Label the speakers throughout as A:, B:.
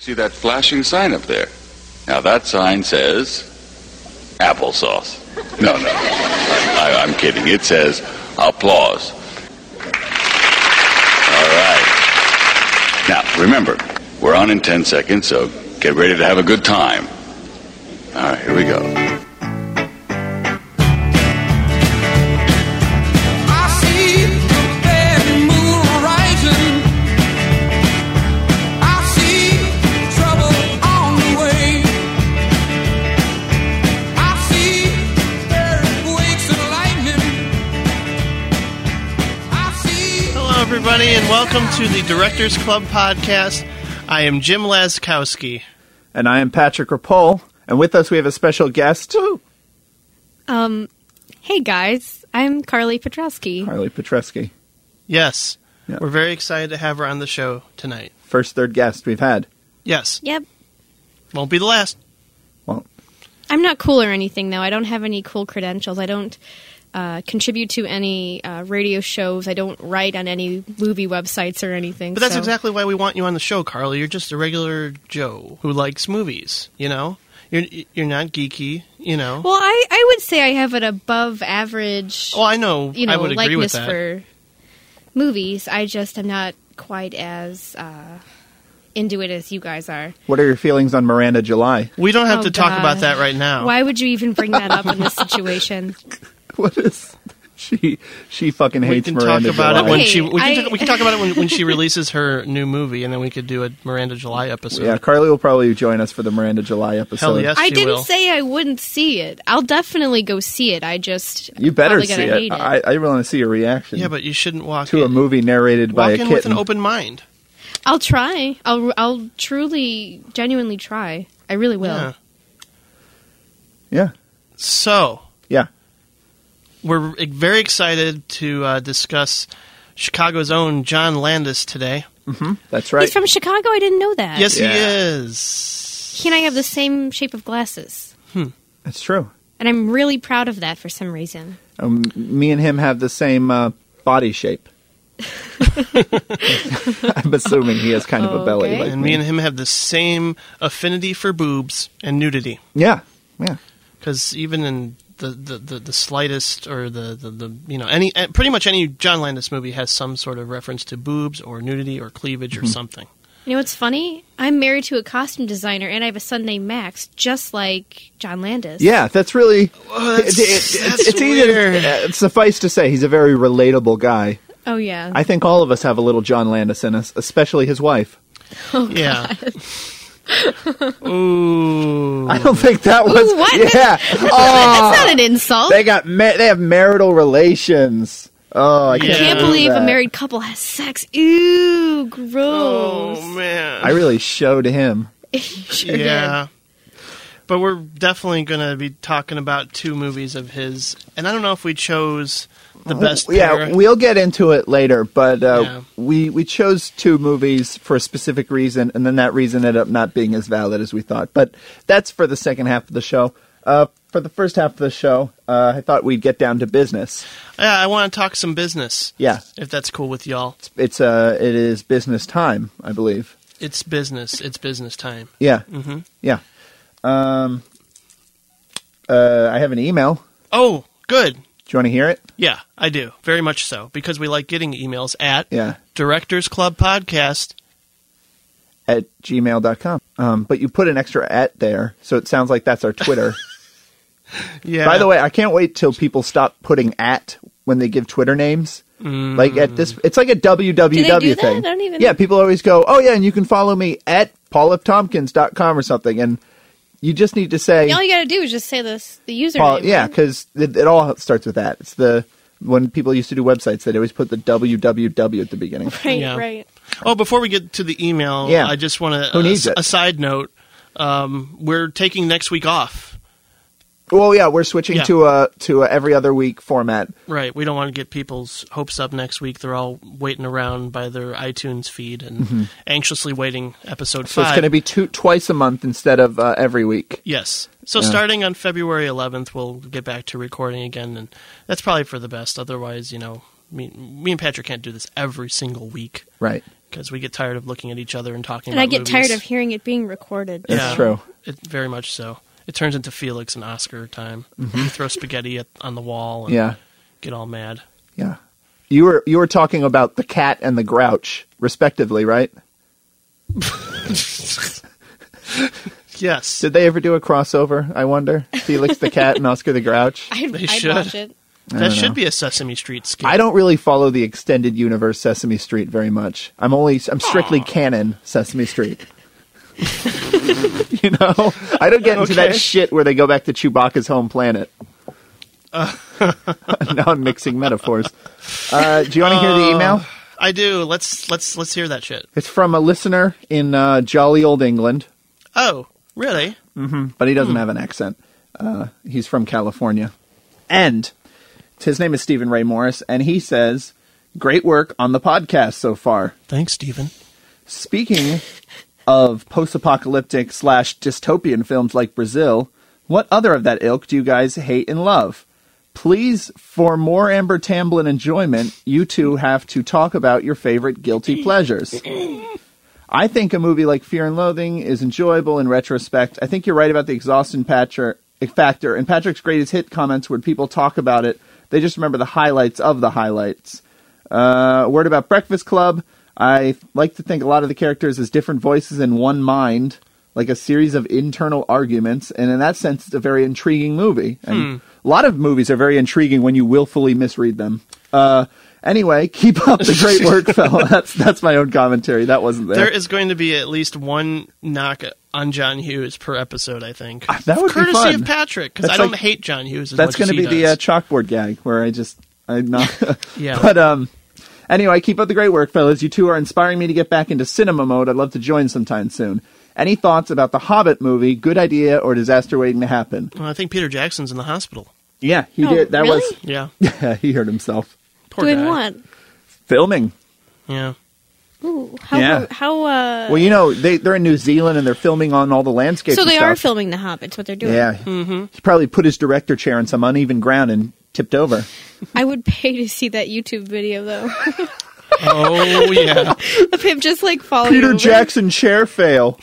A: See that flashing sign up there? Now that sign says applesauce. No, no, I, I'm kidding. It says applause. All right. Now remember, we're on in 10 seconds, so get ready to have a good time. All right, here we go.
B: I see the very moon rising. I see trouble on the way. I see earthquakes and lightning. I see.
C: Hello, everybody, and welcome to the Directors Club podcast. I am Jim Laskowski.
D: And I am Patrick Rapol. And with us, we have a special guest,
E: Um, Hey guys, I'm Carly Petrowski.
D: Harley Petresky.
C: Yes,
D: Yeah.
C: we're very excited to have her on the show tonight.
D: First, third guest we've had.
C: Yes,
E: Yep.
C: won't be the last.
D: Well,
E: I'm not cool or anything though. I don't have any cool credentials. I don't uh, contribute to any uh, radio shows. I don't write on any movie websites or anything.
C: But that's
E: so-
C: exactly why we want you on the show, Carly. You're just a regular Joe who likes movies. You know, you're you're not geeky. You know.
E: Well, I, I would say I have an above average,
C: oh, I know.
E: you know,
C: I would agree with
E: likeness
C: that.
E: for movies. I just am not quite as uh, into it as you guys are.
D: what are your feelings on Miranda July?
C: we don't have
E: Oh,
C: to talk
E: God.
C: about that right now.
E: Why would you even bring that up in this situation?
D: What is she? She fucking
C: we
D: hates
C: can
D: Miranda
C: talk about
D: July.
C: it when
E: Okay,
C: she. We can,
E: I-
C: talk, we can talk about it when, when she releases her new movie, and then we could do a Miranda July episode.
D: yeah, Carly will probably join us for the Miranda July episode.
C: Hell yes,
E: I
C: she
E: didn't
C: will.
E: say I wouldn't see it. I'll definitely go see it. I just
D: You better
E: probably
D: see
E: gonna
D: it.
E: hate
D: I, I really want to see your reaction
C: yeah, but you shouldn't walk
D: to a
C: in-
D: movie narrated by
C: Walk
D: a
C: in with an
D: kitten.
C: open mind.
E: I'll try. I'll I'll truly, genuinely try. I really will.
C: Yeah.
D: yeah,
C: So
D: yeah.
C: we're e, very excited to uh, discuss Chicago's own John Landis today.
D: Mm-hmm. That's right.
E: He's from Chicago. I didn't know that.
C: Yes, he
D: Yeah.
C: is.
E: He and I have the same shape of glasses,
D: That's true.
E: and I'm really proud of that for some reason.
D: Um, me and him have the same uh, body shape. I'm assuming he has kind of a belly.
E: Okay.
D: Like
C: And me and him have the same affinity for boobs and nudity.
D: Yeah, yeah.
C: Because even in the, the, the, the slightest or the, the, the you know any eh, pretty much any John Landis movie has some sort of reference to boobs or nudity or cleavage
D: Mm-hmm.
C: or something.
E: You know what's funny? I'm married to a costume designer, and I have a son named Max, just like John Landis.
D: Yeah, that's really.
C: Oh, that's- that's
D: it's
C: weird.
D: uh, suffice to say, he's a very relatable guy.
E: Oh yeah.
D: I think all of us have a little John Landis in us, especially his wife.
C: yeah. Ooh.
D: I don't think that was.
E: Ooh, what?
D: Yeah. oh,
E: That's not an insult.
D: they got ma- they have marital relations. Oh, I can't,
C: Yeah.
E: I can't
D: believe
E: believe
D: that.
E: a married couple has sex. Ew, gross.
C: Oh man.
D: I really showed him.
E: Sure did.
C: Yeah. But we're definitely going to be talking about two movies of his. And I don't know if we chose the best
D: Oh, yeah,
C: pair.
D: we'll get into it later, but uh,
C: Yeah.
D: we we chose two movies for a specific reason, and then that reason ended up not being as valid as we thought. But that's for the second half of the show. Uh, for the first half of the show, uh, I thought we'd get down to business.
C: yeah, I want to talk some business.
D: Yeah.
C: If that's cool with y'all.
D: It's uh, it is business time, I believe.
C: It's business. It's business time.
D: Yeah, mm-hmm. yeah. Um, uh, I have an email.
C: Oh, good.
D: Do you want to hear it?
C: Yeah, I do. Very much so. Because we like getting emails at
D: Yeah.
C: Directors Club Podcast.
D: At gmail.com. Um, but you put an extra at there, so it sounds like that's our Twitter.
C: Yeah.
D: By the way, I can't wait till people stop putting at when they give Twitter names. Like at this, it's like a
E: Do they
D: www
E: do that?
D: thing.
E: I don't even-
D: Yeah, people always go, "Oh yeah," and you can follow me at paulftompkins.com or something, and you just need to say,
E: All you gotta do is just say this the username.
D: Paul, yeah,
E: right?
D: because it, it all starts with that. It's the when people used to do websites, they'd always put the www at the beginning.
E: Right,
C: Yeah.
E: right.
C: Oh, before we get to the email,
D: Yeah.
C: I just want to.
D: Who needs
C: a,
D: it?
C: a side note. Um, we're taking next week off.
D: Well, yeah, we're switching
C: Yeah.
D: to a to a every other week format.
C: Right. We don't want to get people's hopes up next week. They're all waiting around by their iTunes feed and anxiously waiting episode
D: Mm-hmm. So
C: five.
D: it's going to be two twice a month instead of uh, every week.
C: Yes. So starting on February 11th, we'll get back to recording again, and that's probably for the best. Otherwise, you know, me, me and Patrick can't do this every single week.
D: Right.
C: because we get tired of looking at each other and talking.
E: And
C: about
E: I get
C: movies.
E: tired of hearing it being recorded.
D: That's
C: Yeah.
D: true.
C: It, very much so. It turns into Felix and Oscar time. You throw spaghetti at, on the wall and
D: Mm-hmm. Yeah.
C: get all mad.
D: Yeah. You were you were talking about the cat and the grouch, respectively, right?
C: Yes,
D: Did they ever do a crossover? I wonder. Felix the cat and Oscar the Grouch.
E: I'd,
C: They
E: I'd
C: should.
E: watch it.
C: that should be a Sesame Street skit.
D: I don't really follow the extended universe Sesame Street very much. I'm only I'm strictly canon Sesame Street. you know, I don't get into that
C: Okay.
D: shit where they go back to Chewbacca's home planet. now I'm mixing metaphors. Uh, do you want to hear the email?
C: I do. Let's let's let's hear that shit.
D: It's from a listener in uh, jolly old England,
C: Oh, really?
D: but he doesn't have an accent. Uh, he's from California, and his name is Stephen Ray Morris, and he says, "Great work on the podcast so far."
C: Thanks, Stephen.
D: Speaking of post-apocalyptic slash dystopian films like Brazil, what other of that ilk do you guys hate and love? Please, for more Amber Tamblyn enjoyment, you two have to talk about your favorite guilty pleasures. I think a movie like Fear and Loathing is enjoyable in retrospect. I think you're right about the exhaustion patcher, factor. In Patrick's greatest hit comments, where people talk about it, they just remember the highlights of the highlights. Uh, a word about Breakfast Club. I like to think a lot of the characters as different voices in one mind, like a series of internal arguments, and in that sense, it's a very intriguing movie. And a lot of movies are very intriguing when you willfully misread them. Uh, anyway, keep up the great work, fella. That's that's my own commentary. That wasn't there.
C: There is going to be at least one knock on John Hughes per episode. I think
D: Ah, that would be
C: courtesy
D: fun.
C: of Patrick because
D: That's
C: I don't
D: like-
C: hate John Hughes. As
D: that's
C: going to
D: be the uh, chalkboard gag where I just I'm not.
C: Yeah.
D: But um, anyway, keep up the great work, fellas. You two are inspiring me to get back into cinema mode. I'd love to join sometime soon. Any thoughts about the Hobbit movie? Good idea or disaster waiting to happen?
C: Well, I think Peter Jackson's in the hospital.
D: Yeah, he
E: Oh,
D: did. That
E: really?
C: Yeah,
D: was he hurt himself
C: poor
E: Doing
C: guy.
E: what?
D: filming.
C: Yeah,
E: Ooh, how
D: Yeah.
E: how uh
D: Well, you know they they're in New Zealand and they're filming on all the landscapes.
E: so
D: and
E: they are
D: stuff.
E: filming Mm-hmm. the hobbits what they're doing.
D: Yeah, he probably put his director chair on some uneven ground and tipped over.
E: I would pay to see that YouTube video though.
C: Oh yeah.
E: of him just like following
D: Peter
E: over.
D: Jackson chair fail.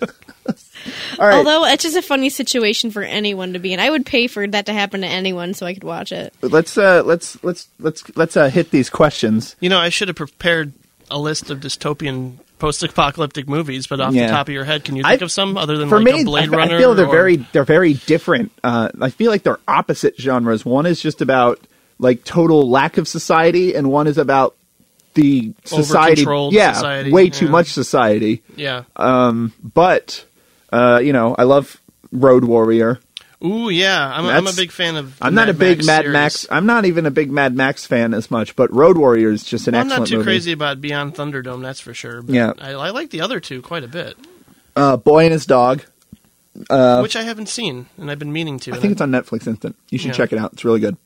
D: all right.
E: Although it's just a funny situation for anyone to be in. I would pay for that to happen to anyone so I could watch it.
D: let's uh let's let's let's let's uh hit these questions
C: you know, I should have prepared a list of dystopian post-apocalyptic movies, but off
D: Yeah.
C: the top of your head, can you
D: I-
C: think of some other than
D: for
C: like
D: me
C: a Blade
D: I,
C: Runner?
D: I feel they're
C: or-
D: very they're very different uh i feel like they're opposite genres one is just about like total lack of society and one is about the society
C: Over-controlled
D: yeah
C: society,
D: way too
C: yeah.
D: much society
C: yeah.
D: uh, but uh you know i love road warrior
C: Ooh yeah, I'm, a- I'm a
D: That's-
C: big fan of.
D: i'm not a big mad
C: series.
D: max i'm not even a big mad max fan as much but road warrior is just an
C: Well, I'm
D: excellent
C: not too
D: movie
C: crazy about Beyond Thunderdome, that's for sure. But
D: Yeah.
C: I, I like the other two quite a bit,
D: uh boy and his dog
C: which I haven't seen and I've been meaning to.
D: Uh, i
C: and
D: think it's on netflix instant you should
C: Yeah.
D: check it out it's really good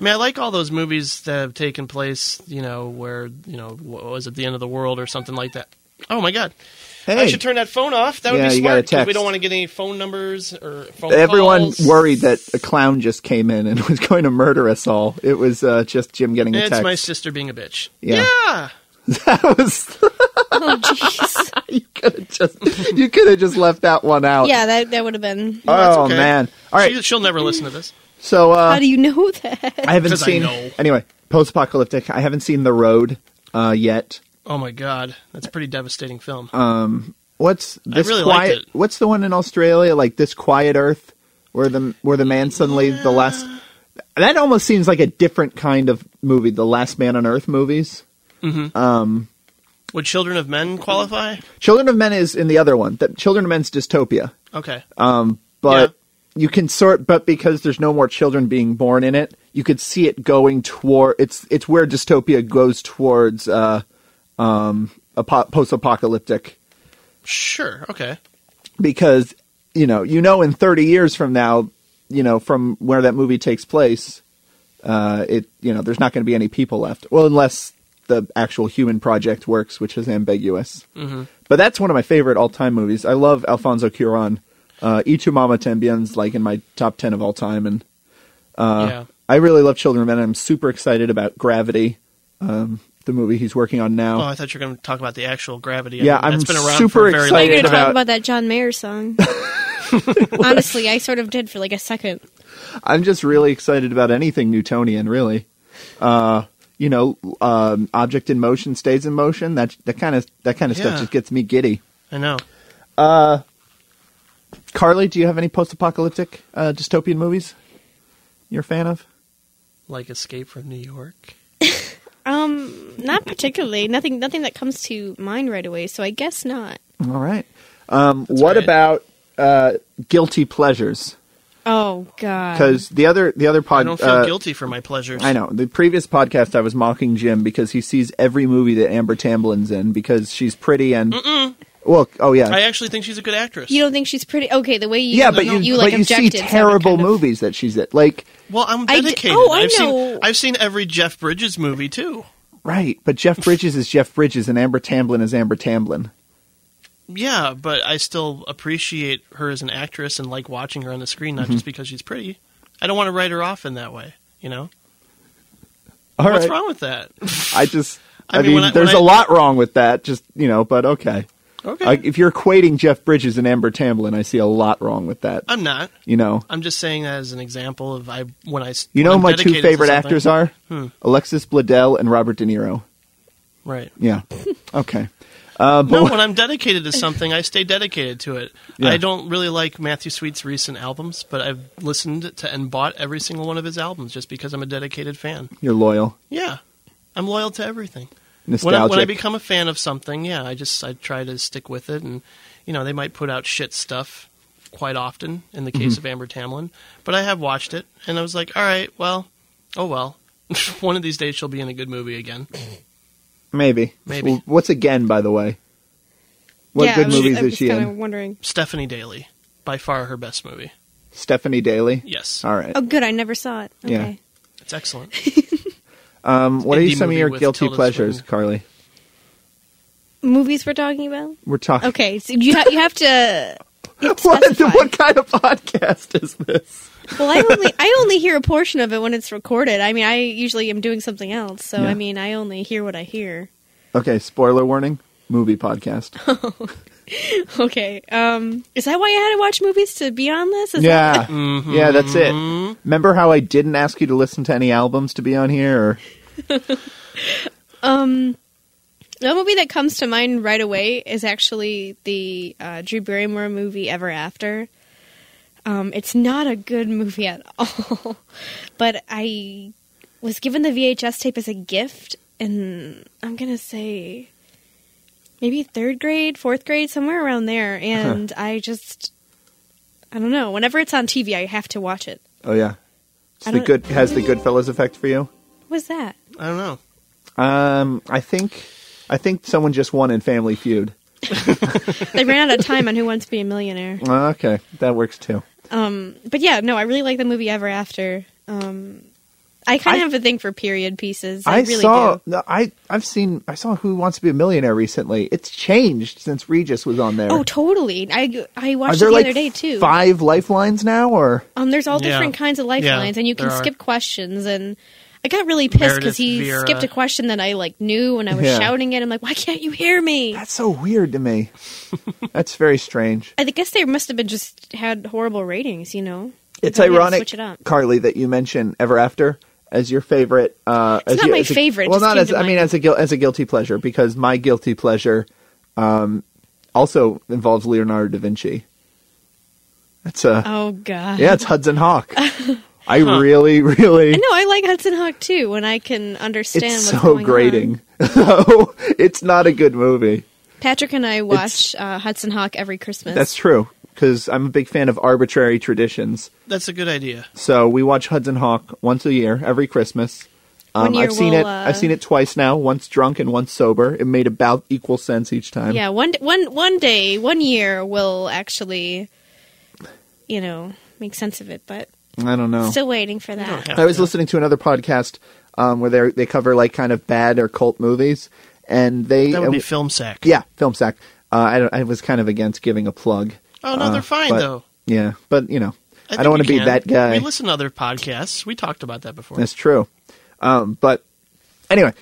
C: I mean, I like all those movies that have taken place, you know, where, you know, what was it the end of the world or something like that? Oh my God!
D: hey
C: I should turn that phone off. That would
D: Yeah,
C: be
D: you got
C: smart
D: a
C: because we
D: text.
C: don't want to get any phone numbers or phone
D: Everyone
C: calls.
D: worried that a clown just came in and was going to murder us all. It was uh, just Jim getting a
C: It's
D: text.
C: my sister being a bitch.
D: Yeah.
C: yeah.
D: that was
E: Oh jeez.
D: you could have just you could have just left that one out.
E: yeah, that that would have been
C: that's
D: Oh
C: okay.
D: man. All right.
C: She, she'll never listen to this.
D: So
E: How
D: uh,
E: do you know that?
D: I haven't
C: 'Cause I
D: seen
C: know.
D: anyway. Post-apocalyptic. I haven't seen The Road uh, yet.
C: Oh my God, that's a pretty devastating film.
D: Uh, What's this
C: really liked
D: quiet?
C: it.
D: What's the one in Australia like this Quiet Earth, where the where the man suddenly the last. That almost seems like a different kind of movie. The Last Man on Earth movies.
C: Would Children of Men qualify?
D: Children of Men is in the other one. That Children of Men's dystopia,
C: Okay.
D: uh, but you can sort. But because there's no more children being born in it, you could see it going toward. It's it's where dystopia goes towards uh, um, apo- post-apocalyptic
C: sure. Okay.
D: because you know you know in 30 years from now, you know from where that movie takes place, uh, it you know there's not going to be any people left. Well, unless the actual human project works, which is ambiguous. But that's one of my favorite all-time movies. I love Alfonso Cuarón. Uh, E tu mama tambien's like in my top ten of all time, and
C: yeah.
D: uh, I really love Children of Men. I'm super excited about Gravity. Um, the movie he's working on now.
C: Oh, I thought you were going to talk about the actual gravity. I
D: Yeah,
C: mean,
D: I'm
C: that's been around
D: super
C: for a very
E: I thought you
D: excited
E: were going to
D: about-
E: talk about that John Mayer song. Honestly, I sort of did for like a second.
D: I'm just really excited about anything Newtonian, really. Uh, you know, um, object in motion stays in motion. That that kind of that kind of
C: Yeah.
D: stuff just gets me giddy.
C: long. I know.
D: Carly, do you have any post-apocalyptic uh, dystopian movies you're a fan of?
C: Like Escape from New York.
E: Um, not particularly. Nothing. Nothing that comes to mind right away. So I guess not.
D: All right. Um, what
C: great.
D: about uh, guilty pleasures?
E: Oh God.
D: Because the other the other
C: Um, I
D: pod
C: don't feel
D: uh,
C: guilty for my pleasures.
D: I know. The previous podcast, I was mocking Jim because he sees every movie that Amber Tamblin's in because she's pretty and. Well, oh yeah,
C: I actually think she's a good actress.
E: you don't think she's pretty? Okay, the way you
D: yeah, but you,
E: you
D: but
E: like
D: you see
E: objected. so I
D: terrible
E: kind of-
D: movies that she's in. Like,
C: well, I'm
E: I d-
C: dedicated.
E: oh, I
C: have Seen,
E: know.
C: I've seen every Jeff Bridges movie too.
D: right? But Jeff Bridges is Jeff Bridges, and Amber Tamblyn is Amber Tamblyn.
C: Yeah, but I still appreciate her as an actress and like watching her on the screen,
D: Mm-hmm.
C: not just because she's pretty. I don't want to write her off in that way. You know
D: All
C: what's
D: right.
C: wrong with that?
D: I just,
C: I
D: I,
C: mean,
D: mean,
C: when I-
D: there's
C: when
D: a
C: I-
D: lot wrong with that. Just you know, but okay.
C: Okay,
D: Like, if you're equating Jeff Bridges and Amber Tamblyn, I see a lot wrong with that.
C: I'm not.
D: You know,
C: I'm just saying that as an example of I when I
D: you know who my two favorite actors are
C: Hmm.
D: Alexis Bledel and Robert De Niro.
C: Right.
D: Yeah. Okay. Uh, but
C: No, when I'm dedicated to something, I stay dedicated to it.
D: Yeah.
C: I don't really like Matthew Sweet's recent albums, but I've listened to and bought every single one of his albums just because I'm a dedicated fan.
D: you're loyal,
C: Yeah, I'm loyal to everything. When I,
D: nostalgic.
C: when I become a fan of something, yeah, I just I try to stick with it, and you know they might put out shit stuff quite often. In the
D: Mm-hmm.
C: case of Amber Tamlin, but I have watched it, and I was like, all right, well, oh well, one of these days she'll be in a good movie again.
D: Maybe.
C: Maybe.
D: W- What's again, by the way? What
E: yeah,
D: good
E: I was,
D: movies
E: I was
D: is she in?
E: kind of wondering.
C: Stephanie Daly, by far her best movie.
D: Stephanie Daly.
C: Yes,
D: All right.
E: Oh, good. I never saw it. Okay.
D: Yeah.
C: it's excellent.
D: Um, what
C: Indie
D: are some of
C: movie
D: your
C: with
D: guilty
C: Tilda
D: pleasures,
C: Swinton.
D: Carly?
E: Movies we're talking about.
D: We're talking.
E: Okay, so you ha- you have to. you have to
D: what,
E: specify.
D: what kind of podcast is this?
E: Well, I only I only hear a portion of it when it's recorded. I mean, I usually am doing something else, so
D: Yeah.
E: I mean, I only hear what I hear.
D: Okay, spoiler warning. Movie podcast.
E: Okay. Um, is that why I had to watch movies to be on this? Is
D: yeah,
C: Mhm.
D: yeah, that's it. Remember how I didn't ask you to listen to any albums to be on here? Or
E: That, um, the movie that comes to mind right away is actually the uh, Drew Barrymore movie Ever After. Um, it's not a good movie at all, but I was given the VHS tape as a gift, and I'm gonna say maybe third grade, fourth grade, somewhere around there. And I just, I don't know. Whenever it's on TV, I have to watch it.
D: oh yeah, it's
E: I
D: the
E: don't-
D: good has the Goodfellas effect for you.
E: What was that?
C: I don't know.
D: Um, I think, I think someone just won in Family Feud.
E: they ran out of time on Who Wants to Be a Millionaire.
D: Uh, Okay, that works too.
E: Um, but yeah, no, I really like the movie Ever After. Um, I kind of have a thing for period pieces. I,
D: I
E: really
D: saw.
E: do.
D: No, I I've seen. I saw Who Wants to Be a Millionaire recently. It's changed since Regis was on there.
E: Oh, totally. I I
D: Are
E: watched it
D: there
E: the
D: like
E: other day too.
D: five lifelines now, or
E: Um, there's all
C: Yeah.
E: different kinds of lifelines,
C: Yeah,
E: and you can
C: there are.
E: skip questions. And I got really pissed
C: Meredith
E: because he
C: Vieira.
E: skipped a question that I like knew, and I was
D: Yeah.
E: shouting it. I'm like, why can't you hear me?
D: that's so weird to me. That's very strange.
E: I guess they must have been just had horrible ratings, you know.
D: It's
E: probably had to
D: ironic,
E: switch it up.
D: Carly, that you mention Ever After as your favorite. Uh,
E: It's
D: as
E: not
D: you-
E: my
D: as a-
E: favorite, it
D: well,
E: just
D: not
E: came
D: as
E: to
D: I mean
E: mind.
D: as a guil- as a guilty pleasure because my guilty pleasure um, also involves Leonardo da Vinci. That's a
E: Oh God.
D: yeah, it's Hudson Hawk. I really, really.
E: No, I like Hudson Hawk too when I can understand.
D: it's
E: what's
D: so
E: going on.
D: grating. so it's not a good movie.
E: Patrick and I watch uh, Hudson Hawk every Christmas.
D: That's true because I'm a big fan of arbitrary traditions.
C: That's a good idea.
D: So we watch Hudson Hawk once a year, every Christmas.
E: One
D: Um,
E: year
D: I've seen
E: we'll,
D: it.
E: uh,
D: I've seen it twice now. Once drunk and once sober. It made about equal sense each time.
E: yeah. One d- one one day, one year, we'll actually, you know, make sense of it. But
D: I don't know.
E: still waiting for that.
C: have-
D: I was listening to another podcast um, where they they cover like kind of bad or cult movies, and they
C: That would be
D: and-
C: film sack.
D: yeah film sack. Uh, I don't, I was kind of against giving a plug.
C: Oh no,
D: Uh,
C: they're fine
D: but-
C: though.
D: Yeah, but you know, I,
C: think
D: don't want
C: we
D: to be
C: can.
D: that guy.
C: We listen to other podcasts. We talked about that before.
D: That's true. Um, but anyway,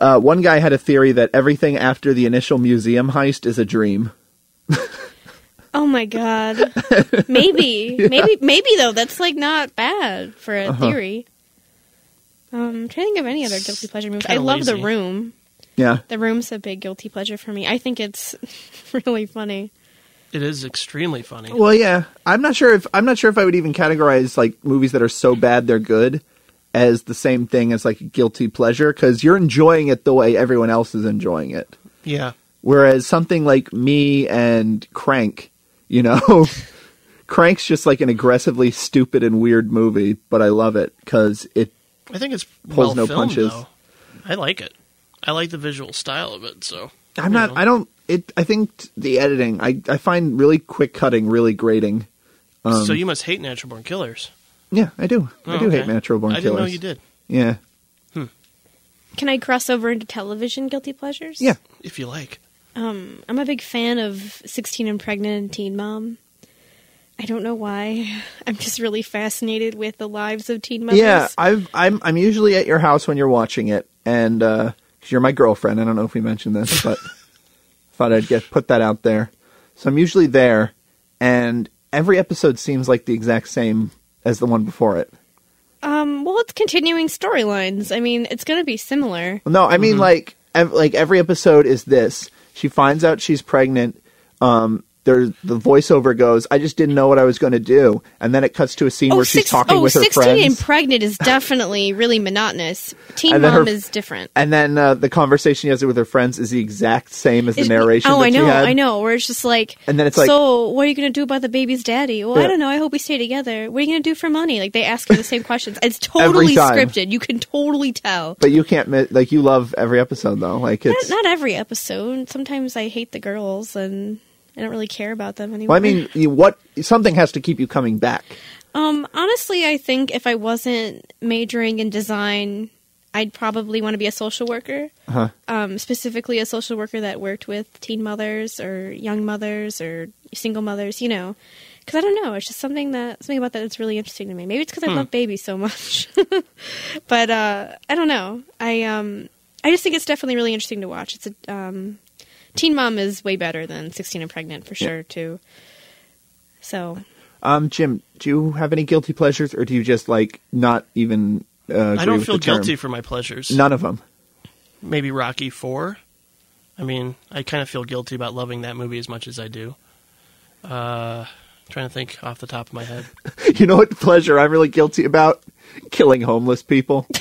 D: Uh, one guy had a theory that everything after the initial museum heist is a dream.
E: Oh my god. maybe. Maybe maybe though, that's like not bad for a theory. Um I'm trying to think of any other guilty pleasure movie. I
C: Kinda
E: love
C: lazy.
E: the room.
D: Yeah.
E: The room's a big guilty pleasure for me. I think it's really funny.
C: It is extremely funny.
D: Well, yeah. I'm not sure if I'm not sure if I would even categorize like movies that are so bad they're good as the same thing as like guilty pleasure because you're enjoying it the way everyone else is enjoying it.
C: Yeah.
D: Whereas something like me and Crank, you know, Crank's just like an aggressively stupid and weird movie, but I love it because it.
C: I think it's well
D: Pulls no
C: filmed
D: punches.
C: though. I like it. I like the visual style of it, so
D: I'm not. I don't. It. I think t- the editing. I. I find really quick cutting really grating.
C: so you must hate natural born killers.
D: Yeah, I do. Um, I
C: Oh,
D: do hate
C: okay.
D: natural born
C: I
D: killers.
C: didn't know you did.
D: Yeah.
E: Can I cross over into television guilty pleasures?
D: Yeah.
C: If you like.
E: Um I'm a big fan of 16 and Pregnant and Teen Mom. I don't know why. I'm just really fascinated with the lives of teen mothers.
D: Yeah, I've I'm I'm usually at your house when you're watching it, and uh, 'cause you're my girlfriend. I don't know if we mentioned this, but thought I'd get put that out there. So I'm usually there, and every episode seems like the exact same as the one before it.
E: Um, well, it's continuing storylines. I mean, it's going to be similar.
D: No, I
E: Mm-hmm.
D: mean like ev- like every episode is this. She finds out she's pregnant. Um, there the voiceover goes, "I just didn't know what I was going to do," and then it cuts to a scene where she's
E: six-
D: talking
E: oh,
D: with her
E: 16
D: friends.
E: and pregnant is definitely really monotonous. Teen
D: And then
E: mom
D: her-
E: is different.
D: and then uh, the conversation she has with her friends is the exact same as the
E: It's-
D: narration.
E: Oh,
D: that
E: I
D: she
E: know,
D: had.
E: I know. Where it's just like,
D: And then it's like-
E: so what are you going to do about the baby's daddy? Well,
D: Yeah.
E: I don't know. I hope we stay together. What are you going to do for money? Like they ask her the same questions. It's totally
D: time.
E: scripted. You can totally tell.
D: But you can't mi- like you love every episode though. Like
E: Not,
D: it's
E: not every episode. Sometimes I hate the girls and I don't really care about them anymore.
D: well, I mean, you, what something has to keep you coming back.
E: Um, honestly, I think if I wasn't majoring in design, I'd probably want to be a social worker.
D: Uh-huh.
E: Um, specifically, a social worker that worked with teen mothers or young mothers or single mothers. You know, because I don't know, it's just something that something about that that's really interesting to me. Maybe it's because I love babies so much, but uh, I don't know. I um, I just think it's definitely really interesting to watch. It's a um, Teen Mom is way better than Sixteen and Pregnant for sure too. So
D: Um, Jim, do you have any guilty pleasures, or do you just like not even? Uh, agree
C: I don't
D: with
C: feel
D: the term?
C: guilty for my pleasures.
D: None of them.
C: Maybe Rocky 4. I mean, I kind of feel guilty about loving that movie as much as I do. Uh trying to think off the top of my head.
D: You know what pleasure I'm really guilty about? Killing homeless people.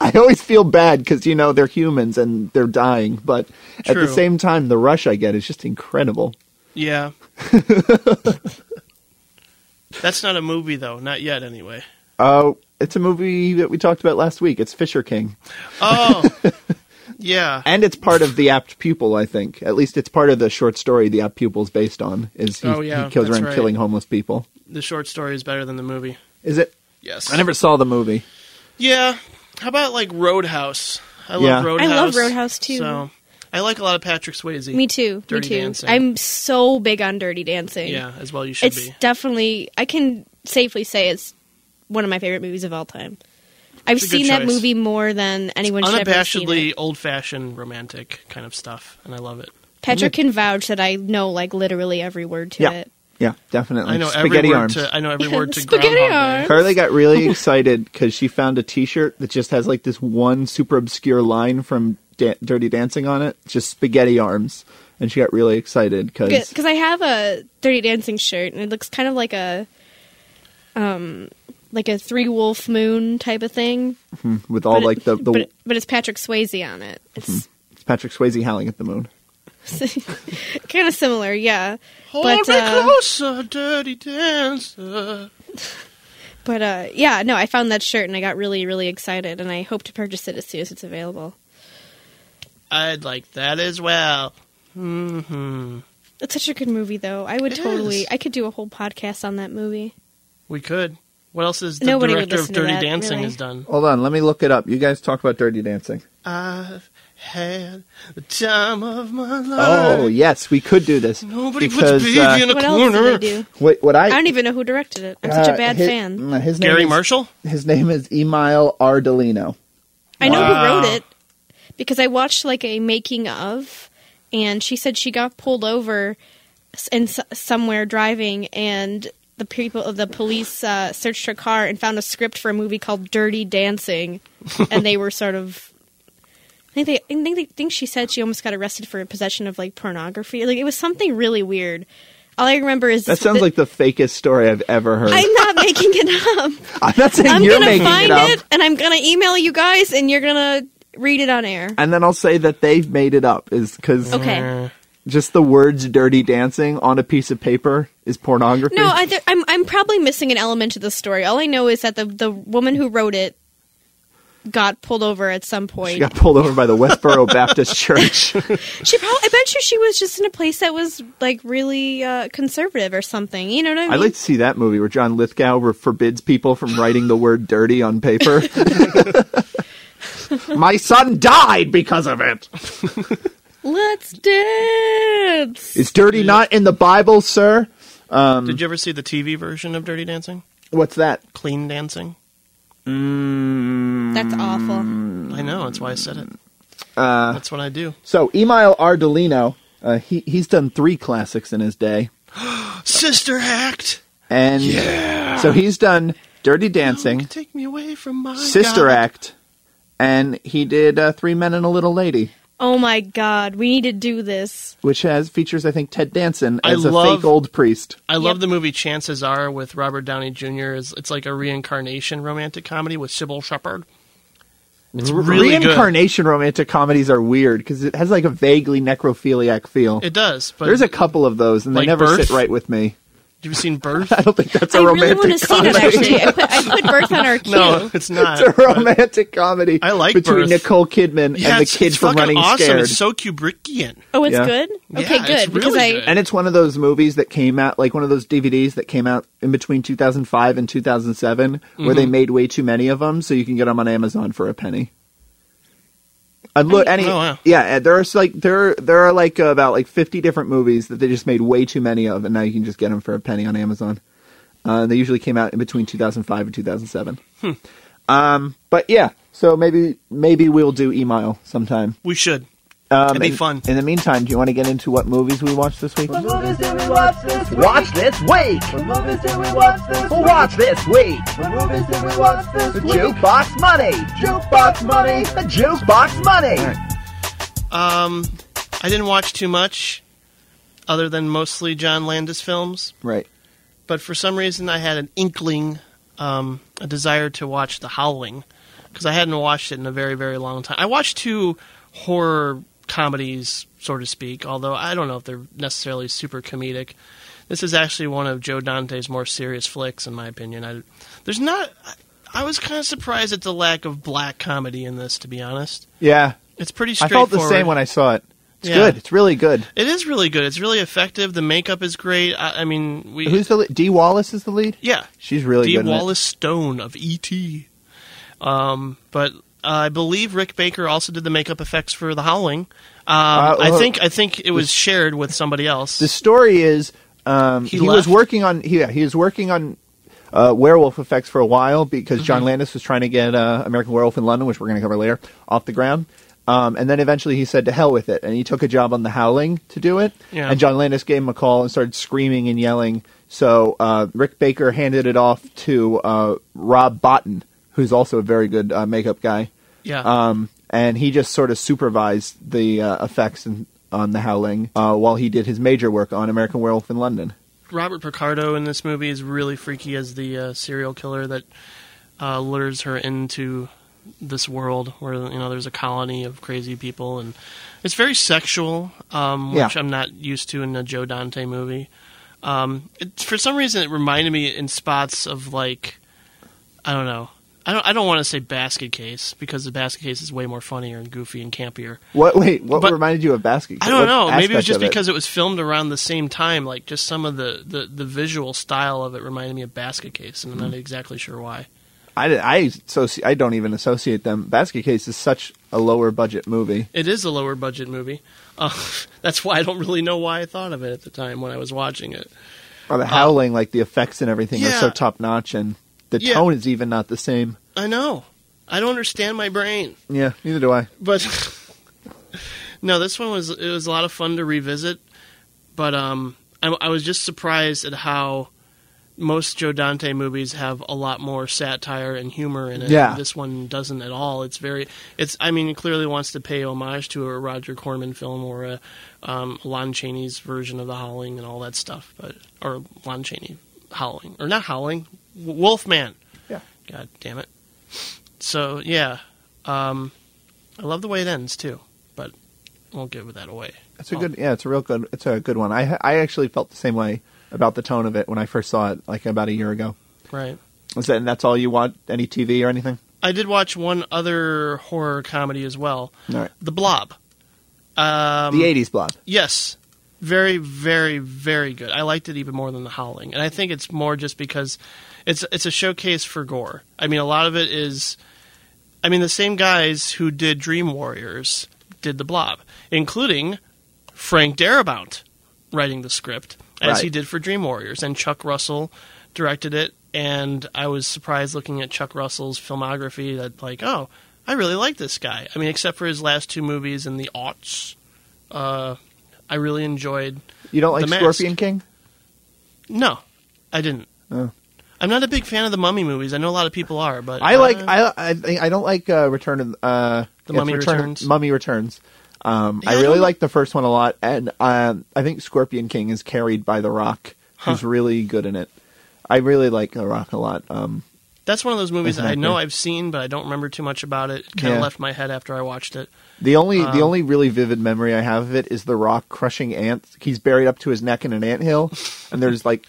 D: I always feel bad because you know they're humans and they're dying, but at the
C: True.
D: same time, the rush I get is just incredible.
C: Yeah. That's not a movie though, not yet anyway.
D: Uh, it's a movie that we talked about last week. It's Fisher King.
C: Oh. Yeah.
D: and it's part of the apt pupil i think at least it's part of the short story the apt pupil's based on is he,
C: Oh, yeah,
D: he kills
C: that's
D: around
C: right.
D: killing homeless people
C: The short story is better than the movie.
D: is it
C: Yes.
D: i never saw the movie
C: Yeah. How about like Roadhouse? I love
D: Yeah. I love
C: Roadhouse.
E: Roadhouse, too.
C: So I like a lot of Patrick Swayze.
E: Me too.
C: Dirty
E: me too.
C: Dancing.
E: I'm so big on Dirty Dancing.
C: Yeah, as well you should
E: It's
C: be.
E: definitely I can safely say it's one of my favorite movies of all time. I've
C: It's a good
E: seen that
C: choice.
E: movie more than anyone should ever seen
C: Unabashedly
E: it.
C: old fashioned romantic kind of stuff, and I love it.
E: Petra can vouch that I know like literally every word to
D: Yeah.
E: it.
D: yeah definitely
C: I know
D: spaghetti
C: every word
D: arms
C: to I know every
E: Yeah,
C: word to
E: spaghetti
C: Groundhog Day.
E: arms.
D: carly got really excited because she found a t-shirt that just has like this one super obscure line from da- dirty dancing on it just spaghetti arms and she got really excited because
E: Because I have a Dirty Dancing shirt and it looks kind of like a um like a three wolf moon type of thing.
D: with all
E: but it-
D: Oh, like the, the
E: but, but it's Patrick Swayze on it. It's
D: patrick swayze howling at the moon Mm-hmm.
E: kind of similar, yeah.
C: Hold
E: But,
C: me
E: uh,
C: closer, dirty dancer.
E: But uh, yeah, no, I found that shirt and I got really, really excited, and I hope to purchase it as soon as it's available.
C: I'd like that as well. hmm
E: It's such a good movie, though. I would
C: It
E: totally,
C: is.
E: I could do a whole podcast on that movie.
C: We could. What else is the
E: Nobody would
C: director of
E: listen to
C: Dirty
E: that,
C: Dancing
E: really.
C: has done?
D: hold on let me look it up you guys talk about dirty dancing
C: I've had the time of my life.
D: oh yes we could do this
C: Nobody
D: because,
C: puts baby
D: uh,
C: in a
E: What
C: corner.
E: else did they do?
D: Wait, what I,
E: I don't even know who directed it. I'm such
D: uh,
E: a bad
D: hi-
E: fan.
D: mm, His name
C: Gary
D: is,
C: Marshall?
D: His name is Emile Ardelino.
E: I I know
D: Wow.
E: who wrote it because I watched like a making of, and she said she got pulled over s- in s- somewhere driving, and the people, the police uh, searched her car and found a script for a movie called Dirty Dancing, and they were sort of. I think they, I think they think she said she almost got arrested for possession of like pornography. Like it was something really weird. All I remember is
D: That sounds like the fakest story I've ever heard.
E: I'm not making it up.
D: I'm not saying
E: I'm
D: you're
E: gonna
D: making
E: find
D: it up.
E: and I'm gonna email you guys, and you're gonna read it on air.
D: And then I'll say that they've made it up is because
E: Okay.
D: just the words "dirty dancing" on a piece of paper is pornography.
E: No, I th- I'm I'm probably missing an element to the story. All I know is that the the woman who wrote it got pulled over at some point.
D: she got pulled over by the Westboro Baptist Church.
E: She probably, I bet you, she was just in a place that was like really uh, conservative or something. You know what I mean?
D: I'd like to see that movie where John Lithgow re- forbids people from writing the word "dirty" on paper. My son died because of it.
E: Let's dance.
D: Is dirty not in the Bible, sir?
C: Did you ever see the TV version of Dirty Dancing?
D: What's that?
C: Clean Dancing?
E: That's awful.
C: I know. That's why I said it.
D: Uh,
C: that's what I do.
D: So Emile Ardolino, uh, he he's done three classics in his day,
C: Sister Act.
D: and so he's done "Dirty Dancing."
C: Take me away from Oh, my
D: Sister
C: God.
D: Act, and he did uh, Three Men and a Little Lady,
E: Oh my god, we need to do this.
D: which has features I think Ted Danson
C: I
D: as a
C: love-
D: fake old priest.
C: I love
E: Yep.
C: the movie Chances Are with Robert Downey Jr. It's, it's like a reincarnation romantic comedy with Sybil Shepherd. It's really good.
D: Reincarnation romantic comedies are weird because it has like a vaguely necrophiliac feel.
C: It does, but
D: There's a couple of those, and they
C: Like
D: never
C: Birth?
D: sit right with me.
C: you've seen Birth?
D: I don't think that's a
E: I really
D: romantic
E: want to see
D: comedy.
E: that actually. I put, I put birth on our queue.
C: no, it's not.
D: It's a romantic comedy
C: I like
D: between
C: Birth.
D: Nicole Kidman
C: Yeah,
D: and the
C: it's-
D: kid
C: it's
D: from
C: fucking
D: Running
C: awesome.
D: Scared.
C: It's so Kubrickian.
E: Oh, it's
D: Yeah.
E: good.
C: Yeah,
E: Okay,
C: it's
E: good because
C: really
E: I
C: good.
D: And it's one of those movies that came out, like one of those DVDs that came out in between 2005 and 2007, where
C: Mm-hmm.
D: they made way too many of them, so you can get them on Amazon for a penny. And look, any,
C: Oh, wow.
D: yeah, and there are like there there are like about like 50 different movies that they just made way too many of, and now you can just get them for a penny on Amazon. Uh, and they usually came out in between 2005 and 2007.
C: Hmm.
D: Um, but yeah, so maybe maybe we'll do email sometime.
C: We should.
D: Um,
C: It'd be
D: in-
C: fun.
D: In the meantime, do you want to get into what movies we watched this week?
F: movies did we watch this week?
G: Watch this week.
F: What movies did we watch this week?
G: Watch this week.
F: What movies did we watch this
G: The
F: week?
G: jukebox money.
F: Jukebox money.
G: The jukebox money.
C: Um, I didn't watch too much, other than mostly John Landis films.
D: Right.
C: But for some reason, I had an inkling, um, a desire to watch The Howling, because I hadn't watched it in a very, very long time. I watched two horror comedies, so to speak, although I don't know if they're necessarily super comedic. This is actually one of Joe Dante's more serious flicks, in my opinion. I, there's not. I, I was kind of surprised at the lack of black comedy in this, to be honest.
D: Yeah.
C: It's pretty
D: I
C: straightforward.
D: felt the same when I saw it. It's
C: Yeah.
D: good. It's really good.
C: It is really good. It's really effective. The makeup is great. I, I mean, we
D: Who's the lead? Dee Wallace is the lead?
C: yeah,
D: She's really
C: Dee
D: good. in it.
C: Wallace Stone of E.T. Um, but uh, I believe Rick Baker also did the makeup effects for The Howling. Um, I
D: Uh, well,
C: think I think it was shared with somebody else.
D: The story is um,
C: He
D: he, was
C: left.
D: working on he- yeah, he was working on uh, werewolf effects for a while because John
C: Mm-hmm.
D: Landis was trying to get uh, American Werewolf in London, which we're going to cover later, off the ground. Um, and then eventually he said to hell with it, and he took a job on The Howling to do it.
C: Yeah.
D: And John Landis gave him a call and started screaming and yelling. So uh, Rick Baker handed it off to uh, Rob Botton, who's also a very good uh, makeup guy.
C: yeah,
D: Um, and he just sort of supervised the uh, effects in, on The Howling uh, while he did his major work on American Werewolf in London.
C: Robert Picardo in this movie is really freaky as the uh, serial killer that uh, lures her into this world where you know there's a colony of crazy people and it's very sexual, um, which
D: Yeah.
C: I'm not used to in a Joe Dante movie. Um, it, for some reason, it reminded me in spots of like I don't know. I don't. I don't want to say basket case because the basket case is way more funnier and goofy and campier.
D: What? Wait, what
C: But-
D: reminded you of Basket?
C: I don't
D: what
C: know. Maybe it was
D: aspect
C: just
D: of it?
C: because it was filmed around the same time. Like just some of the, the, the visual style of it reminded me of Basket Case, and I'm
D: Hmm.
C: not exactly sure why.
D: I di- I, associ- I don't even associate them. Basket Case is such a lower budget movie.
C: It is a lower budget movie. Uh, that's why I don't really know why I thought of it at the time when I was watching it.
D: Or The Howling, like the effects and everything are
C: Uh, yeah.
D: so top notch, and the
C: Yeah.
D: tone is even not the same.
C: I know. I don't understand my brain.
D: Yeah, neither do I.
C: But no, this one was it was a lot of fun to revisit. But um, I, I was just surprised at how most Joe Dante movies have a lot more satire and humor in it.
D: Yeah.
C: this one doesn't at all. It's very it's I mean, it clearly wants to pay homage to a Roger Corman film or a um, Lon Chaney's version of The Howling and all that stuff. But or Lon Chaney Howling or not Howling, W- Wolfman.
D: Yeah.
C: God damn it. So yeah, um, I love the way it ends too, but won't give that away.
D: It's a
C: Oh.
D: good, yeah, it's a real good, it's a good one. I I actually felt the same way about the tone of it when I first saw it, like about a year ago.
C: Right.
D: Is that and that's all you want? Any TV or anything?
C: I did watch one other horror comedy as well,
D: All right,
C: The Blob. Um,
D: the '80s blob.
C: Yes. Very, very, very good. I liked it even more than The Howling, and I think it's more just because it's it's a showcase for gore. I mean, a lot of it is. I mean, the same guys who did Dream Warriors did The Blob, including Frank Darabont writing the script as
D: Right.
C: he did for Dream Warriors, and Chuck Russell directed it. And I was surprised looking at Chuck Russell's filmography that like, oh, I really like this guy. I mean, except for his last two movies in the aughts. Uh, I really enjoyed.
D: You don't like
C: The Mask.
D: Scorpion King?
C: No, I didn't.
D: Oh.
C: I'm not a big fan of the Mummy movies. I know a lot of people are, but
D: I
C: uh,
D: like I I think- I don't like uh, Return of uh,
C: The
D: it's
C: Mummy
D: Return of-
C: Returns.
D: Mummy Returns. Um,
C: Yeah,
D: I
C: I
D: really
C: don't-
D: like the first one a lot, and um, I think Scorpion King is carried by The Rock, who's
C: Huh.
D: really good in it. I really like The Rock a lot. Um,
C: that's one of those movies that
D: Isn't
C: I
D: that
C: know
D: good?
C: I've seen, but I don't remember too much about it. It kind of
D: Yeah.
C: left my head after I watched it.
D: the only
C: Um,
D: the only really vivid memory I have of it is The Rock crushing ants. He's buried up to his neck in an ant hill, and there's like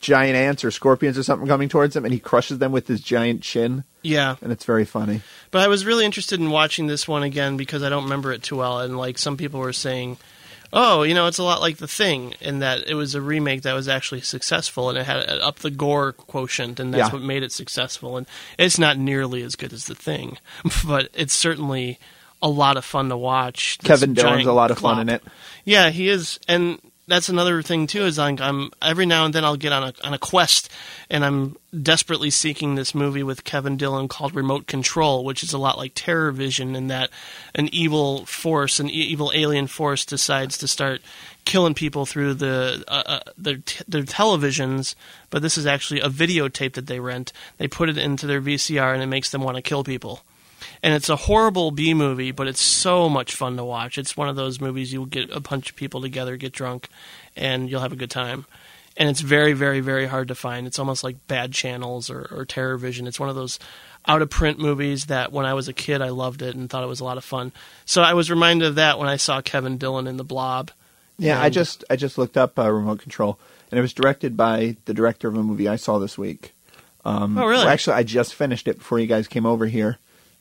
D: giant ants or scorpions or something coming towards him, and he crushes them with his giant chin,
C: Yeah,
D: and it's very funny.
C: but I was really interested in watching this one again because I don't remember it too well. And like some people were saying, oh, you know, it's a lot like The Thing in that it was a remake that was actually successful and it had it up the gore quotient, and that's
D: Yeah.
C: what made it successful. And it's not nearly as good as The Thing, but it's certainly a lot of fun to watch. This
D: Kevin Dillon's
C: giant
D: a lot of fun
C: glop.
D: in it.
C: Yeah, he is, and that's another thing too. Is like I'm every now and then I'll get on a on a quest, and I'm desperately seeking this movie with Kevin Dillon called Remote Control, which is a lot like Terror Vision in that an evil force, an e- evil alien force, decides to start killing people through the uh, uh, their t- their televisions. But this is actually a videotape that they rent. They put it into their VCR, and it makes them want to kill people and it's a horrible B movie, but it's so much fun to watch. It's one of those movies you'll get a bunch of people together, get drunk, and you'll have a good time. And it's very, very, very hard to find. It's almost like Bad Channels or, or Terror Vision. It's one of those out of print movies that when I was a kid, I loved it and thought it was a lot of fun. So I was reminded of that when I saw Kevin Dillon in The Blob.
D: Yeah, I
C: And-
D: just I just looked up uh, remote control, and it was directed by the director of a movie I saw this week. Um,
C: Oh, really?
D: well, actually, I just finished it before you guys came over here.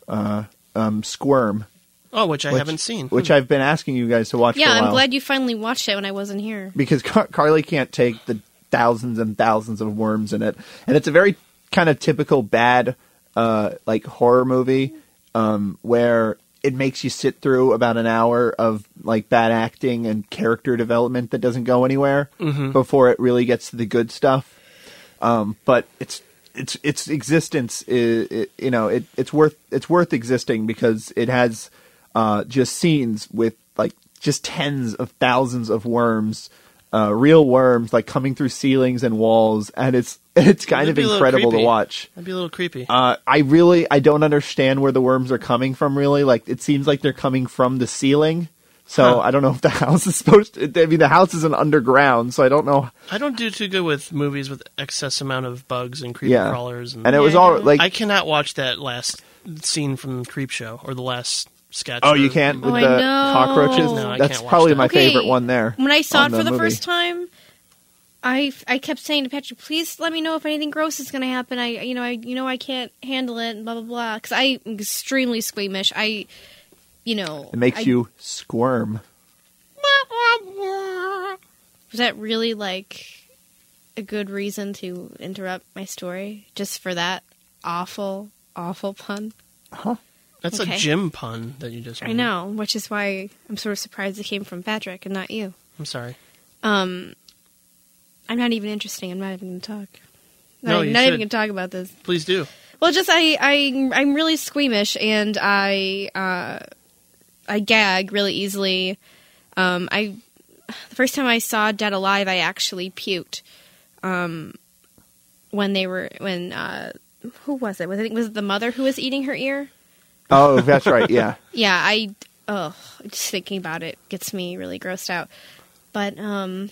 D: Uh, um, Squirm,
C: Oh, which I
D: which-
C: haven't seen.
D: which I've been asking you guys to watch.
E: Yeah,
D: for a
E: I'm
D: while.
E: glad you finally watched it when I wasn't here.
D: because Car- Carly can't take the thousands and thousands of worms in it, and it's a very kind of typical bad uh, like horror movie um, where it makes you sit through about an hour of like bad acting and character development that doesn't go anywhere before it really gets to the good stuff. Um, but it's its its existence is it, you know it, it's worth it's worth existing because it has uh, just scenes with like just tens of thousands of worms, uh, real worms like coming through ceilings and walls, and it's it's kind
C: That'd
D: of
C: be a little
D: incredible to
C: creepy.
D: watch.
C: That'd be a little creepy.
D: Uh, I really I don't understand where the worms are coming from. Really, like it seems like they're coming from the ceiling. So
C: Huh.
D: I don't know if the house is supposed. To, I mean, the house isn't underground, so I don't know.
C: I don't do too good with movies with excess amount of bugs and creepy
D: Yeah.
C: crawlers.
D: And it was all like
C: I cannot watch that last scene from Creep Show or the last sketch.
D: Oh,
C: or-
D: you can't with
E: Oh, I
D: the
E: know.
D: cockroaches.
E: No,
C: I
D: That's
C: can't watch
D: probably
C: that.
D: my
E: Okay.
D: favorite one there.
E: When I saw it
D: on
E: for the,
D: movie.
E: first time, I I kept saying to Patrick, "Please let me know if anything gross is going to happen. I you know I you know I can't handle it and blah blah blah because I'm extremely squeamish. I you know
D: it makes
E: I-
D: you squirm.
E: Was that really like a good reason to interrupt my story just for that awful awful pun?
C: That's
E: Okay.
C: a gym pun that you just.
D: Mm-hmm.
E: I know, which is why I'm sort of surprised it came from Patrick and not you.
C: I'm sorry.
E: Um, I'm not even interesting. I'm not even going to talk. Not,
C: No,
E: even-
C: you
E: not even
C: should.
E: going to talk about this.
C: Please do.
E: Well, just I, I I'm really squeamish and I uh, I gag really easily. Um, I the first time I saw Dead Alive, I actually puked. Um, when they were when uh, who was it? Was I think was it the mother who was eating her ear?
D: Oh, that's right. Yeah.
E: Yeah, I oh just thinking about it gets me really grossed out. But um,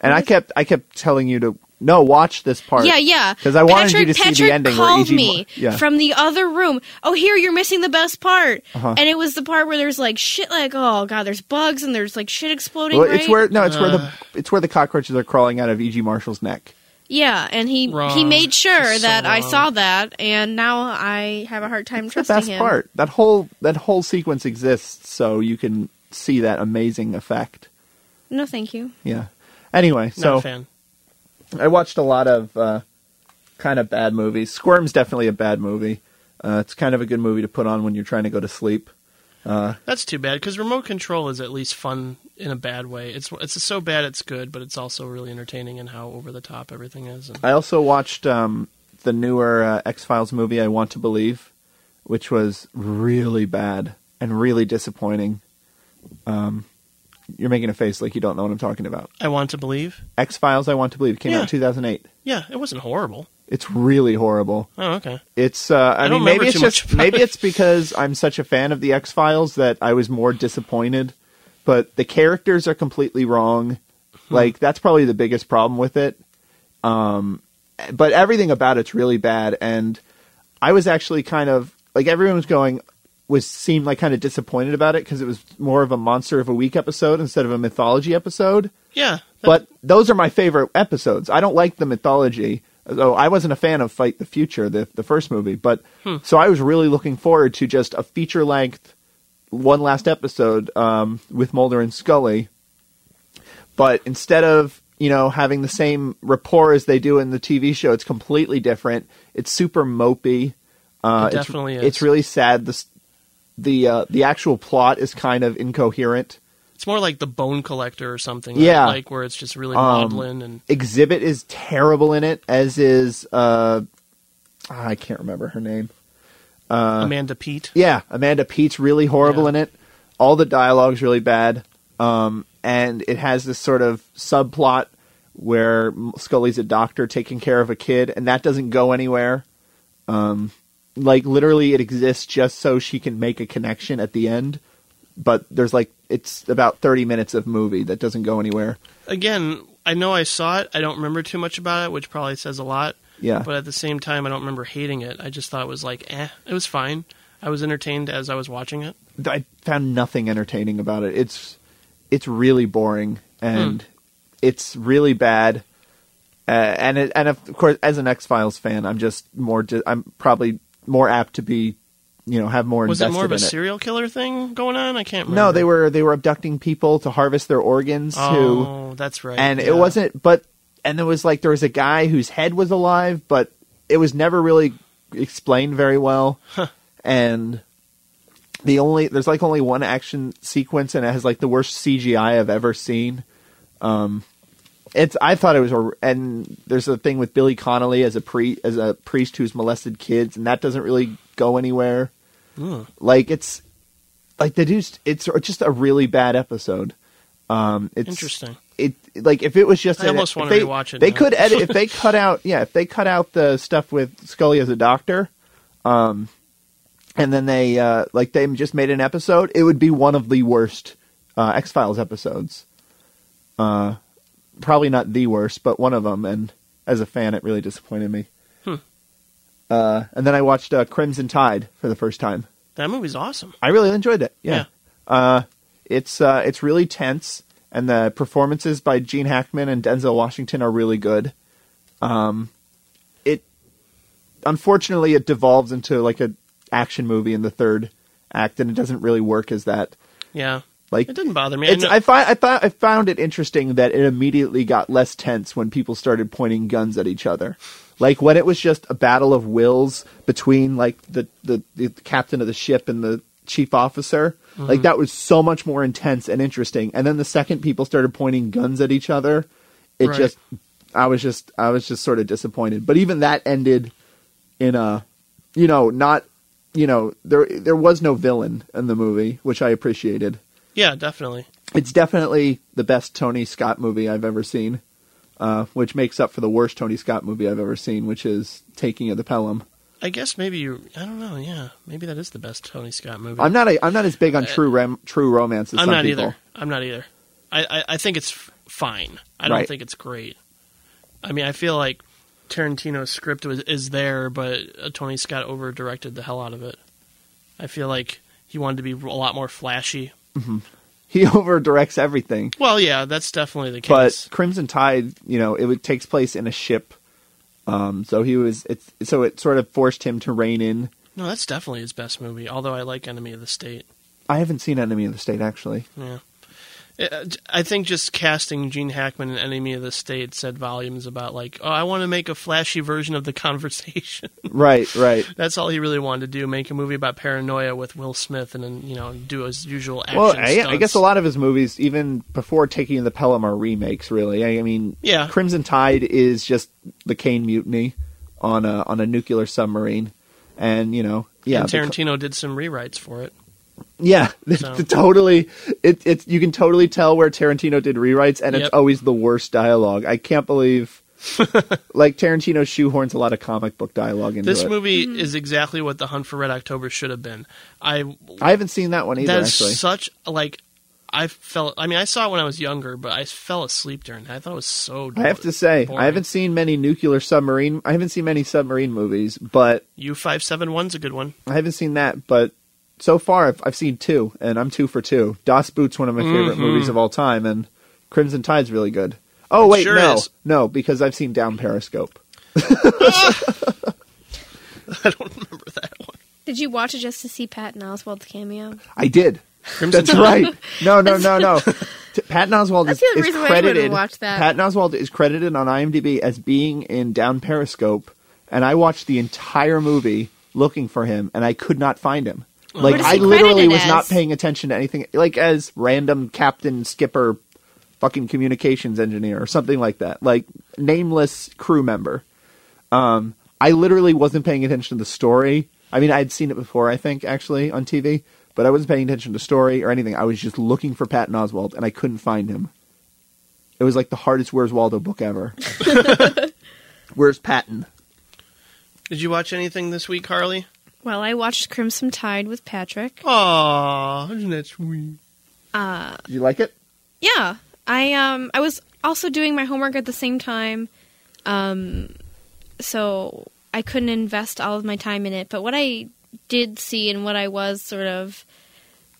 D: And I kept I kept telling you to no watch this part.
E: Yeah, yeah.
D: 'Cause I wanted
E: Patrick,
D: you to see the
E: Patrick
D: ending where
E: called
D: E.G.
E: me
D: Yeah.
E: from the other room. Oh, here you're missing the best part,
D: Uh-huh.
E: and it was the part where there's like shit, like oh god, there's bugs and there's like shit exploding.
D: Well,
E: right?
D: it's where no, it's where
C: Uh.
D: the it's where the cockroaches are crawling out of E.G. Marshall's neck.
E: yeah, and he he
C: Wrong.
E: made sure
C: So
E: that I
C: wrong.
E: saw that, and now I have a hard time
D: the
E: trusting
D: best
E: him.
D: part. That whole that whole sequence exists, so you can see that amazing effect.
E: No, thank you.
D: Yeah. Anyway,
C: Not a
D: so
C: fan.
D: I watched a lot of uh, kind of bad movies. Squirm's definitely a bad movie. Uh, it's kind of a good movie to put on when you're trying to go to sleep.
C: That's too bad because remote control is at least fun in a bad way. It's it's so bad it's good, but it's also really entertaining in how over the top everything is. And
D: I also watched um, the newer uh, X Files movie, I Want to Believe, which was really bad and really disappointing. Um, you're making a face like you don't know what I'm talking about.
C: I want to believe.
D: X Files, I Want to Believe came out
C: Yeah.
D: in 2008.
C: Yeah, it wasn't horrible.
D: It's really horrible.
C: Oh, okay.
D: It's uh, I,
C: I don't
D: mean maybe
C: remember
D: it's
C: too much
D: just
C: about
D: maybe
C: it.
D: it's because I'm such a fan of the X Files that I was more disappointed. But the characters are completely wrong.
C: Hmm.
D: Like that's probably the biggest problem with it. Um, but everything about it's really bad, and I was actually kind of like everyone was going was seemed like kind of disappointed about it because it was more of a monster of a week episode instead of a mythology episode
C: Yeah, that-
D: but those are my favorite episodes. I don't like the mythology. Though I wasn't a fan of Fight the Future, the the first movie, but
C: Hmm.
D: so I was really looking forward to just a feature length, one last episode um, with Mulder and Scully. But instead of you know having the same rapport as they do in the TV show, it's completely different. It's super mopey. Uh,
C: It definitely
D: it's,
C: is.
D: It's really sad. The s- the uh, the actual plot is kind of incoherent.
C: it's more like the Bone Collector or something.
D: Yeah.
C: like where it's just really
D: Um,
C: maudlin and
D: Exhibit is terrible in it, as is uh, I can't remember her name. uh,
C: Amanda Pete.
D: Yeah, Amanda Pete's really horrible
C: Yeah.
D: in it. All the dialogue's really bad, um, and it has this sort of subplot where M- Scully's a doctor taking care of a kid, and that doesn't go anywhere. Um, like literally, it exists just so she can make a connection at the end. But there's like it's about thirty minutes of movie that doesn't go anywhere.
C: Again, I know I saw it. I don't remember too much about it, which probably says a lot.
D: Yeah,
C: But at the same time, I don't remember hating it. I just thought it was like, eh, it was fine. I was entertained as I was watching it.
D: I found nothing entertaining about it. It's it's really boring and it's really bad. Uh, and it, and of course, as an X Files fan, I'm just more. Di- I'm probably more apt to be, you know, have more
C: Was it
D: invested
C: more of a
D: in it.
C: serial killer thing going on? I can't remember.
D: no, they were they were abducting people to harvest their organs too
C: Oh, that's right.
D: and
C: yeah.
D: it wasn't but and there was like there was a guy whose head was alive but it was never really explained very well and the only there's like only one action sequence and it has like the worst cgi i've ever seen um it's i thought it was a and there's a thing with billy connolly as a pre as a priest who's molested kids and that doesn't really go anywhere like it's like the dude's it's just a really bad episode um it's
C: Interesting.
D: it like if it was just
C: I
D: an-
C: almost
D: if
C: wanna
D: they,
C: rewatch it
D: They
C: now.
D: could edit if they cut out yeah if they cut out the stuff with Scully as a doctor, um, and then they uh, like they just made an episode. It would be one of the worst uh, X Files episodes. Uh, probably not the worst, but one of them. And as a fan, it really disappointed me.
C: Hmm.
D: Uh, and then I watched uh, Crimson Tide for the first time.
C: That movie's awesome.
D: I really enjoyed it. Yeah.
C: Yeah.
D: Uh, it's uh, it's really tense, and the performances by Gene Hackman and Denzel Washington are really good. Um, it unfortunately it devolves into like a action movie in the third act, and it doesn't really work as that.
C: Yeah.
D: Like
C: It didn't bother me. I
D: it's,
C: know-
D: I find I thought I found it interesting that it immediately got less tense when people started pointing guns at each other. Like when it was just a battle of wills between like the the, the captain of the ship and the chief officer.
C: Mm-hmm.
D: Like that was so much more intense and interesting. And then the second people started pointing guns at each other, it
C: Right.
D: just I was just I was just sort of disappointed. But even that ended in a you know, not you know, there there was no villain in the movie, which I appreciated.
C: Yeah, definitely.
D: It's definitely the best Tony Scott movie I've ever seen, uh, which makes up for the worst Tony Scott movie I've ever seen, which is Taking of the Pelham.
C: I guess maybe you. I don't know. Yeah, maybe that is the best Tony Scott movie.
D: I'm not a, I'm not as big on true rom- true romance as
C: Uh, I'm
D: some
C: not
D: people.
C: either. I'm not either. I, I, I think it's f- fine. I don't
D: Right.
C: think it's great. I mean, I feel like Tarantino's script was, is there, but uh, Tony Scott over directed the hell out of it. I feel like he wanted to be a lot more flashy.
D: He over directs everything.
C: Well, yeah, that's definitely the
D: But
C: case.
D: Crimson Tide, you know, it would, takes place in a ship. Um, so he was it's so it sort of forced him to rein in.
C: no, that's definitely his best movie. Although I like Enemy of the State.
D: I haven't seen Enemy of the State actually.
C: Yeah. Uh, I think just casting Gene Hackman in Enemy of the State said volumes about like, oh, I want to make a flashy version of the conversation.
D: Right, right.
C: That's all he really wanted to do: make a movie about paranoia with Will Smith, and then you know do his usual action.
D: Well, I, I
C: stunts.
D: guess a lot of his movies, even before Taking the Pelham, are remakes. Really, I, I mean,
C: Yeah.
D: Crimson Tide is just the Kane Mutiny on a on a nuclear submarine, and you know, yeah,
C: and
D: beca-
C: Tarantino did some rewrites for it.
D: yeah,
C: So-
D: totally. It, it's you can totally tell where Tarantino did rewrites, and
C: Yep.
D: it's always the worst dialogue. I can't believe, like Tarantino shoehorns a lot of comic book dialogue into
C: This
D: it.
C: movie is exactly what The Hunt for Red October should have been. I
D: I haven't seen that one either.
C: that's
D: actually,
C: such like I fell. I mean, I saw it when I was younger, but I fell asleep during that. I thought it was so.
D: I have to say,
C: boring.
D: I haven't seen many nuclear submarine. I haven't seen many submarine movies, but
C: U five seven one's a good one.
D: I haven't seen that, but so far I've, I've seen two, and I'm two for two. Das Boot's one of my favorite
C: Mm-hmm.
D: movies of all time, and Crimson Tide's really good. Oh
C: It
D: wait,
C: sure
D: no,
C: is.
D: no, because I've seen Down Periscope.
E: Did you watch it just to see Patton Oswald's cameo?
D: I did.
C: Crimson
D: That's right. No, no, no, no. T- Patton Oswald
E: That's
D: is,
E: the only
D: is
E: reason why I wouldn't
D: credited.
E: watch that.
D: Patton Oswald is credited on IMDb as being in Down Periscope, and I watched the entire movie looking for him, and I could not find him. Like
E: What is
D: I
E: he
D: literally
E: credited
D: was not
E: as?
D: paying attention to anything, like as random captain, skipper, fucking communications engineer or something like that, like nameless crew member. Um, I literally wasn't paying attention to the story. I mean, I had seen it before, I think, actually, on TV, but I wasn't paying attention to story or anything. I was just looking for Patton Oswald, and I couldn't find him. It was like the hardest Where's Waldo book ever. Where's Patton?
C: Did you watch anything this week, Harley?
E: Well, I watched Crimson Tide with Patrick.
C: Aw, isn't that sweet?
D: Did you like it?
E: Yeah, I um I was also doing my homework at the same time, um, so I couldn't invest all of my time in it. But what I did see and what I was sort of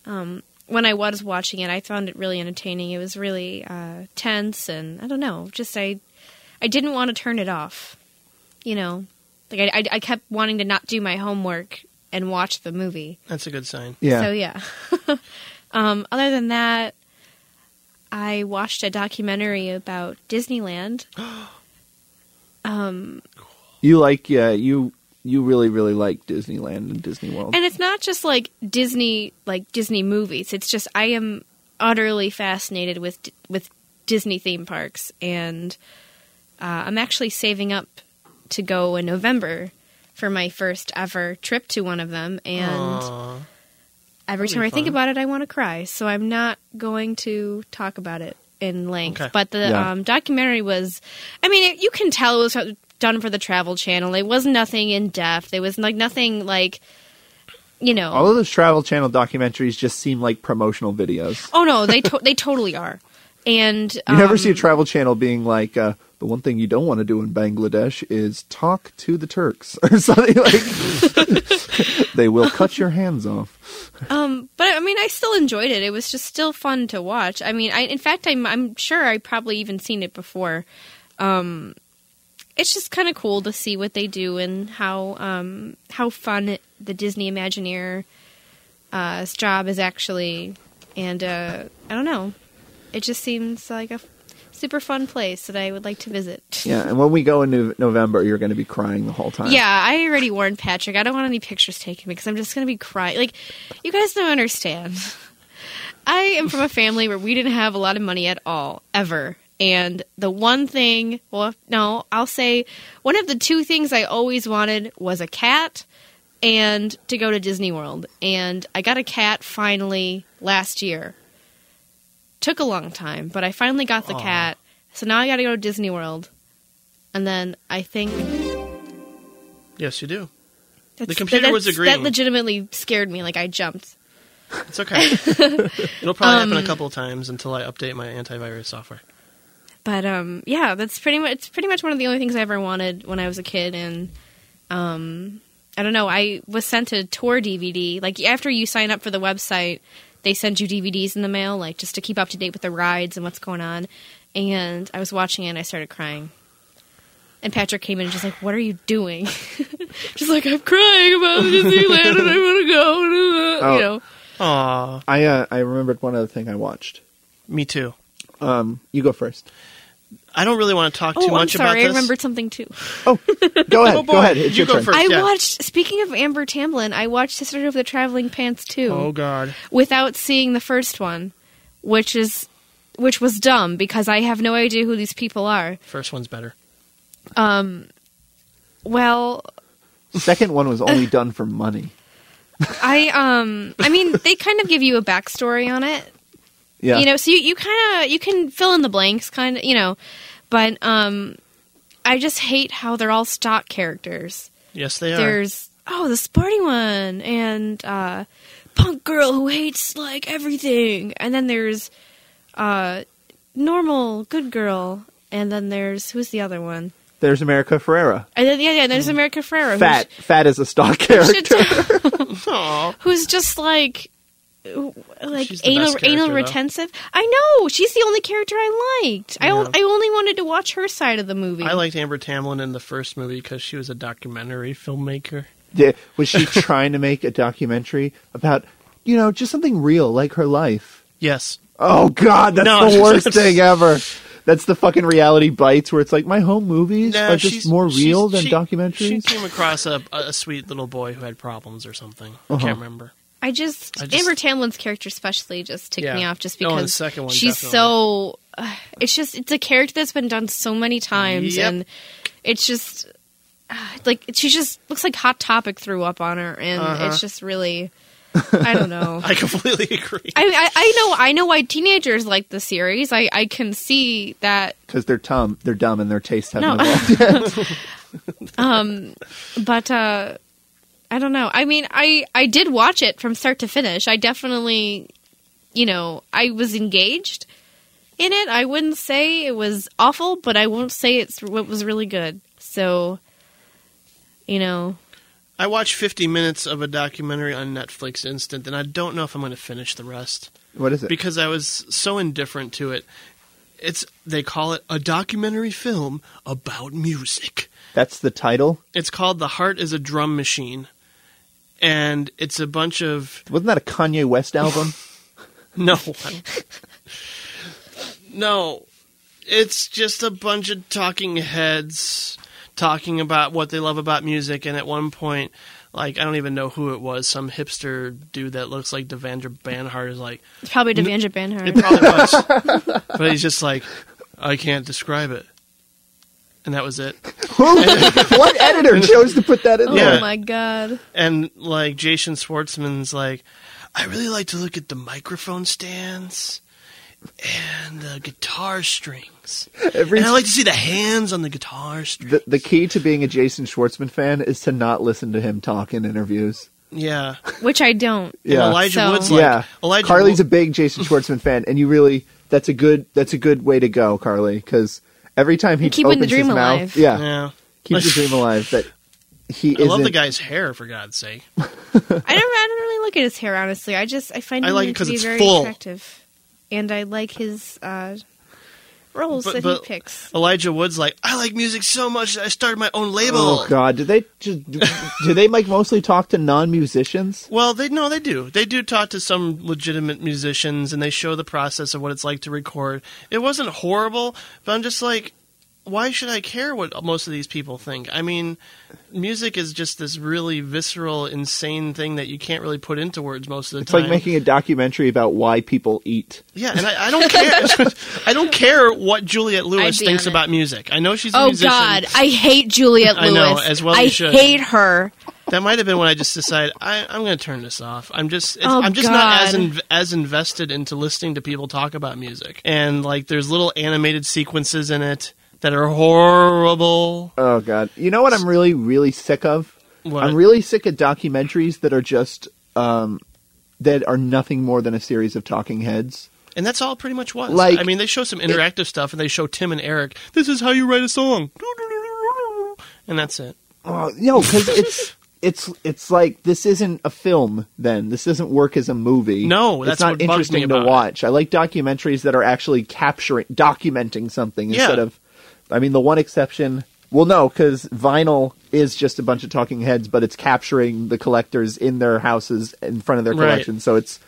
E: um, when I was watching it, I found it really entertaining. It was really uh, tense and I don't know, just I I didn't want to turn it off. You know, like I I, I kept wanting to not do my homework and watch the movie.
C: That's a good sign.
D: Yeah.
E: So yeah. um, other than that, I watched a documentary about Disneyland. um,
D: you like, yeah, you you really, really like Disneyland and Disney World.
E: and it's not just like Disney, like Disney movies. It's just I am utterly fascinated with with Disney theme parks, and uh, I'm actually saving up to go in November for my first ever trip to one of them, and.
C: Aw.
E: Every
C: That'll
E: time
C: be
E: I think
C: fun.
E: about it, I want to cry. So I'm not going to talk about it in length.
C: Okay.
E: But the
D: Yeah.
E: um, documentary was, I mean, it, you can tell it was uh, done for the Travel Channel. It was nothing in depth. It was like nothing like, you know.
D: All of those Travel Channel documentaries just seem like promotional videos.
E: oh no, they to- they totally are. And
D: You never
E: um,
D: see a Travel Channel being like, uh, the one thing you don't want to do in Bangladesh is talk to the Turks or something like. they will cut your hands off.
E: Um, but I mean, I still enjoyed it. It was just still fun to watch. I mean, I in fact, I'm I'm sure I probably even seen it before. Um, it's just kind of cool to see what they do and how um how fun it- the Disney Imagineer's uh, job is actually. And uh, I don't know, it just seems like a f- super fun place that I would like to visit.
D: Yeah, and when we go in Nov- November, you're going to be crying the whole time.
E: Yeah, I already warned Patrick. I don't want any pictures taken because I'm just going to be crying. Like, you guys don't understand. I am from a family where we didn't have a lot of money at all, ever. And the one thing, well, no, I'll say one of the two things I always wanted was a cat and to go to Disney World. And I got a cat finally last year. Took a long time, but I finally got the cat. So now I got to go to Disney World. And then I think
C: Yes, you do.
E: that's,
C: The computer
E: that's-
C: was agreeing.
E: That legitimately scared me. Like I jumped.
C: It's okay. It'll probably happen a couple of times until I update my antivirus software.
E: But um, yeah, that's pretty much. It's pretty much one of the only things I ever wanted when I was a kid. And um, I don't know. I was sent a tour DVD. Like after you sign up for the website, they send you DVDs in the mail, like just to keep up to date with the rides and what's going on. And I was watching it, and I started crying. And Patrick came in and just like, "What are you doing?" just like I'm crying about Disneyland, and I want to go.
D: Oh.
E: You know,
C: Aw,
D: I uh, I remembered one other thing I watched.
C: me too.
D: Um, you go first.
C: I don't really want to talk too
E: oh, I'm
C: much about
E: sorry.
C: this.
E: I remembered something too.
D: Oh, go ahead.
C: boy.
D: go ahead. It's
C: You
D: your
C: go
D: turn.
C: first.
E: I
C: yeah.
E: watched. Speaking of Amber Tamblyn, I watched Sisterhood of the Traveling Pants too,
C: Oh God.
E: without seeing the first one, which is which was dumb because I have no idea who these people are.
C: First one's better.
E: Well,
D: Second one was only done for money.
E: I um, I mean, they kind of give you a backstory on it,
D: Yeah.
E: you know, so you, you kind of you can fill in the blanks, kind of, you know, but um, I just hate how they're all stock characters.
C: Yes, they are.
E: there's oh the sporty one and uh punk girl who hates like everything and then there's uh normal good girl and then there's who's the other one
D: There's America Ferrera.
E: and then yeah yeah there's
C: Hmm.
E: america ferrera
D: Fat. Fat is a stock
E: who's,
D: character.
C: Aw.
E: who's just like w- like
C: She's the
E: anal
C: best character,
E: anal
C: though.
E: retentive i know she's the only character i liked I, on-
C: Yeah.
E: I only wanted to watch her side of the movie
C: I liked Amber Tamlin in the first movie because she was a documentary filmmaker.
D: Yeah, was she trying to make a documentary about, you know, just something real like her life?
C: Yes.
D: Oh God, that's
C: No,
D: the worst
C: that's-
D: thing ever. That's the fucking reality bites where it's like my home movies
C: No,
D: are just
C: she's-
D: more
C: she's-
D: real than
C: she- She
D: documentaries.
C: came across a, a sweet little boy who had problems or something. I
D: Uh-huh.
C: can't remember.
E: I just,
C: I just-
E: Amber Tamlin's character especially just ticked
C: Yeah.
E: me off just
C: No,
E: because
C: and the second one,
E: she's
C: definitely.
E: so. Uh, it's just it's a character that's been done so many times,
C: Yep.
E: and it's just uh, like she just looks like Hot Topic threw up on her, and
C: Uh-huh.
E: it's just really. I don't know.
C: I completely agree.
E: I, I I know I know why teenagers like the series. I I can see that
D: Because they're dumb, they're dumb, and their tastes haven't
E: No.
D: evolved. yet.
E: Um, but uh i don't know i mean i i did watch it from start to finish i definitely you know i was engaged in it i wouldn't say it was awful but i won't say it's what was really good so you know
C: I watched 50 minutes of a documentary on Netflix instant, and I don't know if I'm going to finish the rest.
D: What is it?
C: because I was so indifferent to it. It's they call it a documentary film about music.
D: That's the title.
C: It's called The Heart is a Drum Machine. And it's a bunch of
D: Wasn't that a Kanye West album?
C: no. I- no. It's just a bunch of talking heads talking about what they love about music and at one point like I don't even know who it was, some hipster dude that looks like Devendra Banhart is like
E: it's probably Devanja
C: It
E: Banhart.
C: probably was. but he's just like, I can't describe it. And that was it.
D: Who? what editor chose to put that in
E: Oh
C: Yeah.
D: there?
E: my god!
C: And like Jason Schwartzman's like, I really like to look at the microphone stands and the guitar strings.
D: Every
C: And I like to see the hands on the guitar strings.
D: the, the key to being a Jason Schwartzman fan is to not listen to him talk in interviews.
C: yeah.
E: Which I don't.
C: And
D: Yeah.
C: Elijah
E: So-
C: Wood's like
D: yeah,
C: Elijah
D: Carly's a
C: Wood-
D: big Jason Schwartzman fan, and you really that's a good that's a good way to go, Carly, because every time he
E: Keeping the
D: opens
E: dream
D: his
E: alive.
D: mouth, yeah,
C: yeah.
D: keep the dream alive. That he
C: I
D: is
C: love the guy's hair, for God's sake.
E: I don't. I don't really look at his hair honestly. I just I find
C: I
E: him
C: like it
E: to
C: 'cause
E: be
C: it's
E: very
C: full.
E: attractive, and I like his uh, roles
C: But-
E: that
C: but-
E: he picks.
C: Elijah Wood's like, I like music so much that I started my own label.
D: Oh God, do they just, do they like mostly talk to non musicians?
C: Well, they no, they do. They do talk to some legitimate musicians, and they show the process of what it's like to record. It wasn't horrible, but I'm just like, why should I care what most of these people think? I mean, music is just this really visceral, insane thing that you can't really put into words most of the
D: It's
C: time.
D: like making a documentary about why people eat.
C: yeah, and I, I don't care. I don't care what Juliette Lewis
E: be
C: thinks
E: on it.
C: about music. I know she's a
E: Oh
C: musician.
E: God, I hate Juliet
C: I
E: Lewis.
C: know, as well you
E: I
C: should.
E: hate her.
C: That might have been when I just decided I, I'm going to turn this off. I'm just it's,
E: Oh,
C: I'm just not as
E: God.
C: in, as invested into listening to people talk about music. And like, there's little animated sequences in it that are horrible.
D: Oh god. You know what I'm really really sick of?
C: What?
D: I'm really sick of documentaries that are just um that are nothing more than a series of talking heads.
C: and that's all it pretty much was.
D: Like-
C: I mean, they show some interactive stuff, and they show Tim and Eric. This is how you write a song, and that's it.
D: Oh, no, cuz it's it's it's like this isn't a film then. This doesn't work as a movie.
C: No,
D: it's
C: that's
D: not
C: what bugs me
D: interesting to
C: about it.
D: watch. I like documentaries that are actually capturing documenting something
C: Yeah.
D: instead of I mean the one exception well no cuz vinyl is just a bunch of talking heads but it's capturing the collectors in their houses in front of their
C: Right.
D: collection so it's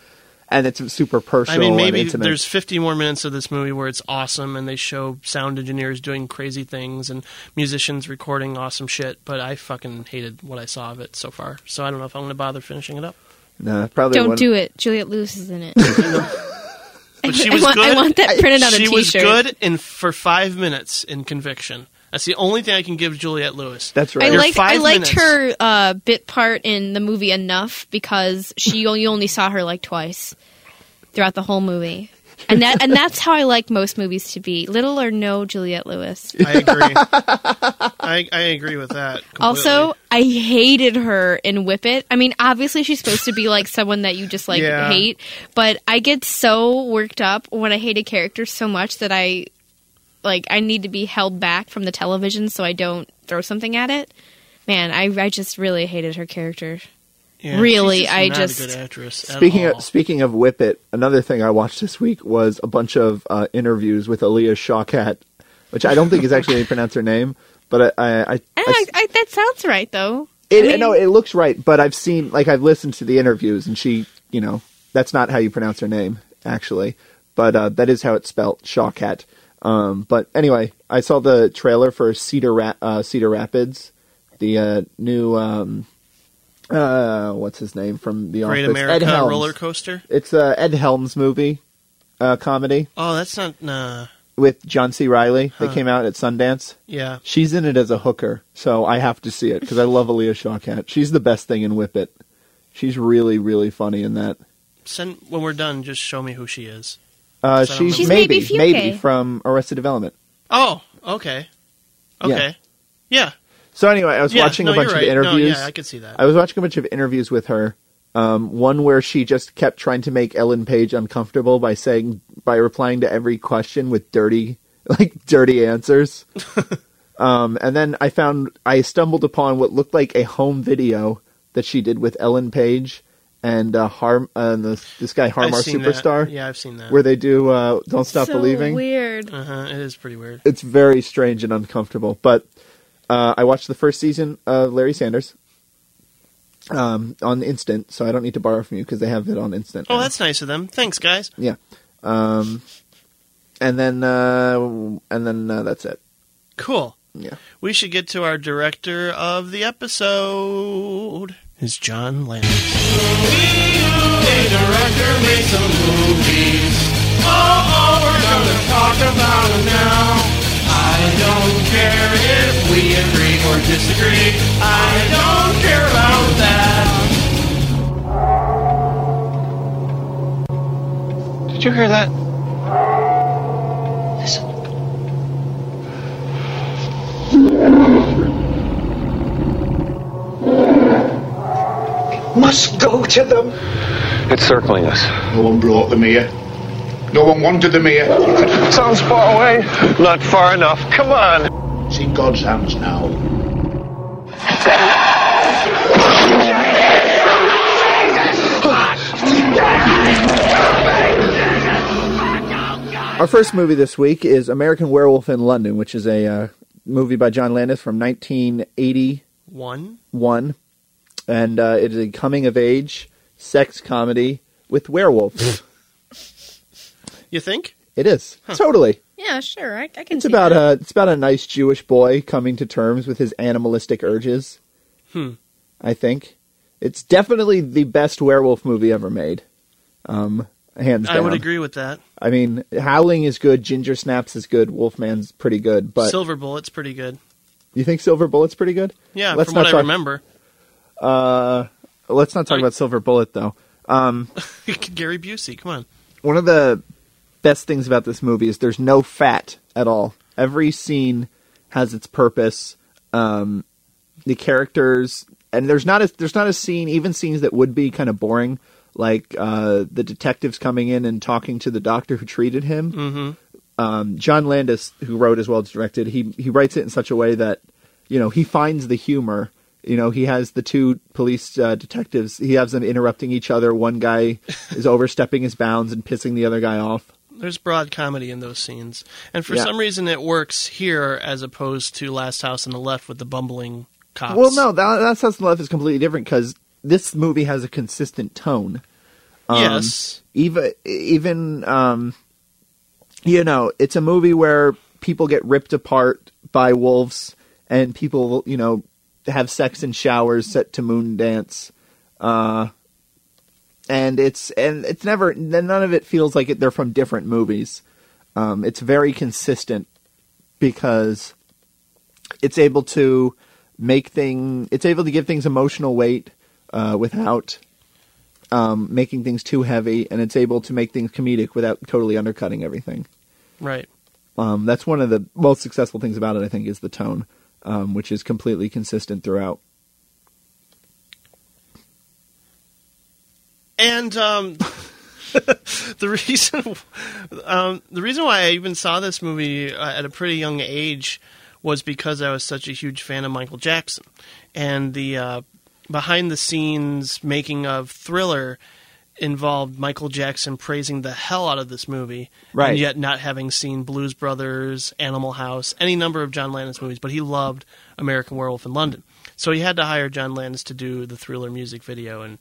D: and it's super
C: I
D: personal
C: mean,
D: and
C: maybe
D: intimate.
C: there's 50 more minutes of this movie where it's awesome, and they show sound engineers doing crazy things and musicians recording awesome shit. But I fucking hated what I saw of it so far, so I don't know if I'm going to bother finishing it up.
D: no, probably
E: Don't
D: one-
E: do it. Juliet Lewis is in it.
C: But she
E: I,
C: was
E: want,
C: good.
E: I want that printed on a
C: she
E: t-shirt.
C: was good in for five minutes in Conviction. That's the only thing I can give Juliette Lewis.
D: That's
E: I
D: right.
C: Your
E: liked I
C: five
E: liked her
C: minutes.
E: uh, bit part in the movie enough because she only, you only saw her like twice throughout the whole movie, and that and that's how I like most movies to be little or no Juliette Lewis.
C: I agree. I, I agree with that. Completely.
E: Also, I hated her in Whip It. I mean, obviously she's supposed to be like someone that you just like
C: Yeah.
E: hate, but I get so worked up when I hate a character so much that I like I need to be held back from the television so I don't throw something at it. Man, I I just really hated her character.
C: Yeah, she's
E: really, I
C: not
E: just-
C: a good actress. at
D: Speaking
C: all.
D: of speaking of Whip It, another thing I watched this week was a bunch of uh, interviews with Aaliyah Shawkat, which I don't think is actually how you pronounce her name, but I, I, I,
E: I,
D: I-
E: don't know, I, that sounds right though.
D: it,
E: I mean-
D: no, it looks right. But I've seen like I've listened to the interviews, and she, you know, that's not how you pronounce her name actually, but uh, that is how it's spelled, Shawkat. Um, but anyway, I saw the trailer for Cedar Ra- uh, Cedar Rapids, the uh, new um, uh, what's his name from The
C: Great
D: Office,
C: America
D: Ed Helms.
C: Roller Coaster.
D: It's a Ed Helms movie, uh, comedy
C: Oh, that's not. Nah.
D: with John C. Riley. They came out at Sundance.
C: Yeah.
D: She's in it as a hooker, so I have to see it because I love Aaliyah Shawkat. She's the best thing in Whip It. She's really, really funny in that.
C: Send when we're done. Just show me who she is.
D: Uh,
C: So I don't
D: she's
E: She's
D: maybe,
E: Maybe Fuke.
D: from Arrested Development.
C: Oh, okay, okay, yeah.
D: So anyway, I was
C: yeah.
D: watching
C: no,
D: a bunch
C: you're
D: of
C: right.
D: interviews.
C: No, yeah, I could see that.
D: I was watching a bunch of interviews with her. Um, one where she just kept trying to make Ellen Page uncomfortable by saying by replying to every question with dirty like dirty answers. um, and then I found I stumbled upon what looked like a home video that she did with Ellen Page and uh, Harm uh, this, this guy Harmar
C: I've seen that.
D: Superstar
C: Yeah, I've seen that.
D: where they do uh, Don't Stop
E: so
D: Believing
E: Weird.
C: uh-huh, it is pretty weird.
D: it's very strange and uncomfortable. But uh, I watched the first season of Larry Sanders um, on Instant, so I don't need to borrow from you because they have it on Instant.
C: Oh,
D: now.
C: that's nice of them. Thanks, guys.
D: yeah. Um, and then uh, and then uh, that's it.
C: Cool.
D: Yeah.
C: We should get to our director of the episode. Is John Landis.
H: Did you hear that? Listen. It must go to them.
I: It's circling us.
J: No one brought them here. No one wanted them here.
I: Sounds far away. Not far enough. Come on.
J: It's in God's hands now.
D: Our first movie this week is American Werewolf in London, which is a uh, movie by John Landis from 1981,
C: One.
D: and uh, it is a coming of age sex comedy with werewolves.
C: You think?
D: it is totally.
E: Yeah, sure. I, I can.
D: It's about a it's about a nice Jewish boy coming to terms with his animalistic urges. Hmm. I think it's definitely the best werewolf movie ever made. Um, hands down.
C: I would agree with that.
D: I mean, Howling is good, Ginger Snaps is good, Wolfman's pretty good, but
C: Silver Bullet's pretty good.
D: you think Silver Bullet's pretty good?
C: Yeah,
D: Let's
C: from what
D: not
C: I
D: talk-
C: remember.
D: Uh, let's not talk about Silver Bullet though.
C: Gary Busey, come on.
D: one of the best things about this movie is there's no fat at all. Every scene has its purpose. Um, the characters, and there's not a there's not a scene, even scenes that would be kind of boring, like uh, the detectives coming in and talking to the doctor who treated him. Mm-hmm. Um, John Landis, who wrote as well as directed, he he writes it in such a way that you know he finds the humor. You know, he has the two police uh, detectives. He has them interrupting each other. One guy is overstepping his bounds and pissing the other guy off.
C: There's broad comedy in those scenes, and for
D: Yeah.
C: some reason it works here as opposed to Last House on the Left with the bumbling cops.
D: Well, no, that, that's House on the Left is completely different because this movie has a consistent tone. Um,
C: yes,
D: Even, even, um, you know, it's a movie where people get ripped apart by wolves and people, you know, have sex in showers set to moon dance. Uh, and it's and it's never none of it feels like it, they're from different movies. Um, it's very consistent because it's able to make thing it's able to give things emotional weight uh, without um, making things too heavy and it's able to make things comedic without totally undercutting everything
C: right.
D: um, that's one of the most successful things about it i think is the tone um, which is completely consistent throughout
C: And um, the reason, um, the reason why I even saw this movie uh, at a pretty young age was because I was such a huge fan of Michael Jackson, and the uh, behind the scenes making of Thriller involved Michael Jackson praising the hell out of this movie,
D: Right.
C: And yet not having seen Blues Brothers, Animal House, any number of John Landis movies, but he loved American Werewolf in London, so he had to hire John Landis to do the Thriller music video, and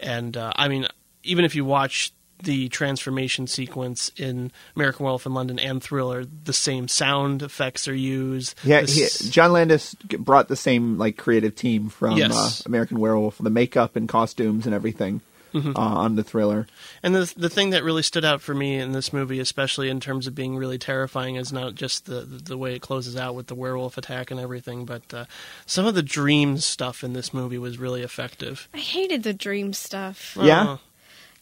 C: and uh, I mean, even if you watch the transformation sequence in American Werewolf in London and Thriller, the same sound effects are used.
D: yeah
C: The
D: he,
C: s-
D: john landis g- brought the same like creative team from
C: Yes.
D: uh, american werewolf the makeup and costumes and everything
C: Mm-hmm.
D: uh, on the thriller
C: And the the thing that really stood out for me in this movie, especially in terms of being really terrifying, is not just the the way it closes out with the werewolf attack and everything, but uh, some of the dream stuff in this movie was really effective.
E: I hated the dream stuff.
D: Yeah?
C: Uh,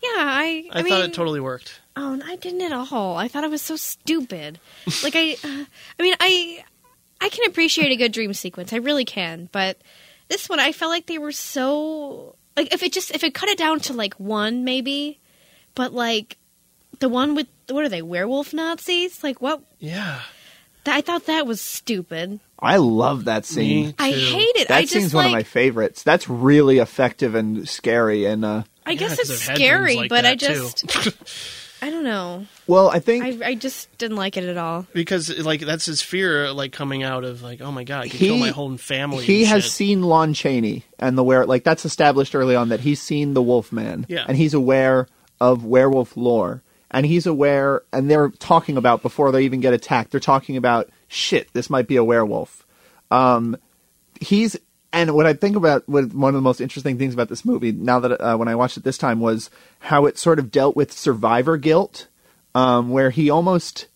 E: Yeah, I.
C: I,
E: I, mean,
C: thought it totally worked.
E: Oh, I didn't at all. I thought it was so stupid. like I, uh, I mean, I, I can appreciate a good dream sequence. I really can, but this one, I felt like they were so like if it just if it cut it down to like one maybe, but like the one with what are they werewolf Nazis? Like what?
C: Yeah,
E: I thought that was stupid.
D: i love that scene
C: me
E: I
C: too.
E: hate it.
D: That
E: I just
D: scene's
E: like
D: one of my favorites. That's really effective and scary. And uh,
E: I guess
C: 'cause
E: it's
C: I've had dreams
E: scary,
C: like
E: but I
C: that, too.
E: just I don't know.
D: well, I think
E: I I just didn't like it at all.
C: because like that's his fear, like coming out of like, oh my god, I could
D: He-
C: kill my whole family.
D: he
C: and
D: has
C: shit.
D: seen Lon Chaney and the where like that's established early on that he's seen the Wolfman.
C: Yeah.
D: And he's aware of werewolf lore. And he's aware and they're talking about before they even get attacked, they're talking about shit, this might be a werewolf. Um he's and what I think about what one of the most interesting things about this movie now that uh, when I watched it this time was how it sort of dealt with survivor guilt um where he almost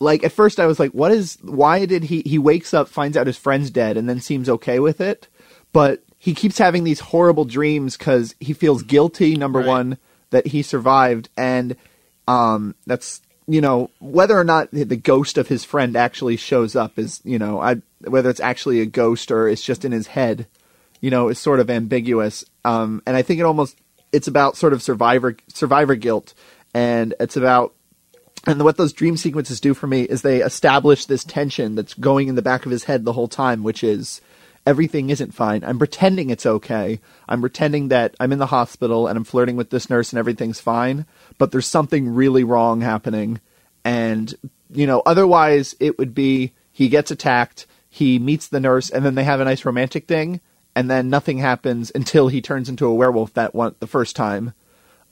D: like at first I was like, what is why did he he wakes up, finds out his friend's dead, and then seems okay with it, but he keeps having these horrible dreams because he feels guilty. Number
C: Right.
D: one, that he survived, and um, that's you know whether or not the- the ghost of his friend actually shows up is you know I whether it's actually a ghost or it's just in his head, you know, is sort of ambiguous. Um, and I think it almost it's about sort of survivor survivor guilt, and it's about and what those dream sequences do for me is they establish this tension that's going in the back of his head the whole time, which is everything isn't fine. I'm pretending it's okay. I'm pretending that I'm in the hospital and I'm flirting with this nurse and everything's fine, but there's something really wrong happening. And, you know, otherwise it would be he gets attacked, he meets the nurse, and then they have a nice romantic thing, and then nothing happens until he turns into a werewolf that one the first time.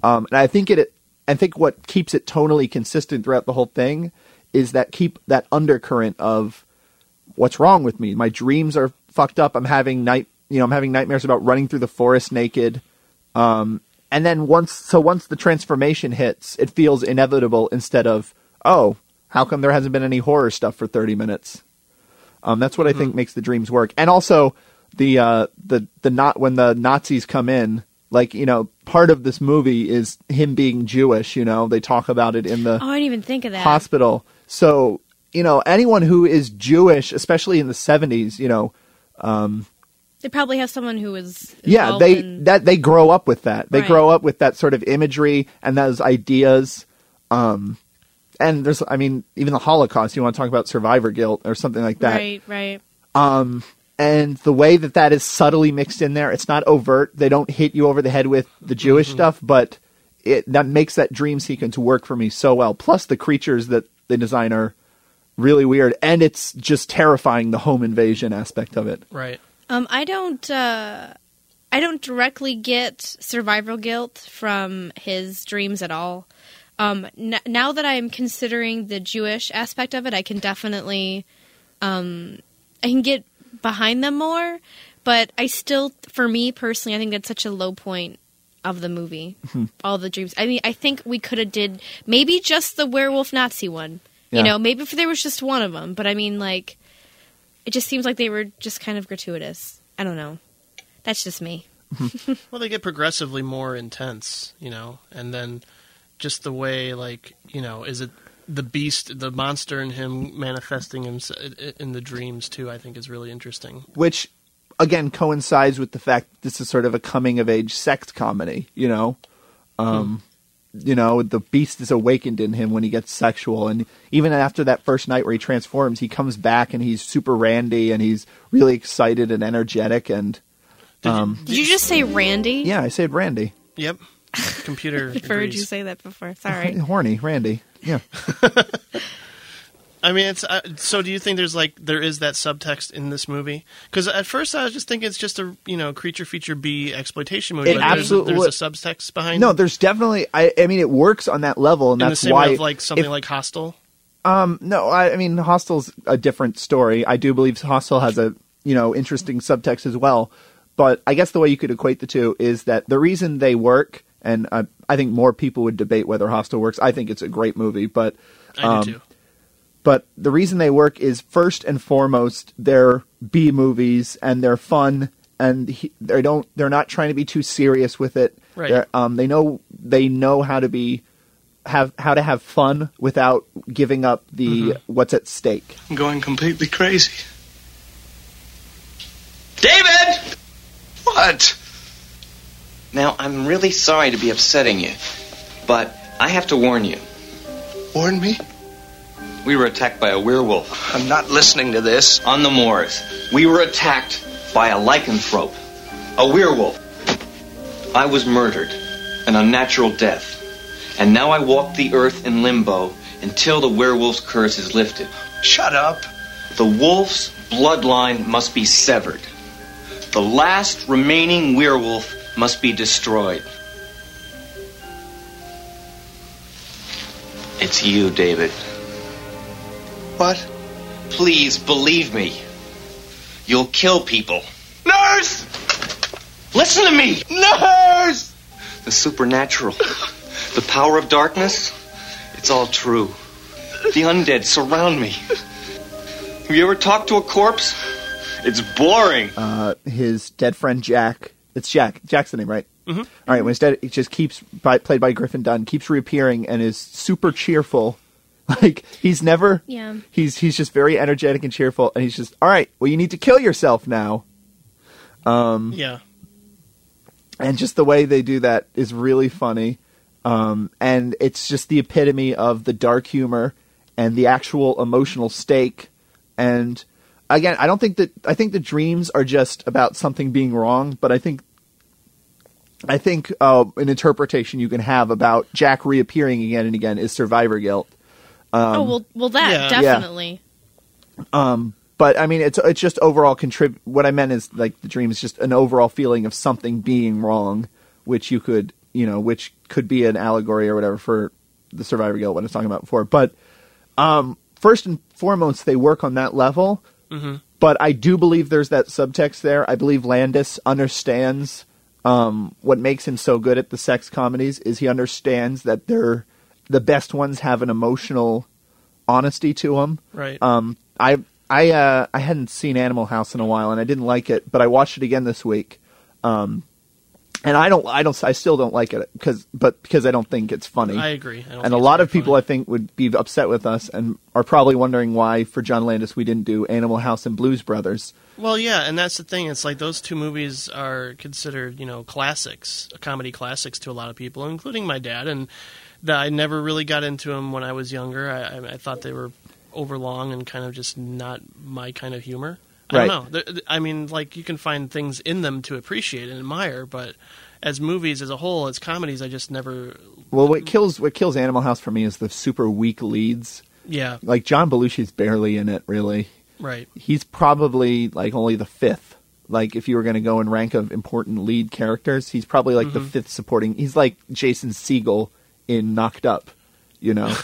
D: Um, and I think it, I think what keeps it tonally consistent throughout the whole thing is that keep that undercurrent of what's wrong with me. My dreams are fucked up. I'm having night, you know, I'm having nightmares about running through the forest naked. Um, and then once, so once the transformation hits, it feels inevitable instead of, oh, how come there hasn't been any horror stuff for 30 minutes? Um, that's what I think makes the dreams work. And also, the uh, the the not when the Nazis come in. Like you know, part of this movie is him being Jewish. You know, they talk about it in the
E: Oh, I didn't even think of that.
D: hospital. So, you know, anyone who is Jewish, especially in the 70s, you know,
E: they probably have someone who was.
D: yeah,
E: involved
D: they
E: in-
D: that they grow up with that. They
E: Right.
D: grow up with that sort of imagery and those ideas. Um and there's I mean, even the Holocaust, you want to talk about survivor guilt or something like that.
E: Right, right.
D: And the way that that is subtly mixed in there, it's not overt. They don't hit you over the head with the Jewish stuff, but it that makes that dream sequence work for me so well. Plus, the creatures that they design are really weird, and it's just terrifying the home invasion aspect of it.
C: Right.
E: Um, I don't. Uh, I don't directly get survival guilt from his dreams at all. Um, n- now that I'm considering the Jewish aspect of it, I can definitely, um, I can get behind them more. But I still, for me personally, I think that's such a low point of the movie.
D: Mm-hmm.
E: All the dreams. I mean, I think we could have did maybe just the werewolf Nazi one.
D: Yeah.
E: You know, maybe if there was just one of them. But I mean, like, it just seems like they were just kind of gratuitous. I don't know. That's just me.
C: Well, they get progressively more intense, you know, and then just the way, like, you know, is it the beast, the monster in him manifesting himself in the dreams too? I think is really interesting.
D: Which, again, coincides with the fact that this is sort of a coming of age sex comedy. You know, um,
C: Hmm.
D: you know, the beast is awakened in him when he gets sexual, and even after that first night where he transforms, he comes back and he's super randy and he's really excited and energetic and. Um,
E: Did you just say Randy?
D: Yeah, I said Randy.
C: Yep. Computer.
E: I've heard you
C: agrees.
E: say that before. Sorry.
D: Horny, Randy. Yeah.
C: I mean, it's uh, so. Do you think there's like there is that subtext in this movie? Because at first I was just thinking it's just a you know creature feature B exploitation movie.
D: It
C: but there's-
D: absolutely-
C: There's, a subtext behind.
D: No, there's definitely I I mean it works on that level and
C: in the
D: that's
C: same
D: why
C: way of like something
D: if-
C: like Hostel.
D: Um, no, I, I mean Hostel's a different story. I do believe Hostel has a, you know, interesting subtext as well, but I guess the way you could equate the two is that the reason they work and uh, I think more people would debate whether Hostel works. I think it's a great movie, but
C: I do too.
D: Um, but the reason they work is first and foremost they're B movies and they're fun and he, they don't they're not trying to be too serious with it.
C: Right.
D: They're, Um, they know they know how to be have how to have fun without giving up the what's at stake.
K: I'm going completely crazy. David! What?
L: Now, I'm really sorry to be upsetting you, but I have to warn you.
K: Warn me?
L: We were attacked by a werewolf
K: I'm not listening to this.
L: on the moors. We were attacked by a lycanthrope, a werewolf. I was murdered, an unnatural death. And now I walk the earth in limbo until the werewolf's curse is lifted.
K: Shut up.
L: The wolf's bloodline must be severed. The last remaining werewolf must be destroyed. It's you, David.
K: What?
L: Please believe me. You'll kill people.
K: Nurse!
L: Listen to me!
K: Nurse!
L: The supernatural, the power of darkness, it's all true. The undead surround me. Have you ever talked to a corpse? It's boring.
D: uh, His dead friend Jack. It's Jack. Jack's the name, right? Mm-hmm. right. When his dead, it just keeps by, played by Griffin Dunn keeps reappearing and is super cheerful. Like he's never.
E: Yeah.
D: He's he's just very energetic and cheerful, and he's just all right. Well, you need to kill yourself now,
C: Yeah.
D: and just the way they do that is really funny. Um, and it's just the epitome of the dark humor and the actual emotional stake. And again, I don't think that I think the dreams are just about something being wrong, but I think I think uh, an interpretation you can have about Jack reappearing again and again is survivor guilt. Um,
E: oh well, well that
C: yeah.
E: definitely.
D: but I mean, it's it's just overall contrib. What I meant is like the dream is just an overall feeling of something being wrong, which you could you know, which could be an allegory or whatever for the survivor guilt. What I was talking about before, but um, first and foremost, they work on that level. But I do believe there's that subtext there. I believe Landis understands um, what makes him so good at the sex comedies is he understands that they're the best ones have an emotional honesty to them
C: Right.
D: um, I I uh, I hadn't seen Animal House in a while, and I didn't like it, but I watched it again this week. Um, and I don't, I don't, I still don't like it because, but because I don't think it's funny.
C: I agree. I don't
D: and a lot of people, I think, would be upset with us and are probably wondering why, for John Landis, we didn't do Animal House and Blues Brothers.
C: Well, yeah, and that's the thing. It's like those two movies are considered, you know, classics, comedy classics to a lot of people, including my dad. And that I never really got into them when I was younger. I, I, I thought they were overlong and kind of just not my kind of humor. I
D: Right.
C: don't know. There- I mean, like you can find things in them to appreciate and admire, but as movies as a whole, as comedies, I just never.
D: Well, what kills what kills Animal House for me is the super weak leads.
C: Yeah.
D: Like John Belushi's barely in it, really.
C: Right.
D: He's probably like only the fifth. Like if you were going to go in rank of important lead characters, he's probably like the
C: Mhm.
D: fifth supporting. He's like Jason Segel in Knocked Up, you know.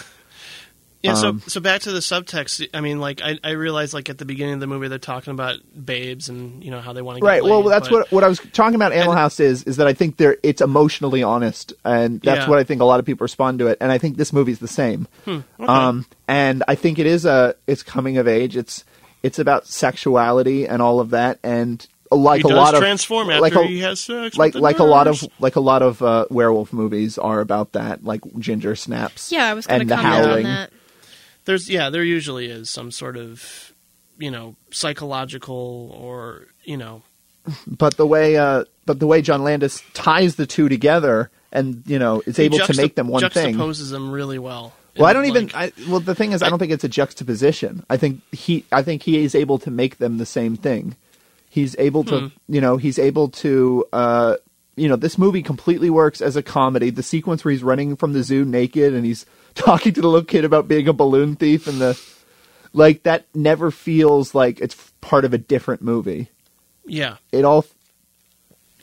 C: Yeah,
D: Um,
C: so so back to the subtext. I mean, like I, I realized, like at the beginning of the movie, they're talking about babes and you know how they want to
D: right.
C: Get laid,
D: Well, that's
C: but-
D: what what I was talking about. Animal House is is that I think there it's emotionally honest, and that's
C: Yeah.
D: what I think a lot of people respond to it. And I think this movie's the same.
C: Hmm, okay.
D: Um, and I think it is a it's coming of age. It's it's about sexuality and all of that, and uh, like
C: He
D: a
C: does
D: lot of
C: transform after
D: like a,
C: he has sex with
D: like
C: the
D: like a lot of
C: nurse.
D: like a lot of uh, werewolf movies are about that, like Ginger Snaps.
E: Yeah, I was going
D: and
E: to
D: the
E: comment
D: howling.
E: on that.
C: There's yeah, there usually is some sort of you know psychological or you know
D: But the way uh, but the way John Landis ties the two together, and you know, is
C: he
D: able to
C: juxta-
D: make them one thing.
C: Juxtaposes them really well.
D: Well, I don't even. I, well, the thing is, I don't think it's a juxtaposition. I think he. I think he is able to make them the same thing. He's able to.
C: Hmm.
D: You know, he's able to. Uh, you know, this movie completely works as a comedy. The sequence where he's running from the zoo naked and he's talking to the little kid about being a balloon thief and the like that never feels like it's part of a different movie
C: Yeah.
D: it all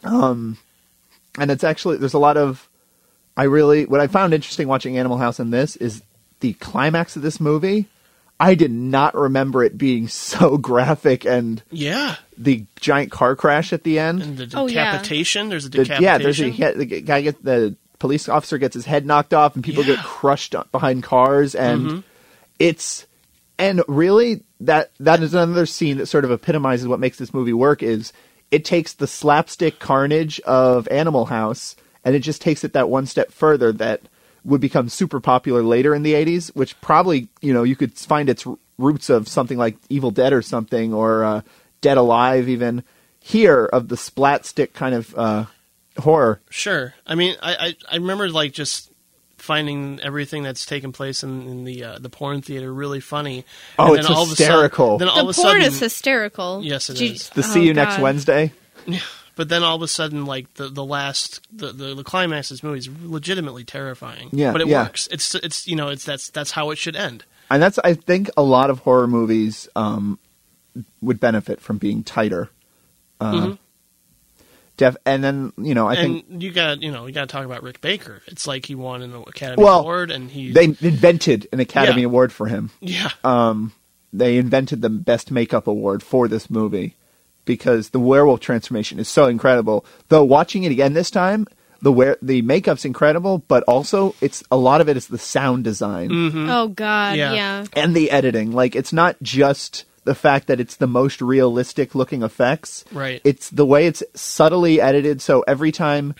D: um and it's actually there's a lot of i really what i found interesting watching animal house in this is the climax of this movie i did not remember it being so graphic and
C: Yeah.
D: the giant car crash at the end
C: And the
E: Oh, yeah.
C: decapitation. There's a
D: the-
C: decapitation.
D: yeah there's a he- the guy get the police officer gets his head knocked off and people get crushed behind cars and
C: Mhm.
D: it's and really that that is another scene that sort of epitomizes what makes this movie work is it takes the slapstick carnage of Animal House and it just takes it that one step further that would become super popular later in the 80s which probably you know you could find its r- roots of something like Evil Dead or something or uh, Dead Alive even here of the splatstick kind of uh, horror
C: Sure. I mean, I, I I remember like just finding everything that's taken place in, in the uh, the porn theater really funny.
D: Oh,
C: And
D: it's
C: then all of a sudden-
D: hysterical.
C: then all
E: the
C: of a
E: porn
C: sudden,
E: is hysterical.
C: Yes, it
E: Did
C: is.
D: the
E: oh,
D: see you next
E: God.
D: Wednesday
C: But then all of a sudden, like the the last the the, the climax of this movie is legitimately terrifying.
D: Yeah,
C: but it
D: yeah.
C: works. It's it's you know it's that's that's how it should end.
D: and that's I think a lot of horror movies um, would benefit from being tighter. Uh,
C: Mhm.
D: def- and then you know I
C: and
D: think
C: you got you know you got to talk about Rick Baker. It's like he won an Academy
D: Well,
C: Award, and he
D: they invented an Academy
C: Yeah.
D: Award for him.
C: yeah
D: Um, they invented the Best Makeup Award for this movie because the werewolf transformation is so incredible. Though watching it again this time, the were- the makeup's incredible, but also it's a lot of it is the sound design.
E: Oh God,
D: Yeah.
E: yeah.
D: and the editing. Like it's not just the fact that it's the most realistic looking effects.
C: Right.
D: It's the way it's subtly edited so every time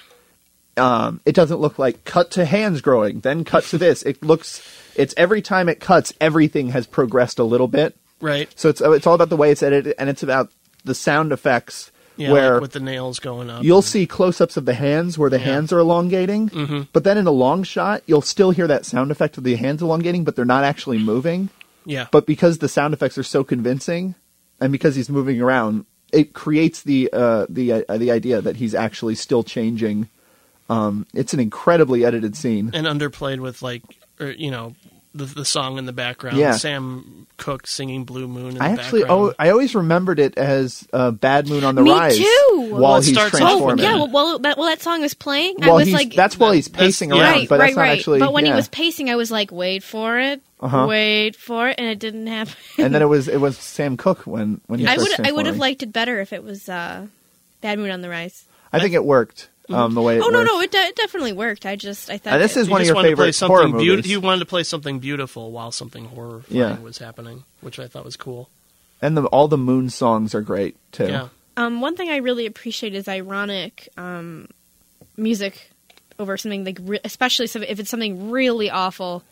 D: um it doesn't look like cut to hands growing, then cut to this. It looks it's every time it cuts everything has progressed a little bit.
C: right
D: So it's it's all about the way it's edited and it's about the sound effects
C: yeah
D: where
C: like with the nails going up.
D: You'll see close ups of the hands where the hands are elongating,
C: Mm-hmm.
D: but then in a long shot, you'll still hear that sound effect of the hands elongating, but they're not actually moving.
C: yeah
D: But because the sound effects are so convincing, and because he's moving around, it creates the uh, the uh, the idea that he's actually still changing. Um, it's an incredibly edited scene.
C: and underplayed with like or, you know the the song in the background.
D: Yeah.
C: Sam Cooke singing Blue Moon. In
D: I
C: the
D: actually,
C: background.
D: oh, I always remembered it as uh, "Bad Moon on the
E: Me
D: Rise"
E: too.
D: while
E: Well, it
D: he's
C: starts off
D: transforming.
C: with uh,
E: Yeah, well, well, that well that song was playing. I
D: While
E: was
D: he's-
E: like,
D: that's while he's pacing
C: yeah.
D: around,
E: right,
D: but
E: right,
D: that's not
E: right.
D: actually.
E: but when
D: yeah.
E: he was pacing, I was like, wait for it,
D: Uh-huh.
E: wait for it, and it didn't happen.
D: and then it was it was Sam Cooke when when he
E: I
D: starts
E: would I would have
D: transforming.
E: liked it better if it was uh, Bad Moon on the Rise.
D: I think it worked um, the way. It
E: oh no
D: worked.
E: no, it, de- it definitely worked. I just I thought
D: And this
E: it-
D: is
C: You
D: one of
C: just
D: your
C: wanted to play
D: favorite horror
C: something beaut-
D: movies.
C: You wanted to play something beautiful while something horrifying
D: Yeah.
C: was happening, which I thought was cool.
D: And the, all the Moon songs are great too.
E: Um, one thing I really appreciate is ironic um, music over something like, re- especially some, if it's something really awful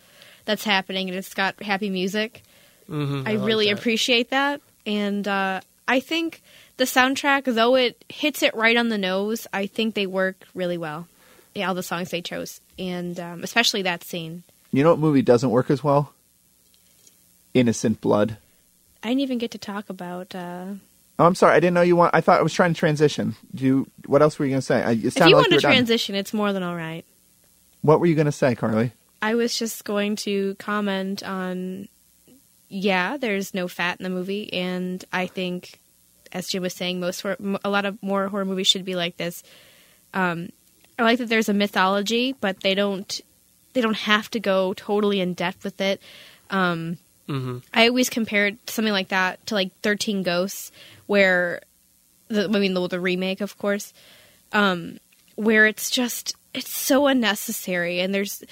E: that's happening and it's got happy music.
C: Mhm,
E: I,
C: like
E: really
C: that.
E: appreciate that, and uh, I think the soundtrack, though it hits it right on the nose, I think they work really well. Yeah, all the songs they chose, and um, especially that scene.
D: You know what movie doesn't work as well? Innocent Blood.
E: I didn't even get to talk about. Uh,
D: Oh, I'm sorry. I didn't know you want. I thought I was trying to transition. Do you, what else were you going to say? I, it
E: if you
D: sounded like
E: want to
D: were done.
E: transition, it's more than all right.
D: What were you going to say, Carly?
E: I was just going to comment on yeah, there's no fat in the movie, and I think, as Jim was saying, most hor- m- a lot of more horror movies should be like this. Um, I like that there's a mythology, but they don't they don't have to go totally in depth with it. Um,
C: Mm-hmm.
E: I always compared something like that to like Thirteen Ghosts, where the I mean the, the remake, of course, um, where it's just it's so unnecessary, and there's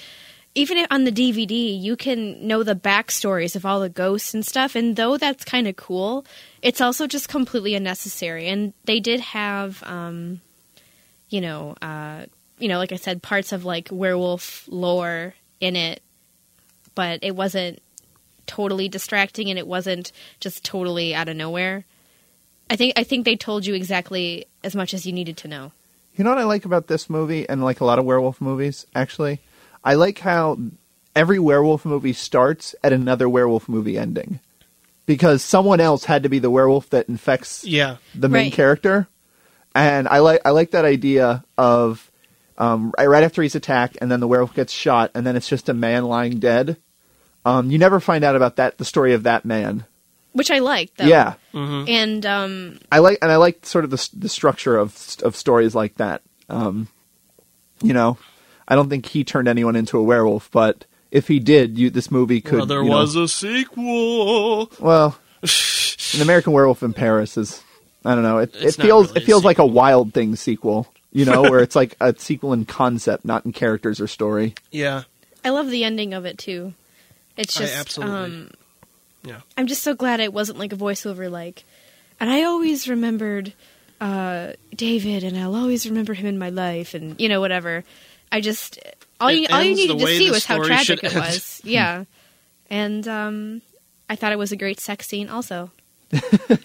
E: even if- on the DVD you can know the backstories of all the ghosts and stuff, and though that's kind of cool, it's also just completely unnecessary. And they did have, um, you know, uh, you know, like I said, parts of like werewolf lore in it, but it wasn't totally distracting and it wasn't just totally out of nowhere. I think I think they told you exactly as much as you needed to know.
D: You know what I like about this movie and like a lot of werewolf movies, actually? I like how every werewolf movie starts at another werewolf movie ending. Because someone else had to be the werewolf that infects
C: Yeah.
D: the main
C: Right.
D: character. And I like I like that idea of um, right right after he's attacked and then the werewolf gets shot and then it's just a man lying dead. Um, you never find out about that the story of that man.
E: Which I liked though.
D: Yeah.
E: And um
D: I like and I like sort of the the structure of of stories like that. Um, you know, I don't think he turned anyone into a werewolf, but if he did, you this movie could.
C: well, there
D: you know-
C: was a sequel.
D: well, an American Werewolf in Paris is. I don't know. It, it
C: It's not
D: feels
C: really
D: it
C: a
D: feels like a Wild Thing sequel. You know, where it's like a sequel in concept, not in characters or story.
C: Yeah.
E: I love the ending of it too. It's
C: I
E: just
C: absolutely-
E: um
C: Yeah.
E: I'm just so glad it wasn't like a voiceover like and I always remembered uh David and I'll always remember him in my life and you know whatever. I just all
C: It
E: you all you
C: ends the
E: needed to
C: way
E: see
C: the
E: was how
C: story
E: tragic
C: should
E: it
C: end.
E: was. Yeah. And um I thought it was a great sex scene also.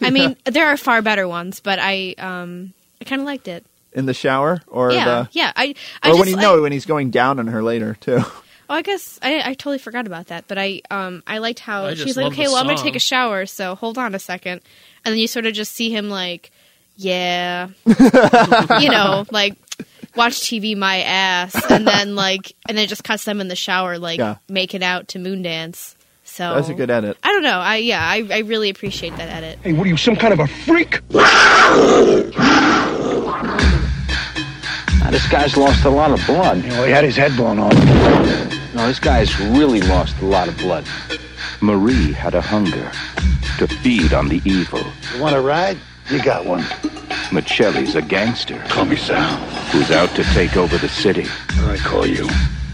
E: I mean, there are far better ones, but I um I kind of liked it.
D: In the shower, or
E: yeah,
D: the,
E: yeah. I,
D: or
E: I just,
D: when he
E: I-
D: no, when he's going down on her later too.
E: Oh, I guess I, I totally forgot about that, but I um I liked how
C: I just
E: she's like,
C: love
E: okay,
C: the
E: well, I'm gonna
C: song.
E: take a shower, so hold on a second, and then you sort of just see him like, yeah, you know, like watch TV my ass, and then like, and then it just cuts them in the shower, like
D: Yeah.
E: making out to moon dance. So
D: That
E: Oh.
D: was a good e- edit.
E: I don't know. I yeah, I I really appreciate that edit.
H: Hey, what are you, some kind of a freak?
M: Now, this guy's lost a lot of blood.
H: Well, Oh, he had his head blown off.
M: No, this guy's really lost a lot of blood. Marie had a hunger to feed on the evil.
H: You want a ride? You got one.
M: Michelli's a gangster. Call me Sal. Who's out to take over the city. I call you?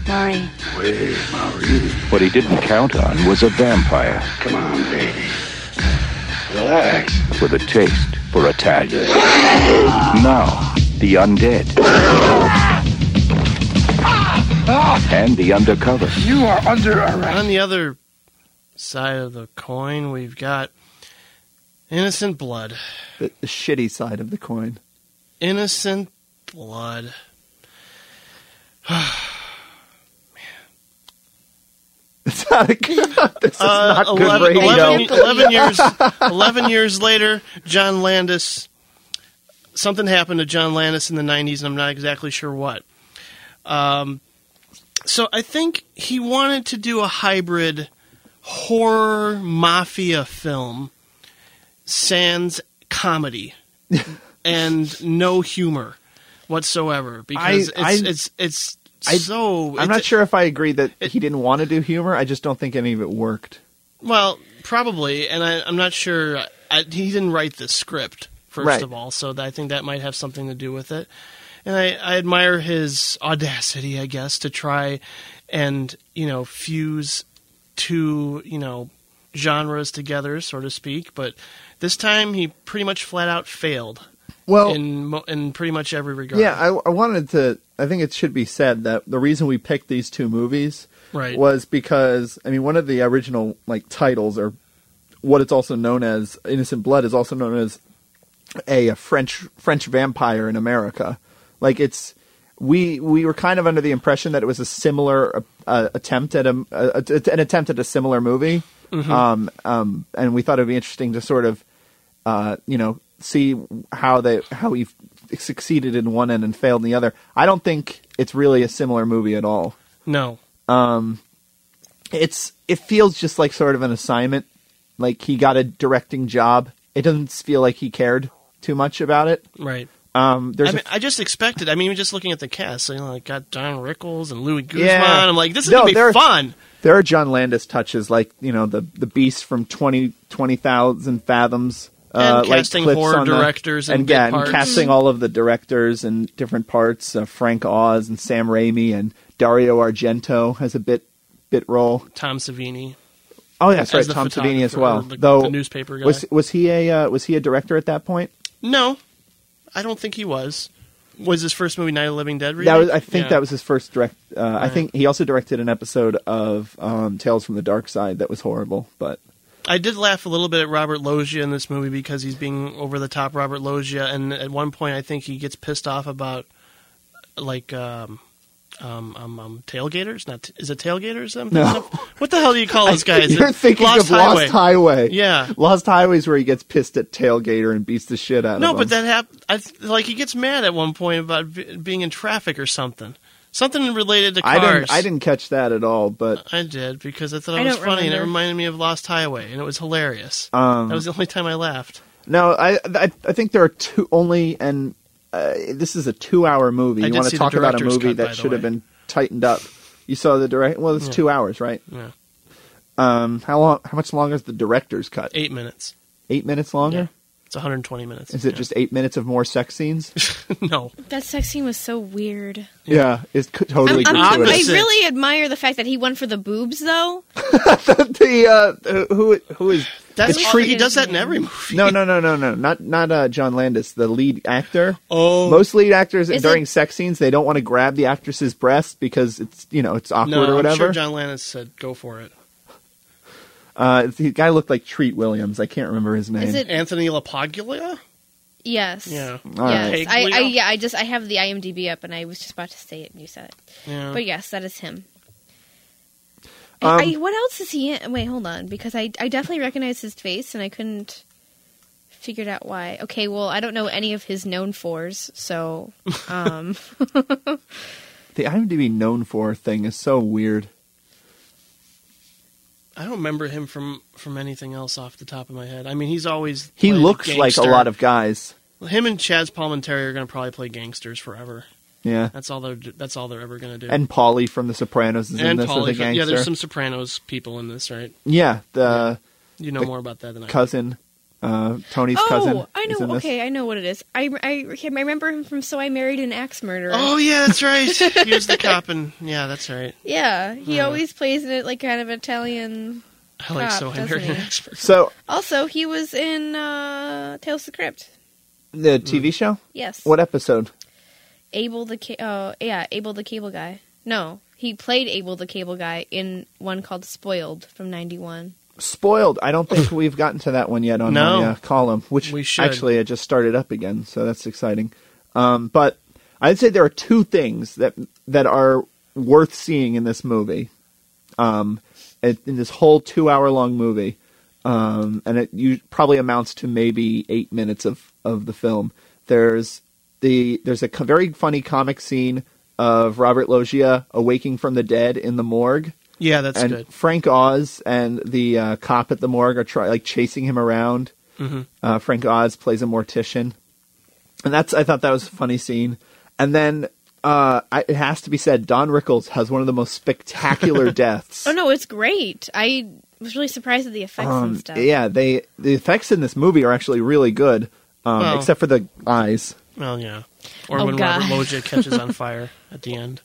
N: Maury.
M: Wait, Marie. What he didn't count on was a vampire. Come on, baby. Relax. With a taste for Italian. now, the undead. and the undercover.
H: You are under
C: On the other side of the coin, we've got Innocent Blood.
D: The, the shitty side of the coin.
C: Innocent Blood.
D: It's not a good. This is
C: Uh,
D: not good radio.
C: 11 11 years, 11 years later, John Landis. Something happened to John Landis in the 90s, and I'm not exactly sure what. Um, so I think he wanted to do a hybrid horror mafia film, sans comedy, and no humor whatsoever because
D: I-
C: it's,
D: I-
C: it's it's
D: I-
C: so
D: I'm not
C: it's-
D: sure if I agree that he didn't want to do humor. I just don't think any of it worked.
C: Well, probably, and I, I'm not sure. I, he didn't write the script first
D: Right.
C: of all, so that, I think that might have something to do with it. And I, I admire his audacity, I guess, to try and you know fuse two you know genres together, so to speak. But This time he pretty much flat out failed.
D: Well-
C: in mo- in pretty much every regard.
D: Oh. Yeah, I, I wanted to. I think it should be said that the reason we picked these two movies
C: Right.
D: was because I mean one of the original like titles or what it's also known as Innocent Blood is also known as a, a French French vampire in America. Like it's we we were kind of under the impression that it was a similar uh, attempt at a, a, a- an attempt at a similar movie.
N: Mhm.
D: Um, um, and we thought it would be interesting to sort of uh, you know see how they how he succeeded in one end and failed in the other. I don't think it's really a similar movie at all
C: No.
D: um it's it feels just like sort of an assignment like he got a directing job it doesn't feel like he cared too much about it
C: Right.
D: um there's
C: I,
D: a-
C: mean, I just expected. I mean, just looking at the cast, you know, like got Don Rickles and Louis Guzman.
D: yeah
C: I'm like, this is
D: No,
C: gonna be
D: there are-
C: fun.
D: there are john landis touches like you know the the beast from 20 20000 fathoms
C: And
D: uh, like
C: casting
D: clips
C: horror
D: on the-
C: directors in
D: and
C: big
D: yeah,
C: parts.
D: and casting all of the directors and different parts. Uh, Frank Oz and Sam Raimi and Dario Argento has a bit bit role.
C: Tom Savini.
D: Oh, yeah, that's
C: As
D: right.
C: the
D: Tom Savini as
C: photographer,
D: well.
C: the-
D: Though
C: the newspaper guy.
D: was was he a uh, was he a director at that point?
C: No, I don't think he was. Was his first movie Night of the Living Dead? Remake?
D: That was, I think
C: Yeah.
D: that was his first direct. Uh, I
C: Right.
D: think he also directed an episode of um, Tales from the Dark Side that was horrible, but
C: I did laugh a little bit at Robert Loggia in this movie because he's being over the top Robert Loggia, and at one point I think he gets pissed off about like um, um, um, um tailgaters. Not is it tailgaters? I'm
D: No.
C: thinking of? What the hell do you call those guys?
D: You're
C: It-
D: thinking of Lost Highway.
C: Yeah.
D: Lost Highway's where he gets pissed at Tailgater and beats the shit out
C: No,
D: of him.
C: but that happened. Like he gets mad at one point about b- being in traffic or something, something related to
D: I
C: cars.
D: didn't I didn't catch that at all, but
C: I did because I thought
E: I
C: it was
E: don't
C: funny and it
E: remember.
C: reminded me of Lost Highway and it was hilarious.
D: Um,
C: that was the only time I laughed.
D: no, I I, I think there are two only and uh, this is a 2-hour movie.
C: I
D: you
C: did
D: want
C: see
D: to
C: the
D: talk about a
C: director's
D: movie
C: cut, by
D: that
C: the
D: should have
C: way.
D: been tightened up. You saw the direct Well, it's
C: Yeah.
D: 2 hours, right?
C: Yeah,
D: Um, how long? How much longer is the director's cut?
C: eight minutes.
D: Eight minutes longer.
C: It's 120 minutes.
D: Is it
C: Yeah.
D: just eight minutes of more sex scenes?
C: no.
E: That sex scene was so weird.
D: Yeah, it's c- totally
E: I'm- I'm- I
D: gratuitous.
E: really admire the fact that he went for the boobs, though.
D: the uh, who who is
E: That's
D: the
E: all-
D: treat-
E: he does that in
C: every
D: movie. No, no, no, no, no, not not uh, John Landis, the lead actor.
C: Oh,
D: most lead actors
C: Is
D: during
C: it-
D: sex scenes they don't want to grab the actress's breast because it's you know it's awkward
C: No,
D: or
C: I'm
D: whatever.
C: sure John Lannis said go for it.
D: uh, the guy looked like Treat Williams. I can't remember his name.
E: Is it-
C: Anthony LaPaglia?
E: Yes.
C: Yeah.
D: All
E: yes.
D: right.
E: I, I yeah. I just I have the IMDb up, and I was just about to say it, and you said it.
C: Yeah.
E: But yes, that is him.
D: Um,
E: I, what else is he in? Wait, hold on, because I I definitely recognize his face, and I couldn't figured out why. Okay, well, I don't know any of his known fours, so um,
D: the IMDb known for thing is so weird.
C: I don't remember him from from anything else off the top of my head. I mean, he's always
D: He
C: played
D: looks like a
C: gangster.
D: lot of guys.
C: him and Chaz Palminteri are going to probably play gangsters forever.
D: Yeah.
C: That's all they're that's all they're ever going to do.
D: And Polly from The Sopranos is in
C: And
D: this as
C: Pauly
D: a
C: Fa-
D: gangster.
C: yeah, there's some Sopranos people in this, right?
D: Yeah, the
C: You know
D: the
C: more about that than I do.
D: cousin, uh, Tony's
E: oh,
D: cousin.
E: I
D: is in
E: know.
D: this.
E: Okay, I know what it is. I, I, I remember him from So I Married an Axe Murderer.
C: Oh yeah, that's right. he was the cop, and yeah, that's right.
E: Yeah, he
C: Yeah.
E: always plays in it like kind of Italian.
C: I like
E: cop,
C: So I
E: doesn't
C: Married
E: he?
C: an Axe Murderer.
D: So
E: Also, he was in uh, Tales of the Crypt.
D: the TV show.
E: Yes.
D: What episode?
E: Abel the ca- uh, yeah, Abel the Cable Guy. No, he played Abel the Cable Guy in one called Spoiled from '91.
D: Spoiled. I don't think we've gotten to that one yet on
C: No.
D: my uh, column, which
C: We should.
D: actually I just started up again, so that's exciting. Um, but I'd say there are two things that that are worth seeing in this movie, um, in in this whole two-hour-long movie, um, and it you, probably amounts to maybe eight minutes of of the film. There's the there's a co- very funny comic scene of Robert Loggia awaking from the dead in the morgue
C: Yeah, that's
D: and
C: good.
D: Frank Oz and the uh, cop at the morgue are try- like chasing him around.
C: hmm
D: Uh, Frank Oz plays a mortician, and that's I thought that was a funny scene. And then uh, I, it has to be said, Don Rickles has one of the most spectacular deaths.
E: Oh no, it's great. I was really surprised at the effects
D: Um,
E: and stuff.
D: yeah, they the effects in this movie are actually really good, um,
C: Well-
D: except for the eyes.
C: Well, yeah. Or
E: Oh,
C: when
E: God.
C: Robert Loggia catches on fire at the end.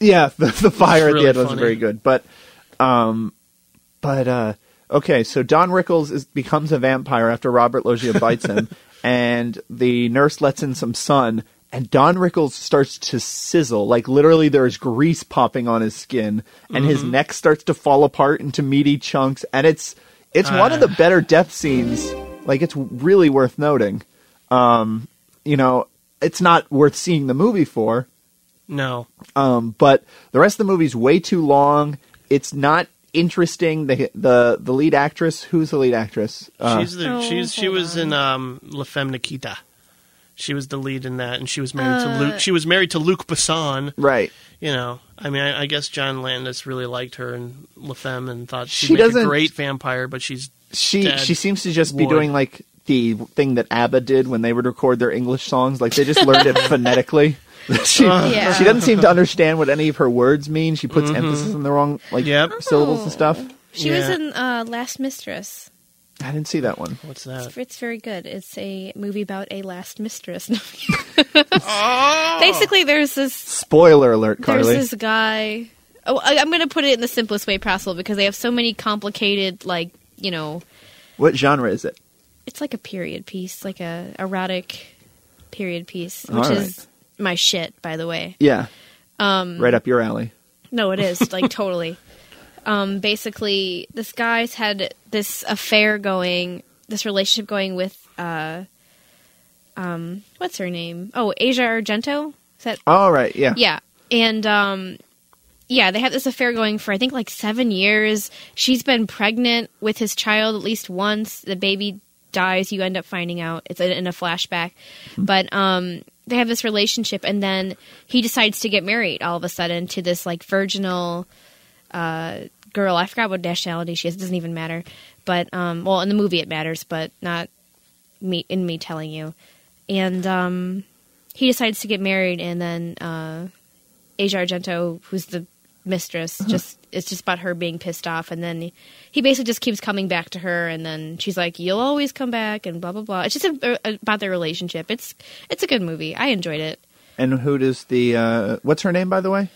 D: Yeah, the, the fire at
C: really
D: the end wasn't
C: funny.
D: very good, but um, but uh, Okay, so Don Rickles is, becomes a vampire after Robert Loggia bites him, and the nurse lets in some sun, and Don Rickles starts to sizzle. Like, literally, there is grease popping on his skin, and his
N: Mhm.
D: neck starts to fall apart into meaty chunks, and it's it's one of
N: Ah.
D: the better death scenes. Like, it's really worth noting. Um, you know, it's not worth seeing the movie for,
C: No.
D: um, but the rest of the movie's way too long. It's not interesting. The the the lead actress, who's the lead actress? Uh,
C: she's the, she's she was in um, La Femme Nikita. She was the lead in that, and she was married
D: Uh,
C: to Luke. She was married to Luke Besson.
D: right.
C: You know, I mean, I, I guess John Landis really liked her in La Femme and thought she'd
D: She
C: make
D: doesn't-
C: a great vampire, but she's
D: She
C: dead.
D: she seems to just be
C: Lord.
D: doing like the thing that ABBA did when they would record their English songs. Like they just learned it phonetically. she
C: Yeah.
D: she doesn't seem to understand what any of her words mean. She puts
C: Mhm.
D: emphasis on the wrong like syllables and stuff.
E: She was in uh, Last Mistress.
D: I didn't see that one.
C: What's
E: It's, it's very good. It's a movie about a last mistress. Basically, there's this
D: Spoiler alert, Carly.
E: there's this guy. Oh, I, I'm going to put it in the simplest way possible because they have so many complicated, like you know,
D: What genre is it?
E: it's like a period piece, like a erotic period piece,
D: All
E: which is my shit, by the way.
D: Yeah,
E: Um,
D: right up your alley.
E: No, it is like totally. Um, basically, this guy's had this affair going, this relationship going with uh, um, what's her name? Oh, Asia Argento. Is that?
D: All right, yeah.
E: Yeah, and um, yeah, they had this affair going for I think like seven years. She's been pregnant with his child at least once. The baby dies. You end up finding out it's in in a flashback, but um, they have this relationship, and then he decides to get married all of a sudden to this like virginal uh, girl. I forgot what nationality she is. It doesn't even matter. But um, well, in the movie it matters, but not me in me telling you. And um, he decides to get married, and then uh, Asia Argento, who's the mistress,
D: Uh-huh.
E: just it's just about her being pissed off, and then he basically just keeps coming back to her, and then she's like, "You'll always come back," and blah blah blah. It's just a, a- about their relationship. It's it's a good movie. I enjoyed it.
D: And who does the uh, what's her name by the way?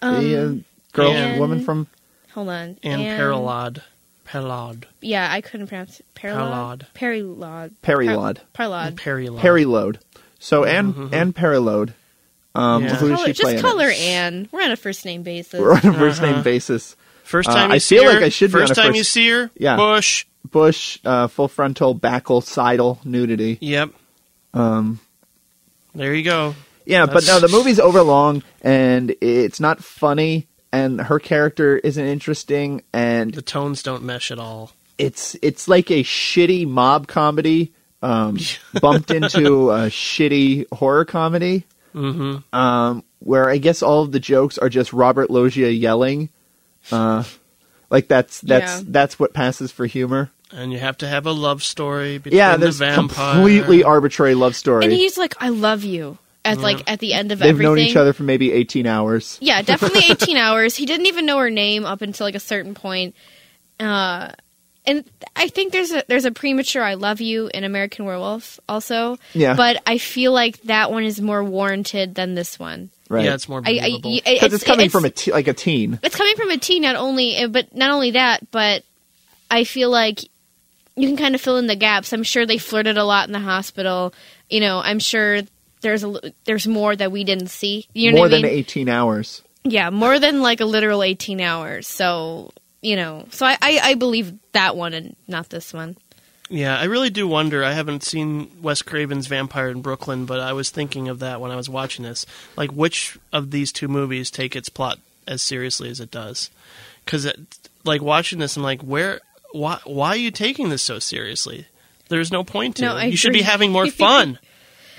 D: the uh,
E: Um,
D: girl
E: Anne-
D: woman from
E: Hold on,
C: Anne
E: Anne-
C: Paralod. Paralod.
E: Yeah, I couldn't pronounce Paralod. Paralod.
D: Perilod.
E: Paralod.
C: Perilod.
D: Perilode. So Anne Anne Perilode. Um,
C: Mm-hmm. Yeah.
D: Who does she
E: Color, Uh-huh.
D: play?
E: just
D: in
E: call
D: it?
E: her Anne. We're on a first name basis.
D: We're on a 1st name basis.
C: First
D: Uh,
C: time you
D: I
C: see
D: feel
C: her-
D: like I should be on
C: first
D: a
C: time
D: first-
C: you see her,
D: Yeah.
C: Bush.
D: Bush. Uh, full frontal, backle, sidle, nudity.
C: Yep.
D: Um,
C: There you go.
D: yeah, but
C: That's-
D: no, the movie's overlong and it's not funny, and her character isn't interesting, and
C: the tones don't mesh at all.
D: it's it's like a shitty mob comedy um, bumped into a shitty horror comedy.
C: Mm-hmm.
D: um, where I guess all of the jokes are just Robert Loggia yelling. Uh, like that's that's
C: Yeah.
D: that's what passes for humor.
C: And you have to have a love story between
D: yeah,
C: the
D: there's
C: vampire.
D: completely arbitrary love story.
E: And he's like, "I love you." At like at the end of
D: They've
E: everything.
D: known each other for maybe 18 hours.
E: Yeah, definitely 18 hours. He didn't even know her name up until like a certain point. Uh, and I think there's a there's a premature "I love you" in American Werewolf also.
D: Yeah.
E: But I feel like that one is more warranted than this one.
D: Right.
E: I- I- y-
D: Because it's, coming from a te- like a teen.
E: it's coming from a teen not only eh, but not only that but i feel like you can kind of fill in the gaps i'm sure they flirted a lot in the hospital you know i'm sure there's a l- there's more that we didn't see you know
D: More
E: what i
D: than
E: mean
D: 18 hours.
E: yeah more than like a literal 18 hours so you know so i i, I believe that one and not this one
C: Yeah, I really do wonder. I haven't seen Wes Craven's Vampire in Brooklyn, but I was thinking of that when I was watching this. Like, which of these two movies take its plot as seriously as it does? Because, like, watching this, I'm like, where, why, why are you taking this so seriously? There's no point to
E: No,
C: it.
E: I
C: you should be
E: agree.
C: having more fun.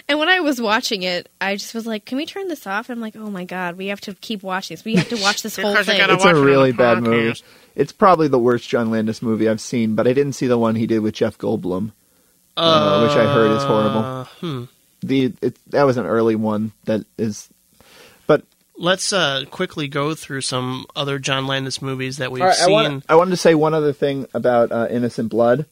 E: and when I was watching it, I just was like, "Can we turn this off?" And I'm like, "Oh my god, we have to keep watching this. We have to watch this whole thing."
D: It's a really bad movie. It's probably the worst John Landis movie I've seen, but I didn't see the one he did with Jeff Goldblum, uh, which I heard is horrible.
C: Uh, hmm.
D: The it, that was an early one that is, but
C: Let's uh, quickly go through some other John Landis movies that we've
D: All right, I,
C: seen.
D: wanna- I wanted to say one other thing about uh, Innocent Blood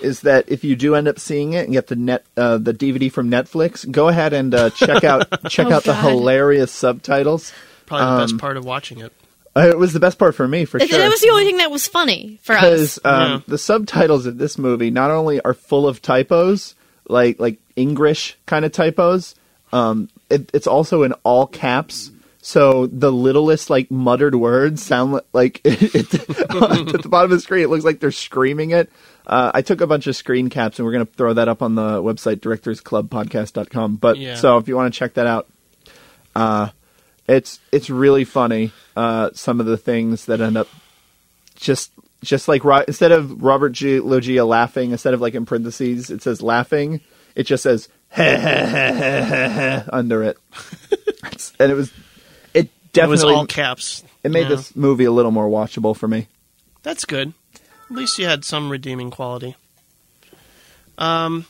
D: is that if you do end up seeing it and get the net uh, the DVD from Netflix, go ahead and uh, check out check
C: Oh,
D: out the
C: God.
D: hilarious subtitles.
C: Probably the
D: Um,
C: best part of watching it.
D: Uh, It was the best part for me, for
E: That-
D: sure.
E: That was the only thing that was funny for us.
D: because um, the subtitles of this movie not only are full of typos, like like English kind of typos, um, it, it's also in all caps. So the littlest like muttered words sound li- like it, at the bottom of the screen. It looks like they're screaming it. Uh, I took a bunch of screen caps and we're going to throw that up on the website directorsclubpodcast.com. But
N: Yeah.
D: so if you want to check that out, uh, it's it's really funny. Uh, some of the things that end up just just like Ro- instead of Robert G. Loggia laughing, instead of like in parentheses, it says laughing. It just says under it, It's- and it was it definitely
C: It was all caps.
D: It made
C: Yeah.
D: this movie a little more watchable for me.
C: That's good. At least you had some redeeming quality. Um,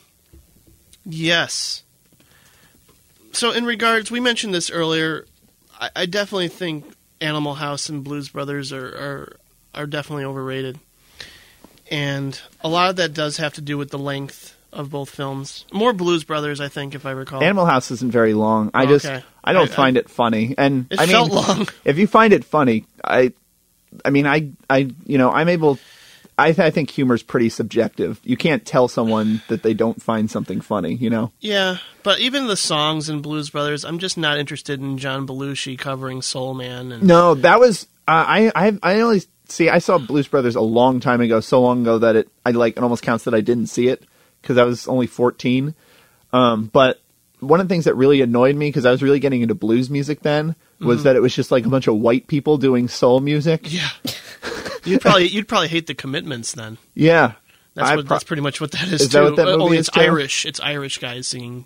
C: yes. So, in regards, we mentioned this earlier. I, I definitely think Animal House and Blues Brothers are, are are definitely overrated, and a lot of that does have to do with the length of both films. More Blues Brothers, I think, if I recall.
D: Animal House isn't very long. I
C: Oh,
D: just
C: okay.
D: I don't
C: I- I-
D: find it funny, and
C: It
D: I mean,
C: felt long.
D: If you find it funny, I, I mean, I I you know I'm able. I, I think humor's pretty subjective. You can't tell someone that they don't find something funny. You know.
C: Yeah, but even the songs in Blues Brothers, I'm just not interested in John Belushi covering Soul Man and
D: No, that was uh, I. I I only see. I saw Blues Brothers a long time ago, so long ago that it I like it almost counts that I didn't see it because I was only fourteen. Um, but one of the things that really annoyed me because I was really getting into blues music then was
C: Mhm.
D: that it was just like a bunch of white people doing soul music.
C: Yeah, You'd probably you'd probably hate the commitments then.
D: yeah.
C: That's
D: I
C: what,
D: pro-
C: that's pretty much what that is.
D: Is
C: too.
D: that what that
C: Uh,
D: movie
C: Only
D: is,
C: it's
D: too?
C: Irish. It's Irish guys singing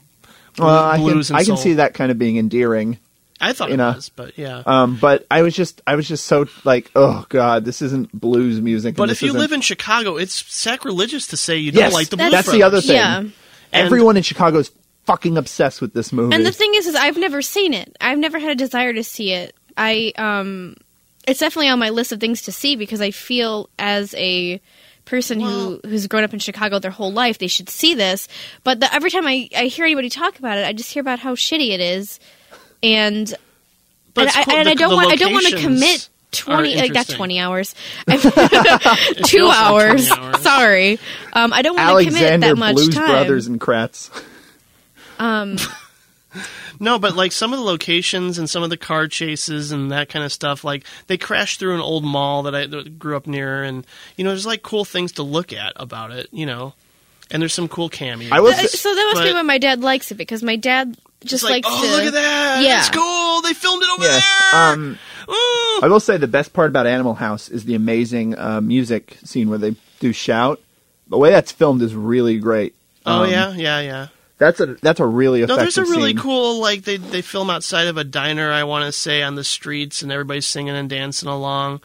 C: blu-
D: Well, I can,
C: blues and
D: I can
C: soul.
D: see that kind of being endearing.
C: I thought
D: you
C: it
D: know?
C: was, but yeah.
D: Um, but I was just, I was just so like, oh god, this isn't blues music. and
C: but
D: this
C: if you
D: isn't-
C: live in Chicago, it's sacrilegious to say you don't
D: yes,
C: like the Blues
D: that's the other
C: Brothers.
D: thing. Everyone in Chicago is fucking obsessed with this movie.
E: And the thing is, is I've never seen it. I've never had a desire to see it. I um, it's definitely on my list of things to see because I feel as a person who who's grown up in Chicago their whole life, they should see this. But the, every time I I hear anybody talk about it, I just hear about how shitty it is, and
B: But
E: and
B: it's
E: I,
B: cool-
E: and
B: the-
E: I don't
B: the
E: want I don't want to
B: locations
E: commit.
B: are
E: 20 like not
B: interesting.
E: 20 hours
B: It
E: two
B: feels like 20
E: hours.
B: hours.
E: sorry um, i don't want to commit
D: Alexander
E: that much
D: Blues
E: time
D: Brothers and Kratz.
E: um,
C: No, but like some of the locations and some of the car chases and that kind of stuff, like they crashed through an old mall that I that grew up near, and you know, there's like cool things to look at about it, you know, and there's some cool cameos.
D: I
E: Th- so that must be
C: But-
E: why my dad likes it because my dad just
C: like,
E: likes
C: "Oh,
E: to
C: look at that!
E: Yeah,
C: That's cool. They filmed it over
D: Yes. Um, I will say the best part about Animal House is the amazing uh, music scene where they do shout. The way that's filmed is really great.
C: Oh
D: Um,
C: yeah, yeah, yeah.
D: that's a that's a really
C: No,
D: effective.
C: there's a really
D: scene.
C: cool like they they film outside of a diner. I want to say on the streets and everybody's singing and dancing along.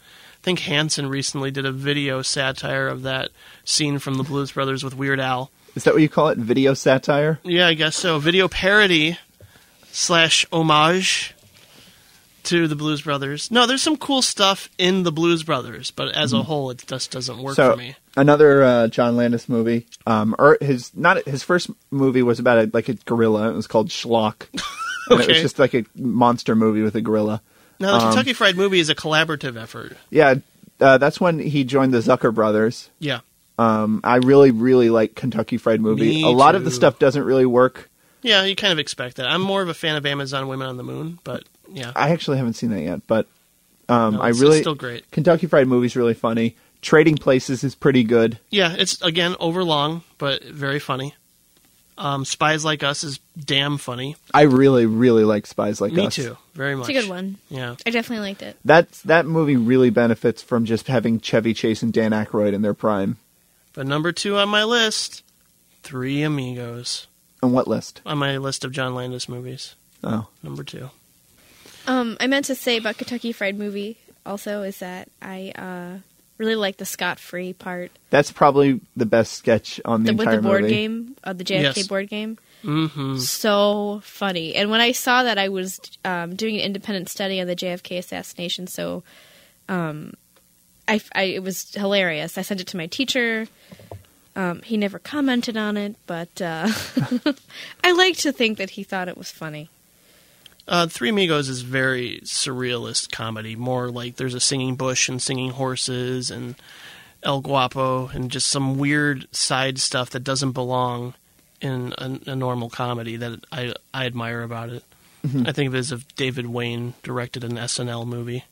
C: I think Hanson recently did a video satire of that scene from the Blues Brothers with Weird Al.
D: Is that what you call it? Video satire.
C: Yeah, I guess so. Video parody slash homage to the Blues Brothers. No, there's some cool stuff in the Blues Brothers, but as a
D: Mhm.
C: whole, it just doesn't work
D: so
C: for me.
D: another uh, John Landis movie. Um, or his not his first movie was about a, like a gorilla. It was called Schlock. And it was
C: Okay.
D: just like a monster movie with a gorilla.
C: Now, the
D: Um,
C: Kentucky Fried Movie is a collaborative effort.
D: Yeah, uh, that's when he joined the Zucker brothers.
C: Yeah.
D: Um, I really, really like Kentucky Fried Movie.
C: Me
D: a lot of the
C: too.
D: stuff doesn't really work.
C: Yeah, you kind of expect that. I'm more of a fan of Amazon Women on the Moon, but yeah.
D: I actually haven't seen that yet, but um,
C: No,
D: I
C: it's-
D: really
C: it's still great.
D: Kentucky Fried Movie's really funny. Trading Places is pretty good.
C: Yeah, it's again overlong, but very funny. Um, Spies Like Us is damn funny.
D: I really, really like Spies Like
C: Me
D: Us.
C: too, very much.
E: it's a good one.
C: Yeah.
E: I definitely liked it.
D: That's that movie really benefits from just having Chevy Chase and Dan Aykroyd in their prime.
C: But number two on my list, Three Amigos.
D: On what list?
C: On my list of John Landis movies.
D: Oh.
C: Number two.
E: Um, I meant to say about Kentucky Fried Movie also is that I uh, really like the scot free part
D: That's probably the best sketch on the,
E: the, with
D: entire
E: the board
D: movie.
E: game of the JFK
D: Yes.
E: board game.
C: Mm-hmm.
E: So funny. And when I saw that, I was um, doing an independent study on the JFK assassination, so um, I, I- it was hilarious. I sent it to my teacher. Um, he never commented on it, but uh, I like to think that he thought it was funny.
C: Uh, Three Amigos is very surrealist comedy. More like there's a singing bush and singing horses and El Guapo and just some weird side stuff that doesn't belong in a, a normal comedy that I I admire about it.
D: Mhm.
C: I think of it as if David Wayne directed an SNL movie.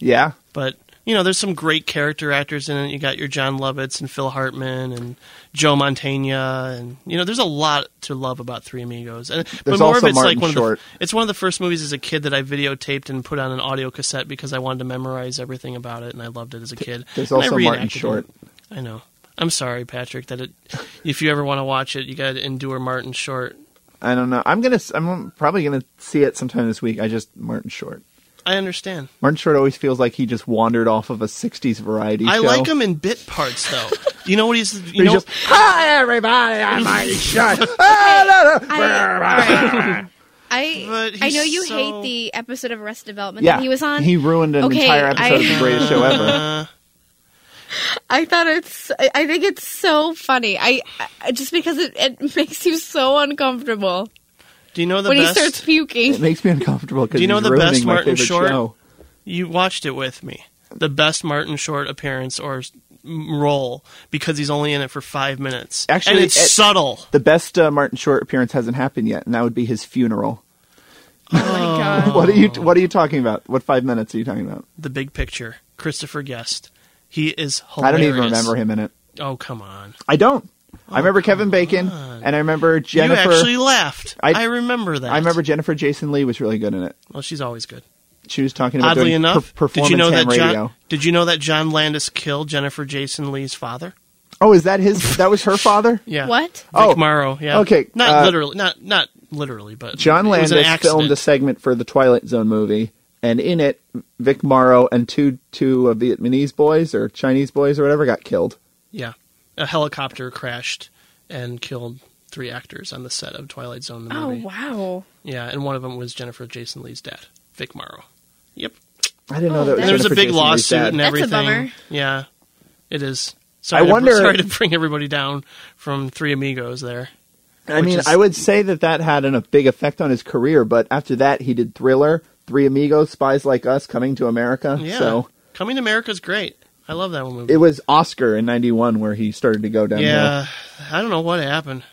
D: Yeah.
C: But you know, there's some great character actors in it. You got your John Lovitz and Phil Hartman and Joe Mantegna, and you know, there's a lot to love about Three Amigos. And
D: There's
C: but more of
D: also
C: it's
D: Martin
C: like one
D: Short.
C: of the, it's one of the first movies as a kid that I videotaped and put on an audio cassette because I wanted to memorize everything about it, and I loved it as a kid.
D: there's
C: And I
D: also Martin
C: reenacted
D: Short.
C: it. I know. I'm sorry, Patrick, that it. If you ever want to watch it, you got to endure Martin Short.
D: I don't know. I'm gonna. s- I'm probably gonna see it sometime this week. I just Martin Short.
C: I understand.
D: Martin Short always feels like he just wandered off of a '60s variety
C: I
D: show.
C: like him in bit parts, though. you know what he's. You
D: He's
C: know,
D: just,
F: Hi, everybody. I'm Marty Short.
E: I I know you hate the episode of Arrested Development
D: yeah,
E: that he was on.
D: He ruined an
E: Okay,
D: entire episode of
E: I-
D: the greatest show ever.
E: I thought it's. I I think it's so funny. I, I just because it, it makes you so uncomfortable
C: do you know the
E: when
C: best?
E: he starts puking.
D: It makes me uncomfortable because
C: Do you know
D: he's
C: the
D: ruining
C: best
D: my
C: Martin
D: favorite
C: Short?
D: show.
C: You watched it with me. The best Martin Short appearance or s- m- role because he's only in it for five minutes.
D: Actually,
C: and it's
D: it-
C: subtle.
D: The best uh, Martin Short appearance hasn't happened yet, and that would be his funeral.
C: Oh my god!
D: What are you What are you talking about? What five minutes are you talking about?
C: The big picture. Christopher Guest. He is hilarious.
D: I don't even remember him in it.
C: Oh come on!
D: I don't. I remember Kevin Bacon, and I remember Jennifer.
C: You actually laughed. I, remember that.
D: I remember Jennifer Jason Lee was really good in it.
C: Well, she's always good.
D: She was talking about
C: Oddly
D: doing
C: enough,
D: per-
C: did
D: performance
C: you know that
D: ham radio.
C: John? Did you know that John Landis killed Jennifer Jason Lee's father?
D: Oh, is that his? That was her father.
C: Yeah.
E: What?
C: Vic
D: Oh,
C: Morrow. Yeah.
D: okay,
C: Not
D: uh,
C: literally. Not not literally, but
D: John
C: it was an
D: Landis
C: accident.
D: filmed a segment for the Twilight Zone movie, and in it, Vic Morrow and two two uh, Vietnamese boys or Chinese boys or whatever got killed.
C: Yeah, a helicopter crashed and killed three actors on the set of Twilight Zone. The
E: Oh
C: movie.
E: wow!
C: Yeah, and one of them was Jennifer Jason Lee's dad, Vic Morrow. Yep.
D: I didn't know that. Was
C: And Oh, there was a
D: Jennifer
C: big
D: Jason Leigh's
C: lawsuit
D: dad.
C: and everything. Yeah, it is.
D: I
C: Sorry, to-
D: wonder-
C: sorry to bring everybody down from Three Amigos there.
D: I
C: which
D: mean,
C: is-
D: I would say that that had an, a big effect on his career, but after that, he did Thriller, Three Amigos, Spies Like Us, Coming to America.
C: Yeah.
D: So
C: Coming to America's great. I love that one movie.
D: it was Oscar in '91 where he started to go downhill.
C: yeah, I don't know what happened.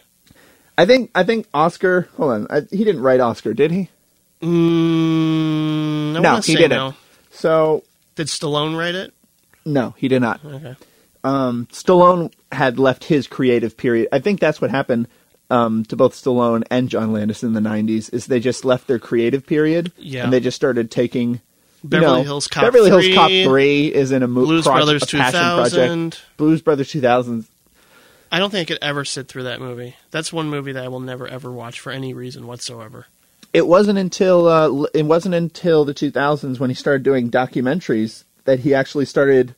D: I think I think Oscar. Hold on, I, he didn't write Oscar, did he?
C: Mm, I
D: no,
C: wanna
D: he
C: say
D: didn't.
C: no.
D: So
C: Did Stallone write it?
D: no, he did not.
C: Okay.
D: Um, Stallone had left his creative period. I think that's what happened um, to both Stallone and John Landis in the '90s. Is they just left their creative period,
C: Yeah.
D: and they just started taking. you
C: Beverly
D: know,
C: Hills Cop
D: Beverly Hills
C: 3,
D: Cop Three is in a movie.
C: Blues Brothers 2000.
D: Blues Brothers 2000.
C: I don't think I could ever sit through that movie. That's one movie that I will never ever watch for any reason whatsoever.
D: It wasn't until uh, l- it wasn't until the 2000s when he started doing documentaries that he actually started.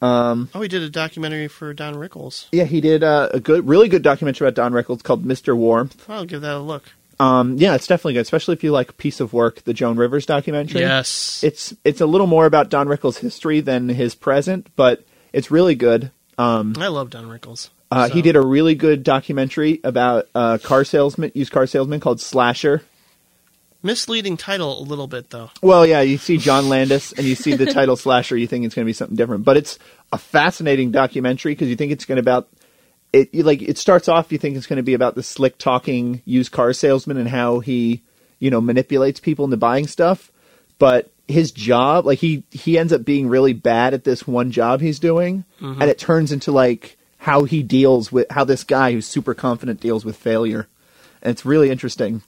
D: Um,
C: Oh, he did a documentary for Don Rickles.
D: yeah, he did uh, a good, really good documentary about Don Rickles called Mr. Warmth.
C: I'll give that a look.
D: Um, yeah, it's definitely good, especially if you like Piece of Work, the Joan Rivers documentary.
C: Yes.
D: It's it's a little more about Don Rickles' history than his present, but it's really good. Um,
C: I love Don Rickles.
D: uh, He did a really good documentary about uh, car salesman, used car salesman called Slasher.
C: Misleading title a little bit though.
D: Well, yeah, you see John Landis and you see the title Slasher, you think it's going to be something different, but it's a fascinating documentary because you think it's going to about it. You, like it starts off, you think it's going to be about the slick talking used car salesman and how he, you know, manipulates people into buying stuff, but his job, like he he ends up being really bad at this one job he's doing,
C: Mhm.
D: and it turns into like how he deals with how this guy who's super confident deals with failure. And it's really interesting.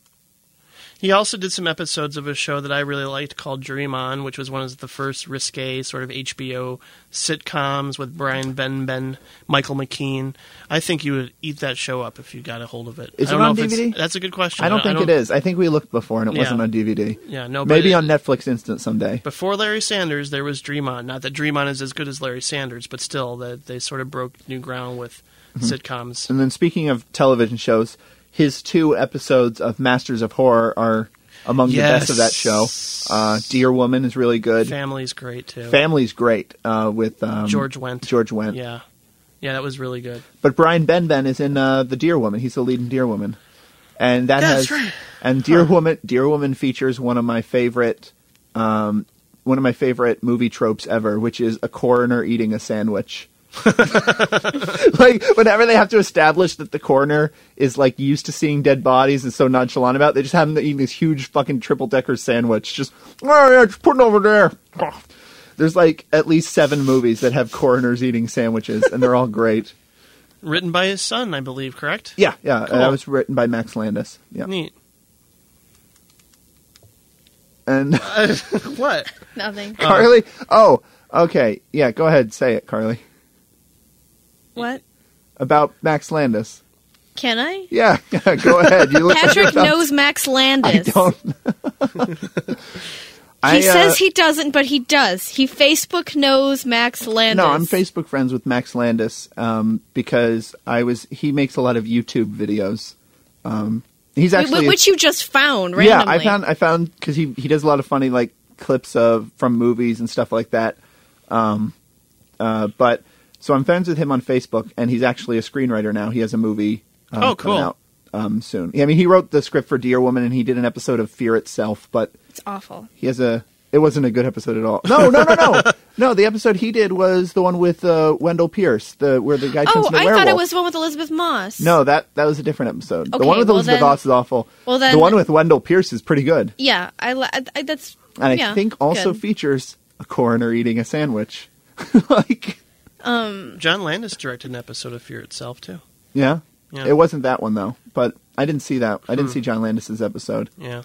C: He also did some episodes of a show that I really liked called Dream On, which was one of the first risque sort of HBO sitcoms with Brian Benben, Michael McKean. I think you would eat that show up if you got a hold of it.
D: Is
C: I don't
D: it on
C: know if it's-
D: DVD?
C: That's a good question.
D: I don't think it is. I think we looked before and it
C: Yeah.
D: wasn't on DVD.
C: Yeah, no, but
D: Maybe
C: it-
D: on Netflix Instant someday.
C: Before Larry Sanders, there was Dream On. Not that Dream On is as good as Larry Sanders, but still, that they sort of broke new ground with
E: Mm-hmm.
D: Mhm.
C: sitcoms.
D: And then speaking of television shows, his two episodes of Masters of Horror are among the best of that show. Uh, Dear Woman is really good.
C: Family's great too.
D: Family's great uh, with um,
C: George Wendt.
D: George Wendt.
C: Yeah, yeah, that was really good.
D: But Brian Benben is in uh, the Dear Woman. He's the lead in Dear Woman, and that
C: That's
D: has
C: right.
D: And Dear Woman, Dear Woman features one of my favorite, um, one of my favorite movie tropes ever, which is a coroner eating a sandwich. like whenever they have to establish that the coroner is like used to seeing dead bodies and so nonchalant about, it, they just have him eating this huge fucking triple decker sandwich. Just oh yeah, just put it over there. There's like at least seven movies that have coroners eating sandwiches, and they're all great.
C: Written by his son, I believe, correct?
D: Yeah, yeah.
C: Cool. Mm-hmm.
D: That was written by Max Landis. Yeah,
C: Neat.
D: and
C: what?
E: Nothing.
D: Carly. Oh, okay. Yeah, go ahead. Say it, Carly.
E: What?
D: About Max Landis.
E: Can I?
D: Yeah, yeah, go ahead. You look
E: Patrick
D: like you're about-
E: knows Max Landis.
D: Don't. uh,
E: He says he doesn't, but he does. He Facebook knows Max Landis.
D: No, I'm Facebook friends with Max Landis um, because I was. He makes a lot of YouTube videos. Um, he's
E: Wh-
D: actually
E: which you just found
D: yeah.
E: randomly.
D: I found I found because he he does a lot of funny like clips of from movies and stuff like that. Um, uh, but so I'm friends with him on Facebook, and he's actually a screenwriter now. He has a movie. Um,
C: Oh,
D: coming
C: cool.
D: Out, um, soon. I mean, he wrote the script for Dear Woman, and he did an episode of Fear itself, but
E: It's awful.
D: he has a. It wasn't a good episode at all. No, no, no, no, no. The episode he did was the one with uh, Wendell Pierce, the where the guy turns
E: Oh,
D: into a
E: I
D: werewolf.
E: thought it was the one with Elizabeth Moss.
D: No, that that was a different episode. the
E: Okay,
D: one with
E: well
D: Elizabeth
E: then-
D: Moss is awful.
E: well then-
D: the one with Wendell Pierce is pretty good,
E: Yeah, I, li- I, I that's.
D: and I
E: yeah,
D: think also
E: good.
D: features a coroner eating a sandwich.
E: um,
C: John Landis directed an episode of Fear itself too.
D: Yeah?
C: Yeah.
D: it wasn't that one though. But I didn't see that. I didn't
C: Hmm.
D: see John Landis's episode.
C: Yeah,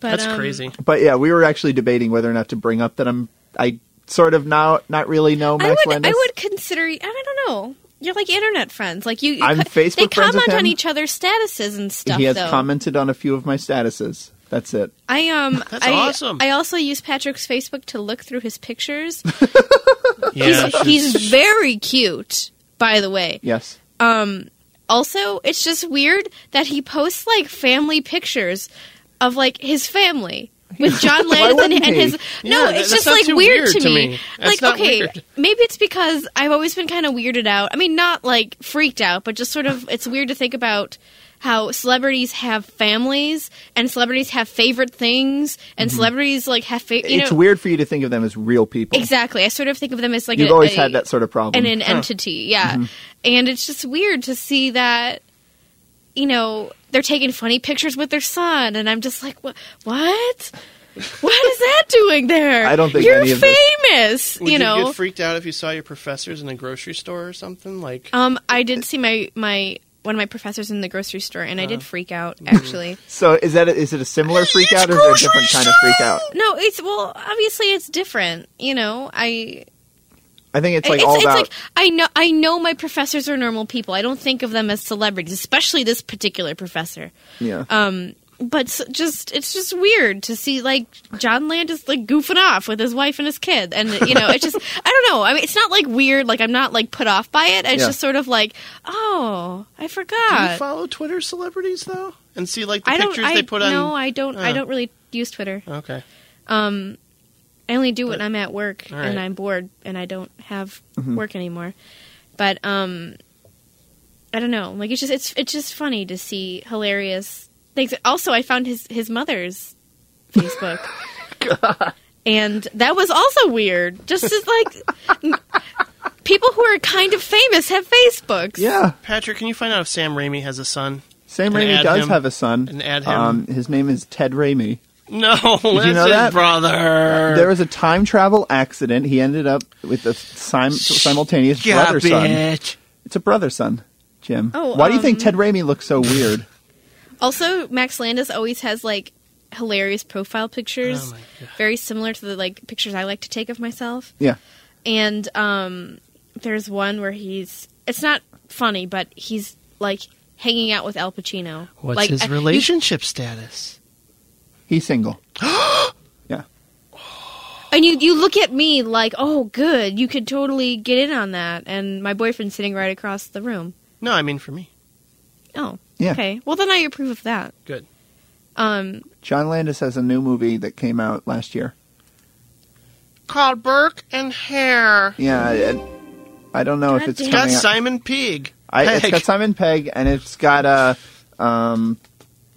E: but,
C: that's
E: um,
C: crazy.
D: But yeah, we were actually debating whether or not to bring up that I'm I sort of now not really know
E: I
D: Oh, Max
E: would,
D: Landis.
E: I would consider. I don't know. You're like internet friends. Like you, you
D: I'm
E: co-
D: Facebook
E: They
D: friends
E: comment
D: with
E: on
D: him.
E: each other's statuses and stuff.
D: he has
E: though.
D: commented on a few of my statuses. That's it.
E: I um
C: That's
E: I,
C: awesome.
E: I also use Patrick's Facebook to look through his pictures.
C: Yeah,
E: He's very cute, by the way.
D: Yes.
E: Um also, it's just weird that he posts like family pictures of like his family with John
B: Why
E: Landis and,
B: wouldn't
E: and
B: he?
E: his
B: Yeah,
E: no,
B: that-
E: it's
B: that's
E: just
B: not
E: like
B: too
E: weird,
B: weird
E: to
B: to
E: me.
B: me. That's
E: Like
B: not
E: okay,
B: weird.
E: maybe it's because I've always been kind of weirded out. I mean, not like freaked out, but just sort of it's weird to think about how celebrities have families and celebrities have favorite things and
B: Mm-hmm.
E: celebrities like have fa- you
D: it's
E: know
D: weird for you to think of them as real people.
E: Exactly. I sort of think of them as like
D: You've
E: a,
D: always
E: a-
D: had that sort of problem.
E: and an entity, yeah.
D: Mhm.
E: And it's just weird to see that, you know, they're taking funny pictures with their son, and I'm just like, what? What? what is that doing there?
D: I don't think
E: you're
D: any of this-
E: famous.
C: Would
E: you know,
C: get freaked out if you saw your professors in a grocery store or something like.
E: um, I did see my my one of my professors in the grocery store, and I did freak out
D: Mhm.
E: actually.
D: So is that a, is it a similar freak out or is it a different kind of freak out?
E: No, it's well, obviously it's different. You know, I
D: I think it's like all about
E: like I know I know my professors are normal people. I don't think of them as celebrities, especially this particular professor.
D: yeah.
E: Um, but s just it's just weird to see like John Landis like goofing off with his wife and his kid, and you know it's just I don't know. I mean, it's not like weird. Like I'm not like put off by it. It's
C: Yeah.
E: just sort of like oh, I
C: Do you
E: forgot.
C: follow Twitter celebrities though, and see like the
E: I don't.
C: pictures
E: I
C: they put on?
E: no, I don't. I
C: Oh.
E: don't really use Twitter.
C: Okay.
E: Um, I only do when I'm at work
C: all
E: and
C: right.
E: I'm bored and I don't have
C: Mhm.
E: work anymore. But um, I don't know. Like it's just it's it's just funny to see hilarious things. Also, I found his his mother's Facebook. And that was also weird. Just as like people who are kind of famous have Facebooks.
D: Yeah.
C: Patrick, can you find out if Sam Raimi has a son?
D: Sam
C: And
D: Raimi
C: add
D: does
C: him.
D: have a son.
C: And add him.
D: Um, his name is Ted Raimi.
C: No,
D: Did
C: that's
D: you know
C: his
D: that?
C: brother.
D: There was a time travel accident. He ended up with a sim- simultaneous
C: Stop
D: brother son.
C: it.
D: It's a brother son, Jim.
E: Oh,
D: Why do you think
E: um,
D: Ted Raimi looks so weird?
E: Also, Max Landis always has like hilarious profile
C: Oh
E: pictures, very similar to the like pictures I like to take of myself.
D: yeah.
E: And um, there's one where he's it's not funny, but he's like hanging out with Al Pacino.
C: What's
E: like, I-
C: his
E: you-
C: relationship status?
D: He's single.
E: and you you look at me like, oh, good, you could totally get in on that. And my boyfriend's sitting right across the room.
C: No, I mean for me.
E: Oh,
D: Yeah.
E: okay. Well, then I approve of that.
C: Good.
E: Um,
D: John Landis has a new movie that came out last year.
C: Called Burke and Hare.
D: Yeah. I, I don't know if it's
C: It's got
D: coming out.
C: Simon Pegg.
D: I,
C: Pegg.
D: it's got Simon Pegg and it's got a uh, um,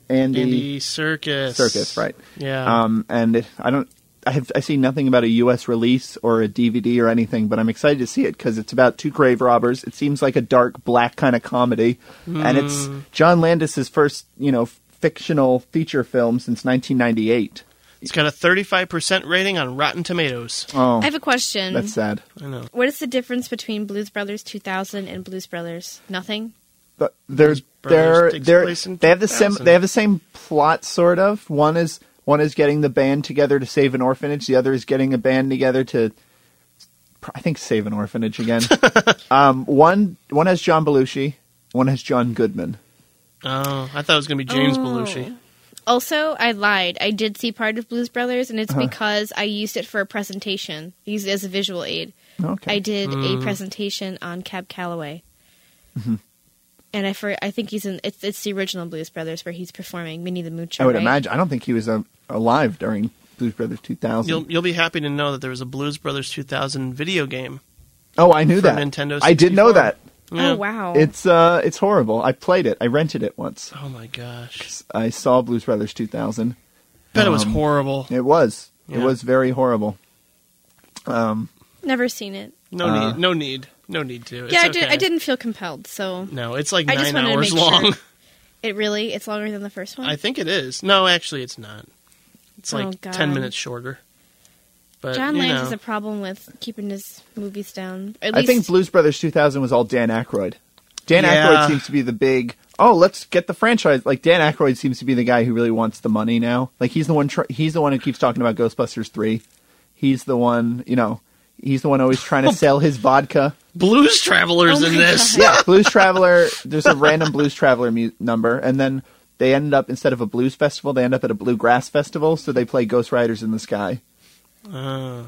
D: Andy,
C: Andy Circus.
D: Circus, right?
C: Yeah.
D: Um, and it, I don't, I have, I see nothing about a U.S. release or a DVD or anything, but I'm excited to see it because it's about two grave robbers. It seems like a dark, black kind of comedy, and it's
C: Mm.
D: John Landis's first, you know, fictional feature film since 1998.
C: It's got a 35% rating on Rotten Tomatoes.
D: Oh,
E: I have a question.
D: That's sad.
C: I know.
E: What is the difference between Blues Brothers 2000 and Blues Brothers? Nothing.
D: But they're they're,
C: Brothers takes
D: they're
C: place in
D: they have the same
C: 2000.
D: they have the same plot sort of. One is one is getting the band together to save an orphanage. The other is getting a band together to I think save an orphanage again. um, one one has John Belushi. One has John Goodman.
C: Oh, I thought it was going to be James Belushi.
E: Also, I lied. I did see part of Blues Brothers, and it's
D: Uh-huh.
E: because I used it for a presentation. I used it as a visual aid.
D: Okay.
E: I did a
D: Mm.
E: presentation on Cab Calloway,
D: Mhm.
E: and I for I think he's in. It's, it's the original Blues Brothers where he's performing Minnie the Moocher.
D: I would
E: right?
D: imagine. I don't think he was um, alive during Blues Brothers 2000.
C: You'll you'll be happy to know that there was a Blues Brothers 2000 video game.
D: oh, I knew
C: for
D: that.
C: Nintendo
D: I did know
C: 64.
D: that.
E: Oh,
C: Yeah.
D: It's uh, it's horrible. I played it. I rented it once.
C: oh my gosh.
D: I saw Blues Brothers 2000.
C: Bet it
D: Um,
C: was horrible.
D: It was. It
C: Yeah.
D: was very horrible. Um,
E: Never seen it.
C: No
D: Uh,
C: need. No need. No need to. It's
E: yeah, I, did,
C: okay.
E: I didn't feel compelled, so
C: No, it's like
E: I
C: nine
E: just wanted
C: hours
E: to make
C: long.
E: Sure. It really it's longer than the first one.
C: I think it is. No, actually, it's not. It's
E: Oh,
C: like
E: God.
C: ten minutes shorter. But
E: John
C: you
E: Land
C: know,
E: has a problem with keeping his movies down. At
D: I
E: least
D: think Blues Brothers 2000 was all Dan Aykroyd. Dan
C: Yeah.
D: Aykroyd seems to be the big. Oh, let's get the franchise. Like Dan Aykroyd seems to be the guy who really wants the money now. Like he's the one. Tr- he's the one who keeps talking about Ghostbusters three. He's the one. You know. He's the one always trying to sell his vodka.
C: Blues Travelers
E: Oh
C: in this.
D: yeah, Blues Traveler. There's a random Blues Traveler mu- number, and then they ended up instead of a blues festival, they end up at a bluegrass festival. So they play Ghost Riders in the Sky.
C: Uh,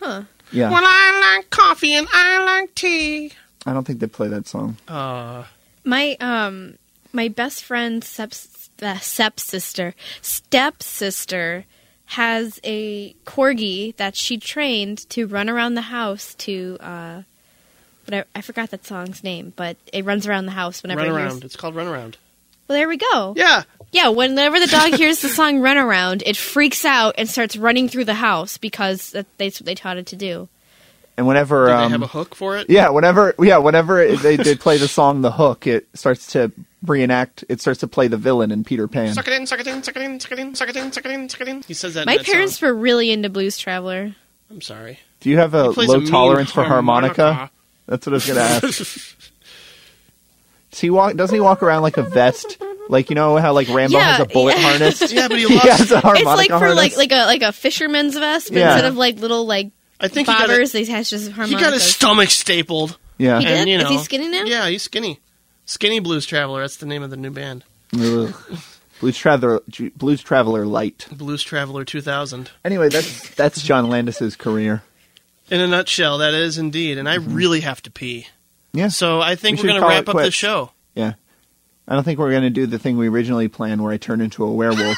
E: huh.
D: Yeah.
B: Well, I like coffee and I like tea.
D: I don't think they play that song.
C: Uh,
E: my um my best friend's step uh, stepsister stepsister has a corgi that she trained to run around the house to uh but I, I forgot that song's name, but it runs around the house whenever
C: run
E: it hears-
C: around. It's called Run Around.
E: Well, there we go.
C: Yeah.
E: Yeah, whenever the dog hears the song Run Around, it freaks out and starts running through the house because that- that's what they taught it to do.
D: And whenever
C: Did they
D: um,
C: have a hook for it?
D: Yeah, whenever yeah, whenever it- they, they play the song "The Hook," it starts to reenact. It starts to play the villain in Peter Pan.
C: Suck it in, suck it in, suck it in, suck it in, suck it in, suck it in, suck it in. He says that. in
E: My
C: that
E: parents
C: song.
E: were really into Blues Traveler.
C: I'm sorry.
D: Do you have a
C: He plays
D: low
C: a mean
D: tolerance for harmonica?
C: harmonica.
D: That's what I was gonna ask. Does he walk? Doesn't he walk around like a vest? Like you know how like Rambo has a bullet harness. has a harmonica
E: It's like for
D: harness.
E: like like a like a fisherman's vest, but
D: Yeah.
E: instead of like little like
C: I think he got a-
E: bobbers, they has just
C: He
E: harmonicas.
C: got his stomach stapled.
D: yeah.
E: He did?
C: And, you
E: Is he
C: know.
E: skinny now?
C: Yeah, he's skinny. Skinny Blues Traveler. That's the name of the new band.
D: Ugh. Blues traveler, blues traveler light.
C: Blues Traveler 2000.
D: Anyway, that's that's John Landis's career.
C: In a nutshell, that is indeed. And I really have to pee.
D: Mm-hmm. Yeah.
C: So I think
D: We
C: we are
D: should
C: going to
D: call
C: wrap
D: it
C: up the
D: quits.
C: show.
D: Yeah. I don't think we're gonna do the thing we originally planned, where I turn into a werewolf.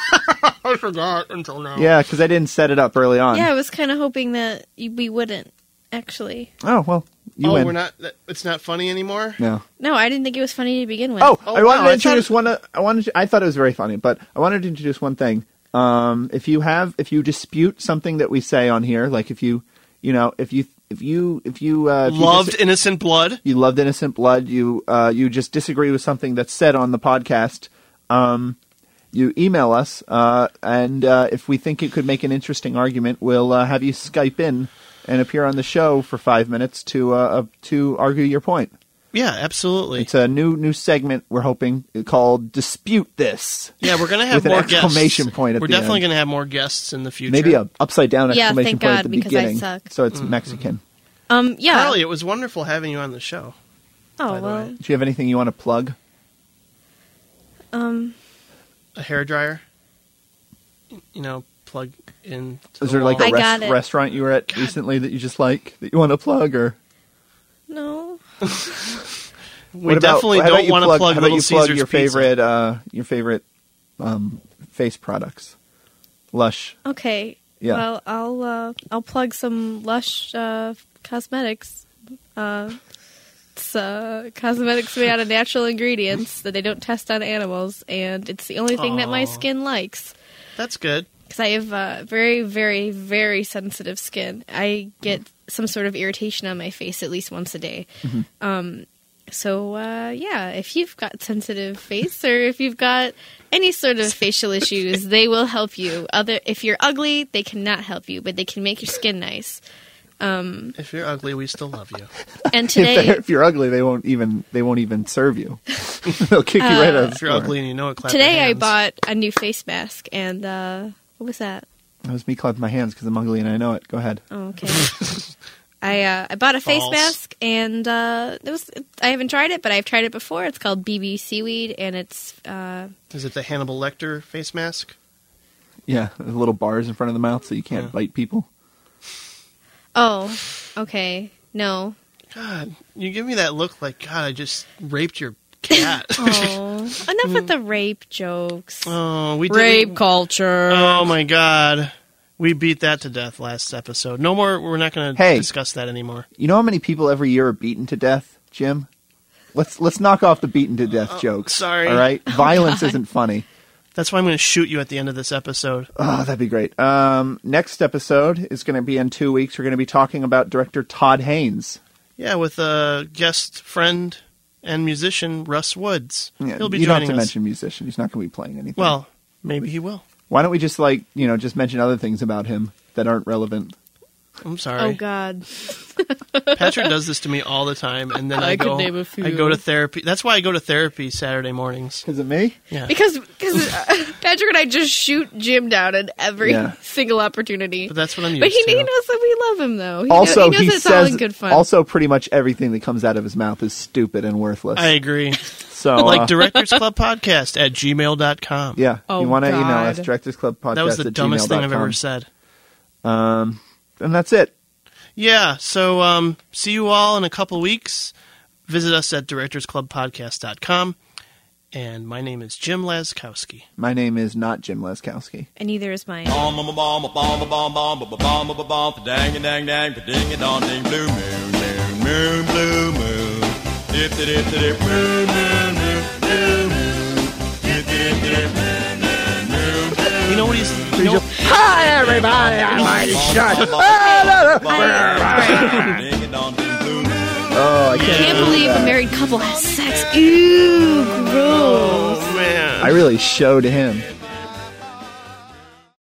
C: I forgot until now.
D: yeah, because I didn't set it up early on.
E: Yeah, I was kind of hoping that you, we wouldn't actually.
D: Oh well, you
C: oh,
D: win.
C: we're not. that- It's not funny anymore.
D: no.
E: No, I didn't think it was funny to begin with.
D: Oh,
C: wow,
D: I wanted to
C: I thought-
D: introduce one. I wanted. To, I thought it was very funny, but I wanted to introduce one thing. Um, if you have, if you dispute something that we say on here, like if you, you know, if you, if you, if you uh, if you
C: Loved
D: dis-
C: innocent blood.
D: you loved innocent blood, you, uh, you just disagree with something that's said on the podcast. Um, you email us, uh, and uh, if we think it could make an interesting argument, we'll uh, have you Skype in and appear on the show for five minutes to uh, uh, to argue your point.
C: Yeah, absolutely.
D: It's a new new segment we're hoping called "Dispute This."
C: yeah, we're going to have
D: with an
C: more
D: exclamation
C: guests.
D: point at
C: we're
D: the
C: definitely
D: end.
C: going to have more guests in the future.
D: Maybe a upside down
E: Yeah,
D: exclamation
E: thank
D: point at
E: God,
D: the
E: because I
D: beginning,
E: suck.
D: so it's Mexican.
E: um, yeah.
C: Carly, it was wonderful having you on the show.
E: oh well.
D: Do you have anything you want to plug?
E: Um,
C: A hair dryer. You know, plug in. to
D: Is
C: the
D: there like
C: wall.
D: a rest- restaurant you were at recently that you just like that you want to plug, or
E: no.
C: We
D: what about-
C: definitely
D: how about
C: don't
D: you
C: want to plug
D: how about
C: Little
D: you plug
C: Caesars
D: your
C: Pizza.
D: favorite uh, your favorite um, face products? Lush.
E: Okay.
D: Yeah.
E: Well, I'll uh, I'll plug some Lush uh, cosmetics. Uh, It's uh, cosmetics made out of natural ingredients that they don't test on animals, and it's the only thing that my
C: Aw.
E: skin likes.
C: That's good.
E: Because I have uh, very, very, very sensitive skin. I get some sort of irritation on my face at least once a day.
D: Mm-hmm.
E: Um, so uh, yeah, if you've got sensitive face or if you've got any sort of facial issues, they will help you. Other if you're ugly, they cannot help you, but they can make your skin nice. Um,
C: If you're ugly, we still love you.
E: and
D: if,
E: today,
D: they're- if you're ugly, they won't even they won't even serve you. They'll kick you right out. Of the
C: If you're
D: store.
C: ugly and you know it, clap
E: today
C: your
E: I
C: hands.
E: bought a new face mask, and uh, what was that?
D: That was me clapping my hands because I'm ugly and I know it. Go ahead.
E: Oh, okay. I uh, I bought a face
D: False.
E: mask and uh, it was I haven't tried it, but I've tried it before. It's called BB seaweed, and it's uh,
C: Is it the Hannibal Lecter face mask?
D: Yeah, the little bars in front of the mouth so you can't bite people.
E: oh okay no
C: God, you give me that look like God. I just raped your cat.
E: oh enough with the rape jokes.
C: Oh, we
E: Rape
C: culture. Oh my God, we beat that to death last episode. No more. We're not going to
D: Hey.
C: discuss that anymore.
D: You know how many people every year are beaten to death, Jim? Let's let's knock off the beaten to death jokes.
C: Uh, sorry.
D: All right,
C: Oh,
D: violence
C: God.
D: isn't funny.
C: That's why I'm going to shoot you at the end of this episode.
D: Oh, that'd be great. Um, next episode is going to be in two weeks. We're going to be talking about director Todd Haynes.
C: Yeah, with uh, guest friend and musician Russ Woods.
D: Yeah,
C: He'll be
D: you don't have
C: joining
D: to
C: us.
D: mention musician. He's not going to be playing anything.
C: Well, maybe he will.
D: why don't we just like you know just mention other things about him that aren't relevant?
C: I'm
E: Oh
C: sorry.
E: God!
C: Patrick does this to me all the time, and then I,
E: I could
C: go.
E: name a few.
C: I go to therapy. That's why I go to therapy Saturday mornings.
D: Because of me.
C: Yeah.
E: Because because uh, Patrick and I just shoot Jim down at every
C: Yeah.
E: single opportunity.
C: But that's what I'm
E: But he,
C: used
E: he knows that we love him though. He kno-
D: also,
E: he knows
D: he
E: it's all
D: says
E: in good fun.
D: also pretty much everything that comes out of his mouth is stupid and worthless.
C: I agree.
D: So
C: like
D: uh,
C: Directors Club Podcast at gmail.com.
D: Yeah,
C: Oh,
D: you want to email
C: God.
D: us directors club podcast.
C: That was the
D: at
C: dumbest thing I've
D: gmail.com.
C: ever said.
D: Um, and that's it.
C: Yeah, so um, see you all in a couple weeks. Visit us at directorsclubpodcast.com. And my name is Jim Laskowski.
D: My name is not Jim Leskowski.
E: and neither is mine.
N: Bomb, bomb, bomb, bomb, bomb, bomb, bomb, bomb, bomb, bomb, dang, dang, dang, ding, dong, ding, blue moon, moon, moon, blue moon, dip, dip, dip, dip, blue moon, moon, blue moon, dip, dip, dip, moon, moon, moon.
C: You know what he's?
F: Hi, everybody. I'm Mighty Shut. Ah, no, no.
D: Oh, I
E: I
D: can't,
E: can't
D: do
E: believe
D: that.
E: a married couple has sex. Ew, gross.
C: man.
D: I really showed him.